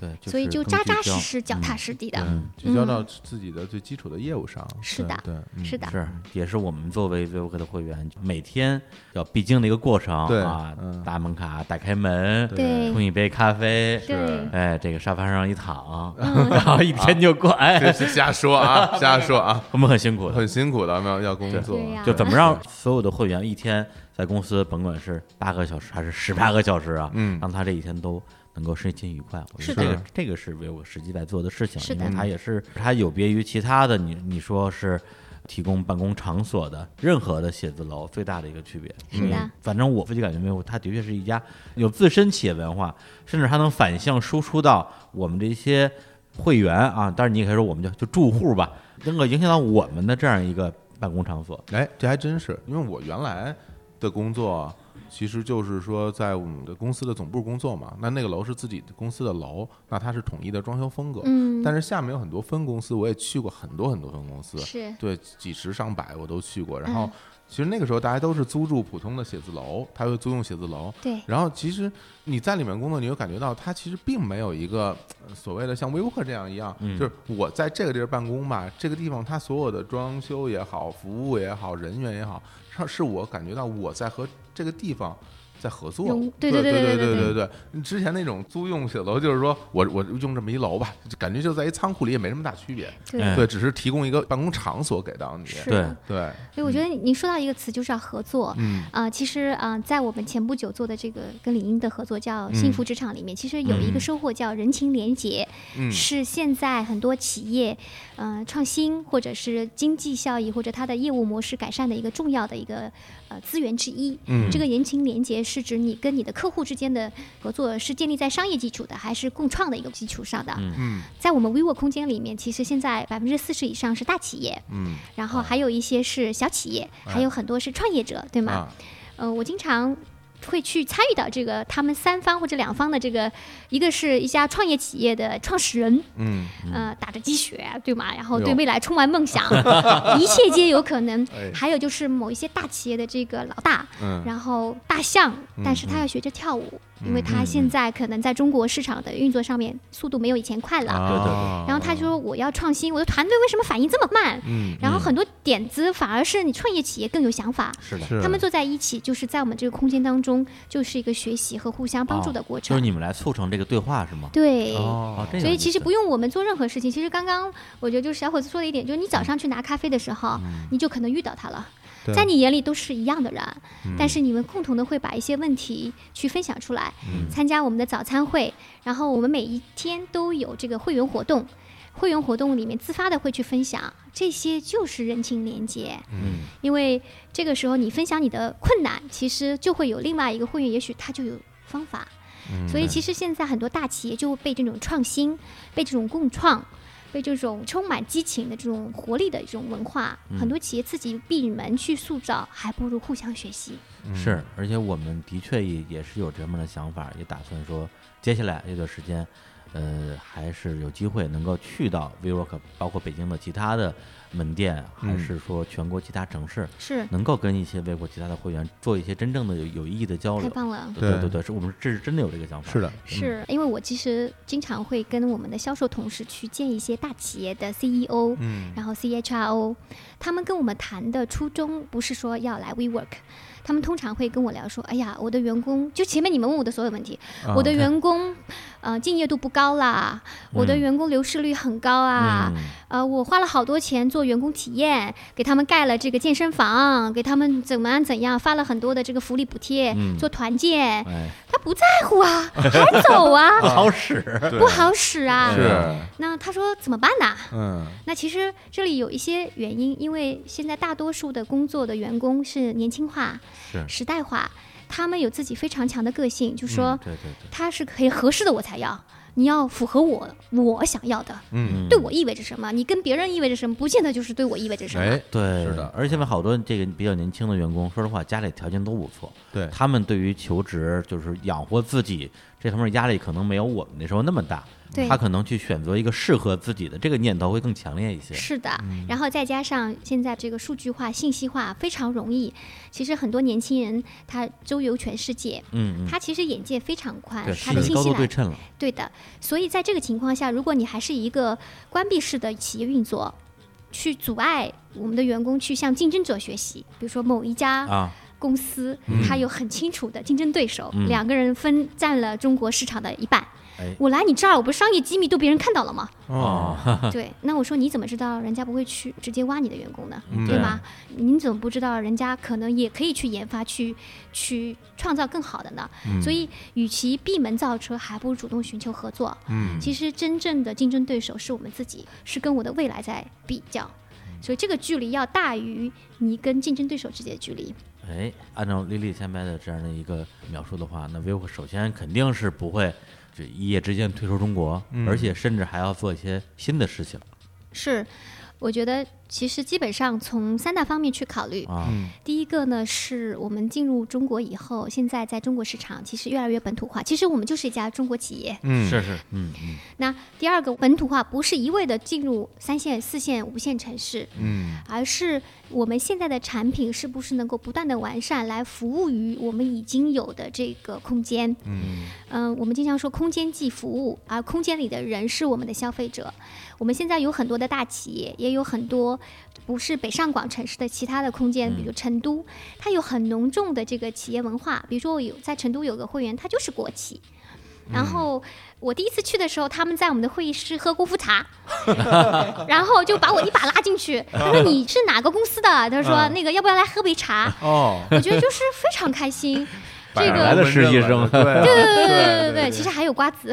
A: 对，
C: 所以
A: 嗯是
C: 就
A: 更
C: 扎
A: 聚
C: 扎
A: 焦
C: 实实、脚踏实地的。
A: [laughs]
B: 嗯，聚焦到自己的最基础的业务上。
C: 是的
B: 对，
A: 嗯
B: 对
C: 是的，
A: 是，也是我们作为 VOK 的会员每天要必经的一个过程
B: 对
A: 啊
B: 嗯，
A: 打门卡，打开门，
C: 对
A: 冲一杯咖啡，
C: 对
A: 哎，这个沙发上一躺，
C: 嗯
A: 然后一天就过，
B: 这
A: 哎， [laughs]
B: 是瞎说啊，瞎说啊，
A: 我们很辛苦的，
B: 很辛苦的，要要工作。
C: 对呀
A: 就怎么让所有的会员一天在公司，甭管是八个小时还是十八个小时啊，
B: 嗯
A: 让他这一天都能够身心愉快。我觉
C: 是
A: 得
C: 的
A: 这个这个是为我实际在做的事情，
C: 是的
A: 因为它也是它有别于其他的，你你说是。提供办公场所的任何的写字楼最大的一个区别。
C: 是的，
A: 反正我自己感觉没有，它的确是一家有自身企业文化，甚至它能反向输出到我们这些会员啊，当然你也可以说我们就就住户吧，能够影响到我们的这样一个办公场所。
B: 哎，这还真是，因为我原来的工作其实就是说在我们的公司的总部工作嘛，那那个楼是自己的公司的楼，那它是统一的装修风格。
C: 嗯，
B: 但是下面有很多分公司，我也去过很多很多分公司，
A: 嗯
C: 是
B: 对，几十上百我都去过。然后
C: 嗯
B: 其实那个时候大家都是租住普通的写字楼，他会租用写字楼。
C: 对，
B: 然后其实你在里面工作，你就感觉到它其实并没有一个呃所谓的像 WeWork 这样一样，
A: 嗯
B: 就是我在这个地儿办公吧，这个地方它所有的装修也好、服务也好、人员也好，是是我感觉到我在和这个地方。在合作
C: 融，
B: 对
C: 对
B: 对
C: 对
B: 对
C: 对
B: 对
C: 对
B: 对对对之前那种租用写字楼，就是说我我用这么一楼吧，就感觉就在一仓库里也没什么大区别，
A: 嗯
C: 对，
B: 对，只是提供一个办公场所给到你，
C: 是
A: 对嗯
C: 的。
B: 对，
C: 所以我觉得您说到一个词，就是要合作。
B: 嗯
C: 啊、其实啊、呃在我们前不久做的这个跟李英的合作叫“幸福职场”里面，其实有一
B: 嗯
C: 个收获叫人情联结，
B: 嗯
C: 是现在很多企业，呃，创新或者是经济效益或者它的业务模式改善的一个重要的一个呃资源之一。
B: 嗯
C: 这个人情联结是指你跟你的客户之间的合作是建立在商业基础的，还是共创的一个基础上的？
B: 嗯
C: 在我们 vivo 空间里面，其实现在百分之四十以上是大企业，
B: 嗯
C: 然后还有一些是小企业，
B: 哎
C: 还有很多是创业者，对吗？
B: 啊，
C: 呃，我经常会去参与到这个他们三方或者两方的这个，一个是一家创业企业的创始人，
B: 嗯，
C: 呃，打着鸡血，对吗？然后
B: 哎
C: 对
B: 呦
C: 未来充满
B: [laughs]
C: 梦想，一切皆有可能
B: 哎。
C: 还有就是某一些大企业的这个老大，
B: 嗯
C: 然后大象，但是他要学着跳舞，因为
B: 嗯
C: 他现在可能在中国市场的运作上面速度没有以前快了。
A: 对对
B: 啊
A: 对
C: 然后他说我要创新，我的团队为什么反应这么慢？
B: 嗯，
C: 然后很多点子反而是你创业企业更有想法。
A: 是的，
B: 是
C: 他们坐在一起，就是在我们这个空间当中，就是一个学习和互相帮助的过
A: 哦就
C: 程。
A: 是你们来促成这个对话是吗？
C: 对，
B: 哦
A: 哦，这有
C: 所以
A: 意
C: 其实
A: 思
C: 不用我们做任何事情。其实刚刚我觉得就是小伙子说的一点，就是你早上去拿咖啡的时候，
A: 嗯
C: 你就可能遇到他了
B: 对，
C: 在你眼里都是一样的人，
A: 嗯
C: 但是你们共同的会把一些问题去分享出来。
A: 嗯
C: 参加我们的早餐会，然后我们每一天都有这个会员活动，会员活动里面自发的会去分享，这些就是人情连接。
A: 嗯，
C: 因为这个时候你分享你的困难，其实就会有另外一个会员，也许他就有方法。所以其实现在很多大企业就被这种创新、被这种共创、被这种充满激情的这种活力的这种文化，很多企业自己闭门去塑造，还不如互相学习。
B: 嗯
A: 是，而且我们的确也也是有这么的想法，也打算说接下来这段时间，呃，还是有机会能够去到 WeWork，包括北京的其他的门店，还
B: 嗯
A: 是说全国其他城市，
C: 是，
A: 能够跟一些外国其他的会员做一些真正的有有意义的交
C: 太
A: 流。
C: 棒了。
A: 对
B: 对
A: 对对，是我们这是真的有这个想法。
B: 是的，
C: 是因为我其实经常会跟我们的销售同事去见一些大企业的 E CEO，、
B: 嗯
C: 然后 CHRO，他们跟我们谈的初衷不是说要来 WeWork，他们通常会跟我聊说，哎呀，我的员工就前面你们问我的所有问题，
A: 啊
C: 我的员工，呃，敬业度不高啦，我的
A: 嗯
C: 员工流失率很高啊，
A: 嗯，
C: 呃，我花了好多钱做员工体验，给他们盖了这个健身房，给他们怎么样怎样，发了很多的这个福利补贴，
A: 嗯
C: 做团建，
A: 哎，
C: 他不在乎啊，还
A: [laughs]
C: 走啊，
A: 不好使。
C: 不好使
B: 嗯
C: 啊。
B: 是，
C: 那他说怎么办呢、
B: 嗯
C: 那其实这里有一些原因，因为现在大多数的工作的员工是年轻化、
A: 是
C: 时代化，他们有自己非常强的个性，就说
A: 对对对，
C: 他是可以合适的我才要，你要符合我我想要的，
B: 嗯，
A: 嗯
C: 对我意味着什么，你跟别人意味着什么，不见得就是对我意味着什么。
B: 哎，
A: 对，
B: 是的
A: 而且现在好多这个比较年轻的员工，说实话，家里条件都不错，
B: 对
A: 他们对于求职就是养活自己这方面压力，可能没有我们那时候那么大。
C: 对
A: 他可能去选择一个适合自己的这个念头会更强烈一些。
C: 是的，
A: 嗯
C: 然后再加上现在这个数据化、信息化非常容易，其实很多年轻人他周游全世界，
A: 嗯嗯，
C: 他其实眼界非常宽
A: 对，，
C: 他
A: 是
C: 的
A: 的
C: 信
A: 高
C: 息
A: 度对
C: 来
A: 称了。
C: 对的，所以在这个情况下，如果你还是一个关闭式的企业运作，去阻碍我们的员工去向竞争者学习，比如说某一家
A: 啊，
C: 公司，它有很清楚的竞争对手，
A: 嗯
C: 两个人分占了中国市场的一半。
A: 哎
C: 我来你这儿，我不是商业机密都别人看到了吗？
B: 哦，
C: 对，那我说你怎么知道人家不会去直接挖你的员工呢？
B: 嗯
C: 对吧？您怎么不知道人家可能也可以去研发、去去创造更好的呢？所以，与其闭门造车，还不如主动寻求合作。
B: 嗯
C: 其实真正的竞争对手是我们自己，是跟我的未来在比较。所以这个距离要大于你跟竞争对手之间的距离。
A: 哎，按照丽丽前面的这样的一个描述的话，那 vivo 首先肯定是不会就一夜之间退出中国，
B: 嗯
A: 而且甚至还要做一些新的事情
C: 是，我觉得其实基本上从三大方面去考虑。
A: 啊。
B: 嗯
C: 第一个呢，是我们进入中国以后，现在在中国市场其实越来越本土化。其实我们就是一家中国企业。
B: 嗯
A: 是是，嗯嗯，
C: 那第二个，本土化不是一味的进入三线、四线、五线城市，
B: 嗯
C: 而是我们现在的产品是不是能够不断的完善，来服务于我们已经有的这个空间。
B: 嗯
C: 嗯，我们经常说空间即服务，而空间里的人是我们的消费者。我们现在有很多的大企业，也有很多不是北上广城市的其他的空
B: 嗯
C: 间，比如成都，它有很浓重的这个企业文化。比如说，我有在成都有个会员，他就是国企。然后我第一次去的时候，他们在我们的会议室喝功夫茶，然后就把我一把拉进去，他说你是哪个公司的？他说那个要不要来喝杯茶？
B: 哦，
C: 我觉得就是非常开心。这
B: 百
C: 个
A: 来
B: 来
A: 的实习生
B: 对啊
C: 对对对对
B: 对
C: 对，其实还有瓜子。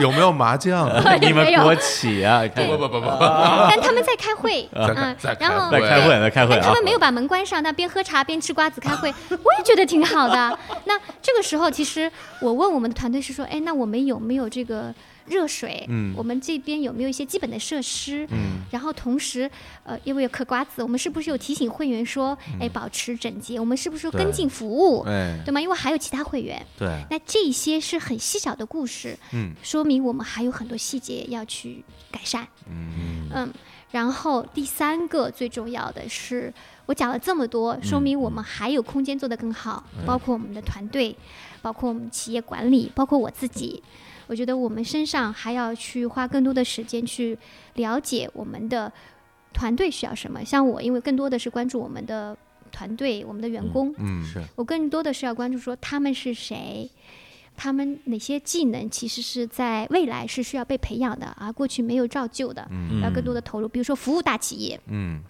B: 有没有麻将？啊
A: 你们
C: [laughs] 没有
A: 国企
C: [laughs]
A: 啊，
B: 不
A: 看
B: [laughs] 不不不不，
C: 但他们在开会，嗯
B: 在，开
C: 然后
A: 在开会，在开会
C: 但哎他
A: 啊
C: 们，没有把门关上，但边喝茶边吃瓜子开会， [laughs] 我也觉得挺好的。那这个时候，其实我问我们的团队是说，哎，那我们有没有这个热水？
B: 嗯
C: 我们这边有没有一些基本的设施？
B: 嗯
C: 然后同时，呃，因为有嗑瓜子，我们是不是有提醒会员说，哎，保持整洁？我们是不是有跟
A: 对
C: 进服务？
B: 哎
C: 对吗？因为还有其他会员，
A: 对，
C: 那这些是很细小的故事，
B: 嗯
C: 说明我们还有很多细节要去改善。
B: 嗯
C: 嗯，然后第三个最重要的是，我讲了这么多，
B: 嗯
C: 说明我们还有空间做得更好，包括我们的团队，包括我们企业管理，包括我自己。我觉得我们身上还要去花更多的时间去了解我们的团队需要什么。像我，因为更多的是关注我们的团队、我们的员工，
B: 嗯
A: 是
C: 我更多的是要关注说他们是谁，他们哪些技能其实是在未来是需要被培养的，而过去没有照旧的。
B: 嗯
C: 要更多的投入。比如说服务大企业
B: 嗯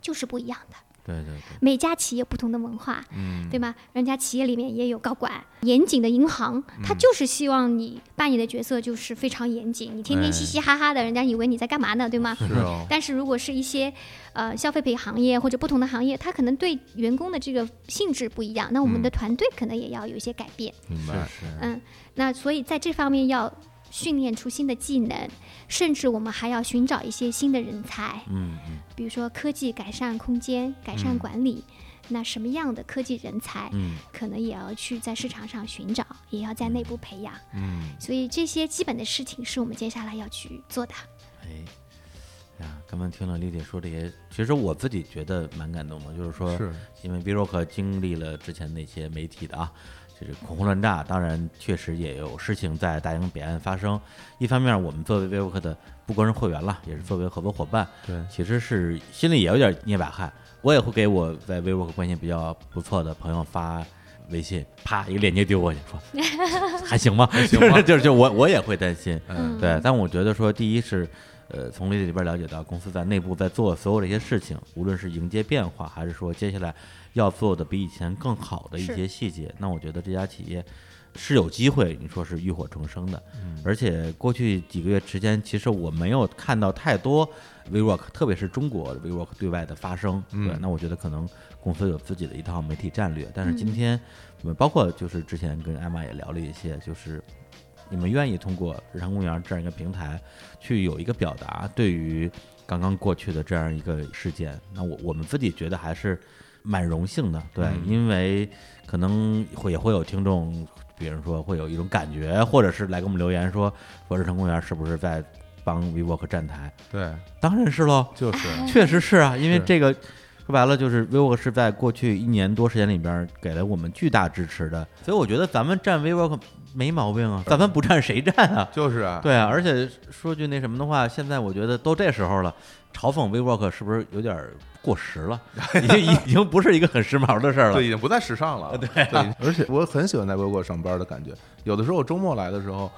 C: 就是不一样的，
A: 对对对，
C: 每家企业不同的文化，
B: 嗯
C: 对吗？人家企业里面也有高管，严谨的银行，
B: 嗯
C: 他就是希望你扮演的角色就是非常严谨，你天天
B: 哎
C: 嘻嘻哈哈的，人家以为你在干嘛呢，对
B: [laughs]
C: 吗？
B: 是哦，
C: 但是如果是一些，呃，消费品行业或者不同的行业，它可能对员工的这个性质不一样，那我
A: 嗯
C: 们的团队可能也要有一些改变。
B: 明白
A: 是
C: 嗯，那所以在这方面要训练出新的技能，甚至我们还要寻找一些新的人才。
A: 嗯嗯
C: 比如说科技改善空间、改善管理，那什么样的科技人才，
A: 嗯
C: 可能也要去在市场上寻找，也要在内部培养。
B: 嗯。
C: 所以这些基本的事情是我们接下来要去做的。
A: 哎呀，刚刚听了丽丽说这些，其实我自己觉得蛮感动的，就是说，
B: 是
A: 因为 v r o c 经历了之前那些媒体的啊，就是恐慌乱炸，当然确实也有事情在大洋北岸发生。一方面，我们作为 v r o c 的不光是会员了，也是作为合作伙伴，
B: 对
A: 其实是心里也有点捏把汗。我也会给我在 v r o c 关系比较不错的朋友发。微信啪一个链接丢过去，说还行吗？
B: 行吗
A: 就是就是就我我也会担心，
B: 嗯
A: 对，但我觉得说，第一是，呃，从这里边了解到公司在内部在做所有的一些事情，无论是迎接变化，还是说接下来要做的比以前更好的一
C: 是
A: 些细节，那我觉得这家企业是有机会，你说是浴火重生的。而且过去几个月时间，其实我没有看到太多 WeWork，特别是中国 WeWork 对外的发声。
B: 嗯
A: 对，那我觉得可能公司有自己的一套媒体战略，但是今天，呃包括就是之前跟艾玛也聊了一些，就是你们愿意通过日常公园这样一个平台去有一个表达，对于刚刚过去的这样一个事件，那我我们自己觉得还是蛮荣幸的，对，
B: 嗯
A: 因为可能会也会有听众，比如说会有一种感觉，或者是来给我们留言说，说日常公园是不是在帮 WeWork 站台？
B: 对，
A: 当然是喽，
B: 就是
A: 确实是啊，因为
B: 是
A: 这个说白了就是 WeWork 是在过去一年多时间里边给了我们巨大支持的，所以我觉得咱们站 WeWork 没毛病啊，咱们不站谁站啊？
B: 就是啊，
A: 对啊，而且说句那什么的话，现在我觉得都这时候了，嘲讽 WeWork 是不是有点过时
B: [laughs]
A: 了？已经已经不是一个很时髦的事儿了
B: 对，。已经不再时尚了。对、而且我很喜欢在微博上班的感觉。有的时候我周末来的时候，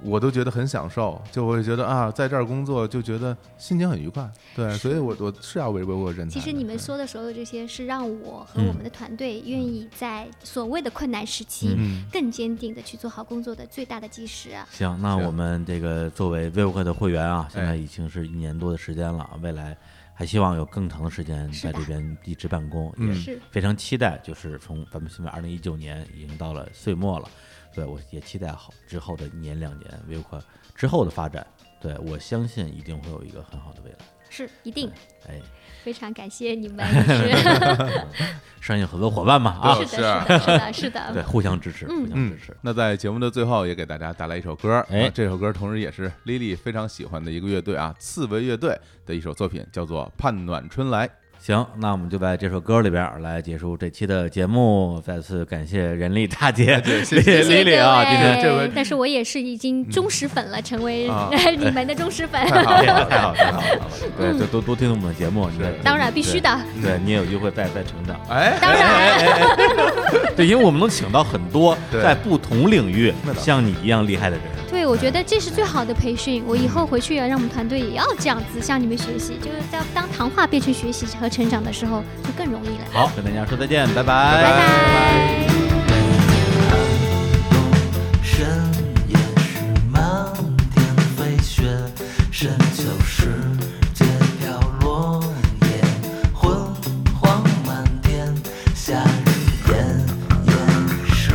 B: 我都觉得很享受，就我会觉得啊，在这儿工作就觉得心情很愉快。对，所以我我是要为微博人才
C: 其
B: 的。
C: 实你们说的所有这些，是让我和我们的团队愿意在所谓的困难时期
B: 嗯，
C: 更坚定的去做好工作的最大的基石啊。
A: 行，那
B: 行
A: 我们这个作为 WeWork 的会员啊，现在
B: 哎
A: 已经是一年多的时间了，未来还希望有更长的时间在这边一直办公，
B: 嗯
A: 也
C: 是
A: 非常期待，就是从咱们现在二零一九年已经到了岁末了，对我也期待好之后的一年两年 v i q 之后的发展，对我相信一定会有一个很好的未来。
C: 是一定。
A: 哎，
C: 非常感谢你们，也是
A: 商业合作伙伴嘛啊，
B: 对
C: 是的，是的，是的，是
A: 对， [laughs]
C: 的，
A: 互相支持，
C: 嗯
A: 互相支持。
B: 那在节目的最后，也给大家带来一首歌，
A: 哎
B: 啊这首歌同时也是 Lily 非常喜欢的一个乐队啊，刺猬乐队的一首作品，叫做《盼暖春来》。
A: 行，那我们就在这首歌里边儿来结束这期的节目。再次感谢人力大姐，谢丽
C: 谢谢各
A: 丽
C: 位。
A: 啊，今天
B: 这位
C: 但是我也是已经忠实粉了，成为
B: 啊
C: [laughs] 你们的忠实粉，
B: 太好了，太好了，太好了！
A: 对，就多多听我们的节目，你看
B: 是
C: 当然必须。的，
A: 对对你也有机会再再成长，
B: 哎，
C: 当然
A: 对，因为我们能请到很多
B: 对
A: 在不同领域
B: 那倒是
A: 像你一样厉害的人。
C: 对，我觉得这是最好的培训。我以后回去也让我们团队也要这样子向你们学习，就是在当谈话变成学习和成长的时候，就更容易了。
A: 好，跟大家说再见，拜
B: 拜
C: 拜
B: 拜
C: 拜。
D: 山也是漫天飞雪，深秋时节飘落叶，昏黄满天，夏日炎炎时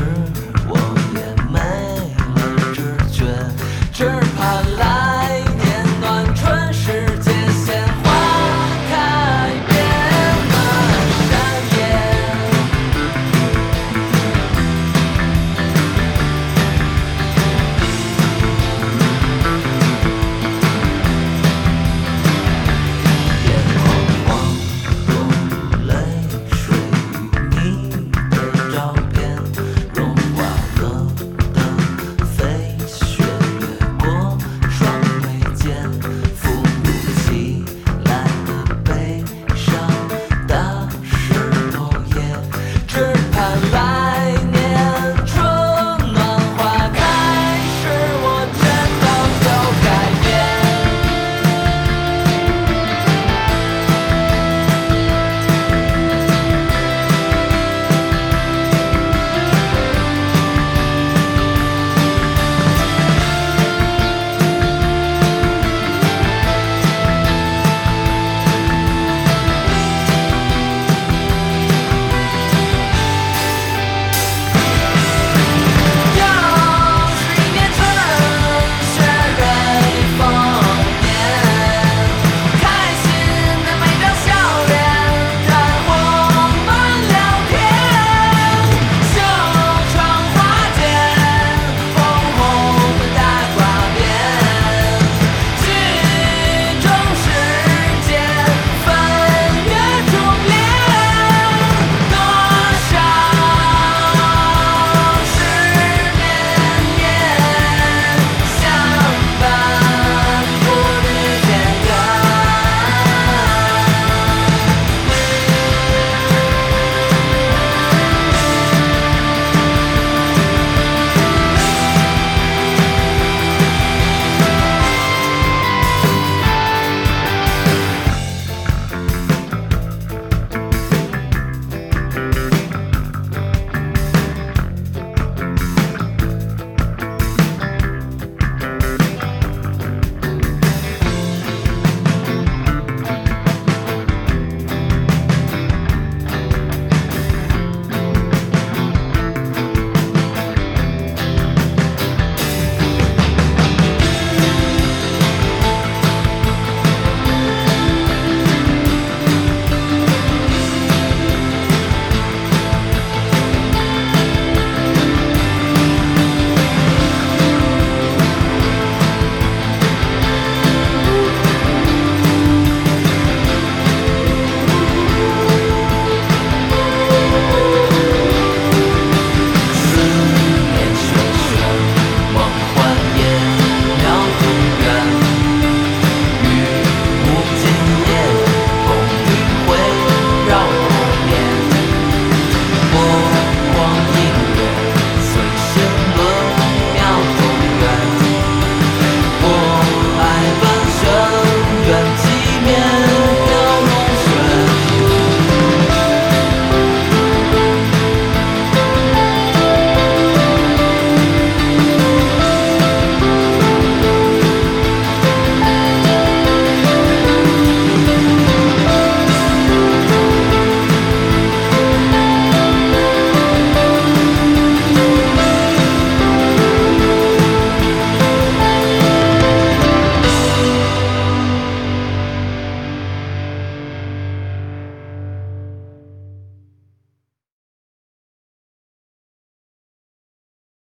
D: 我也没了知觉，只盼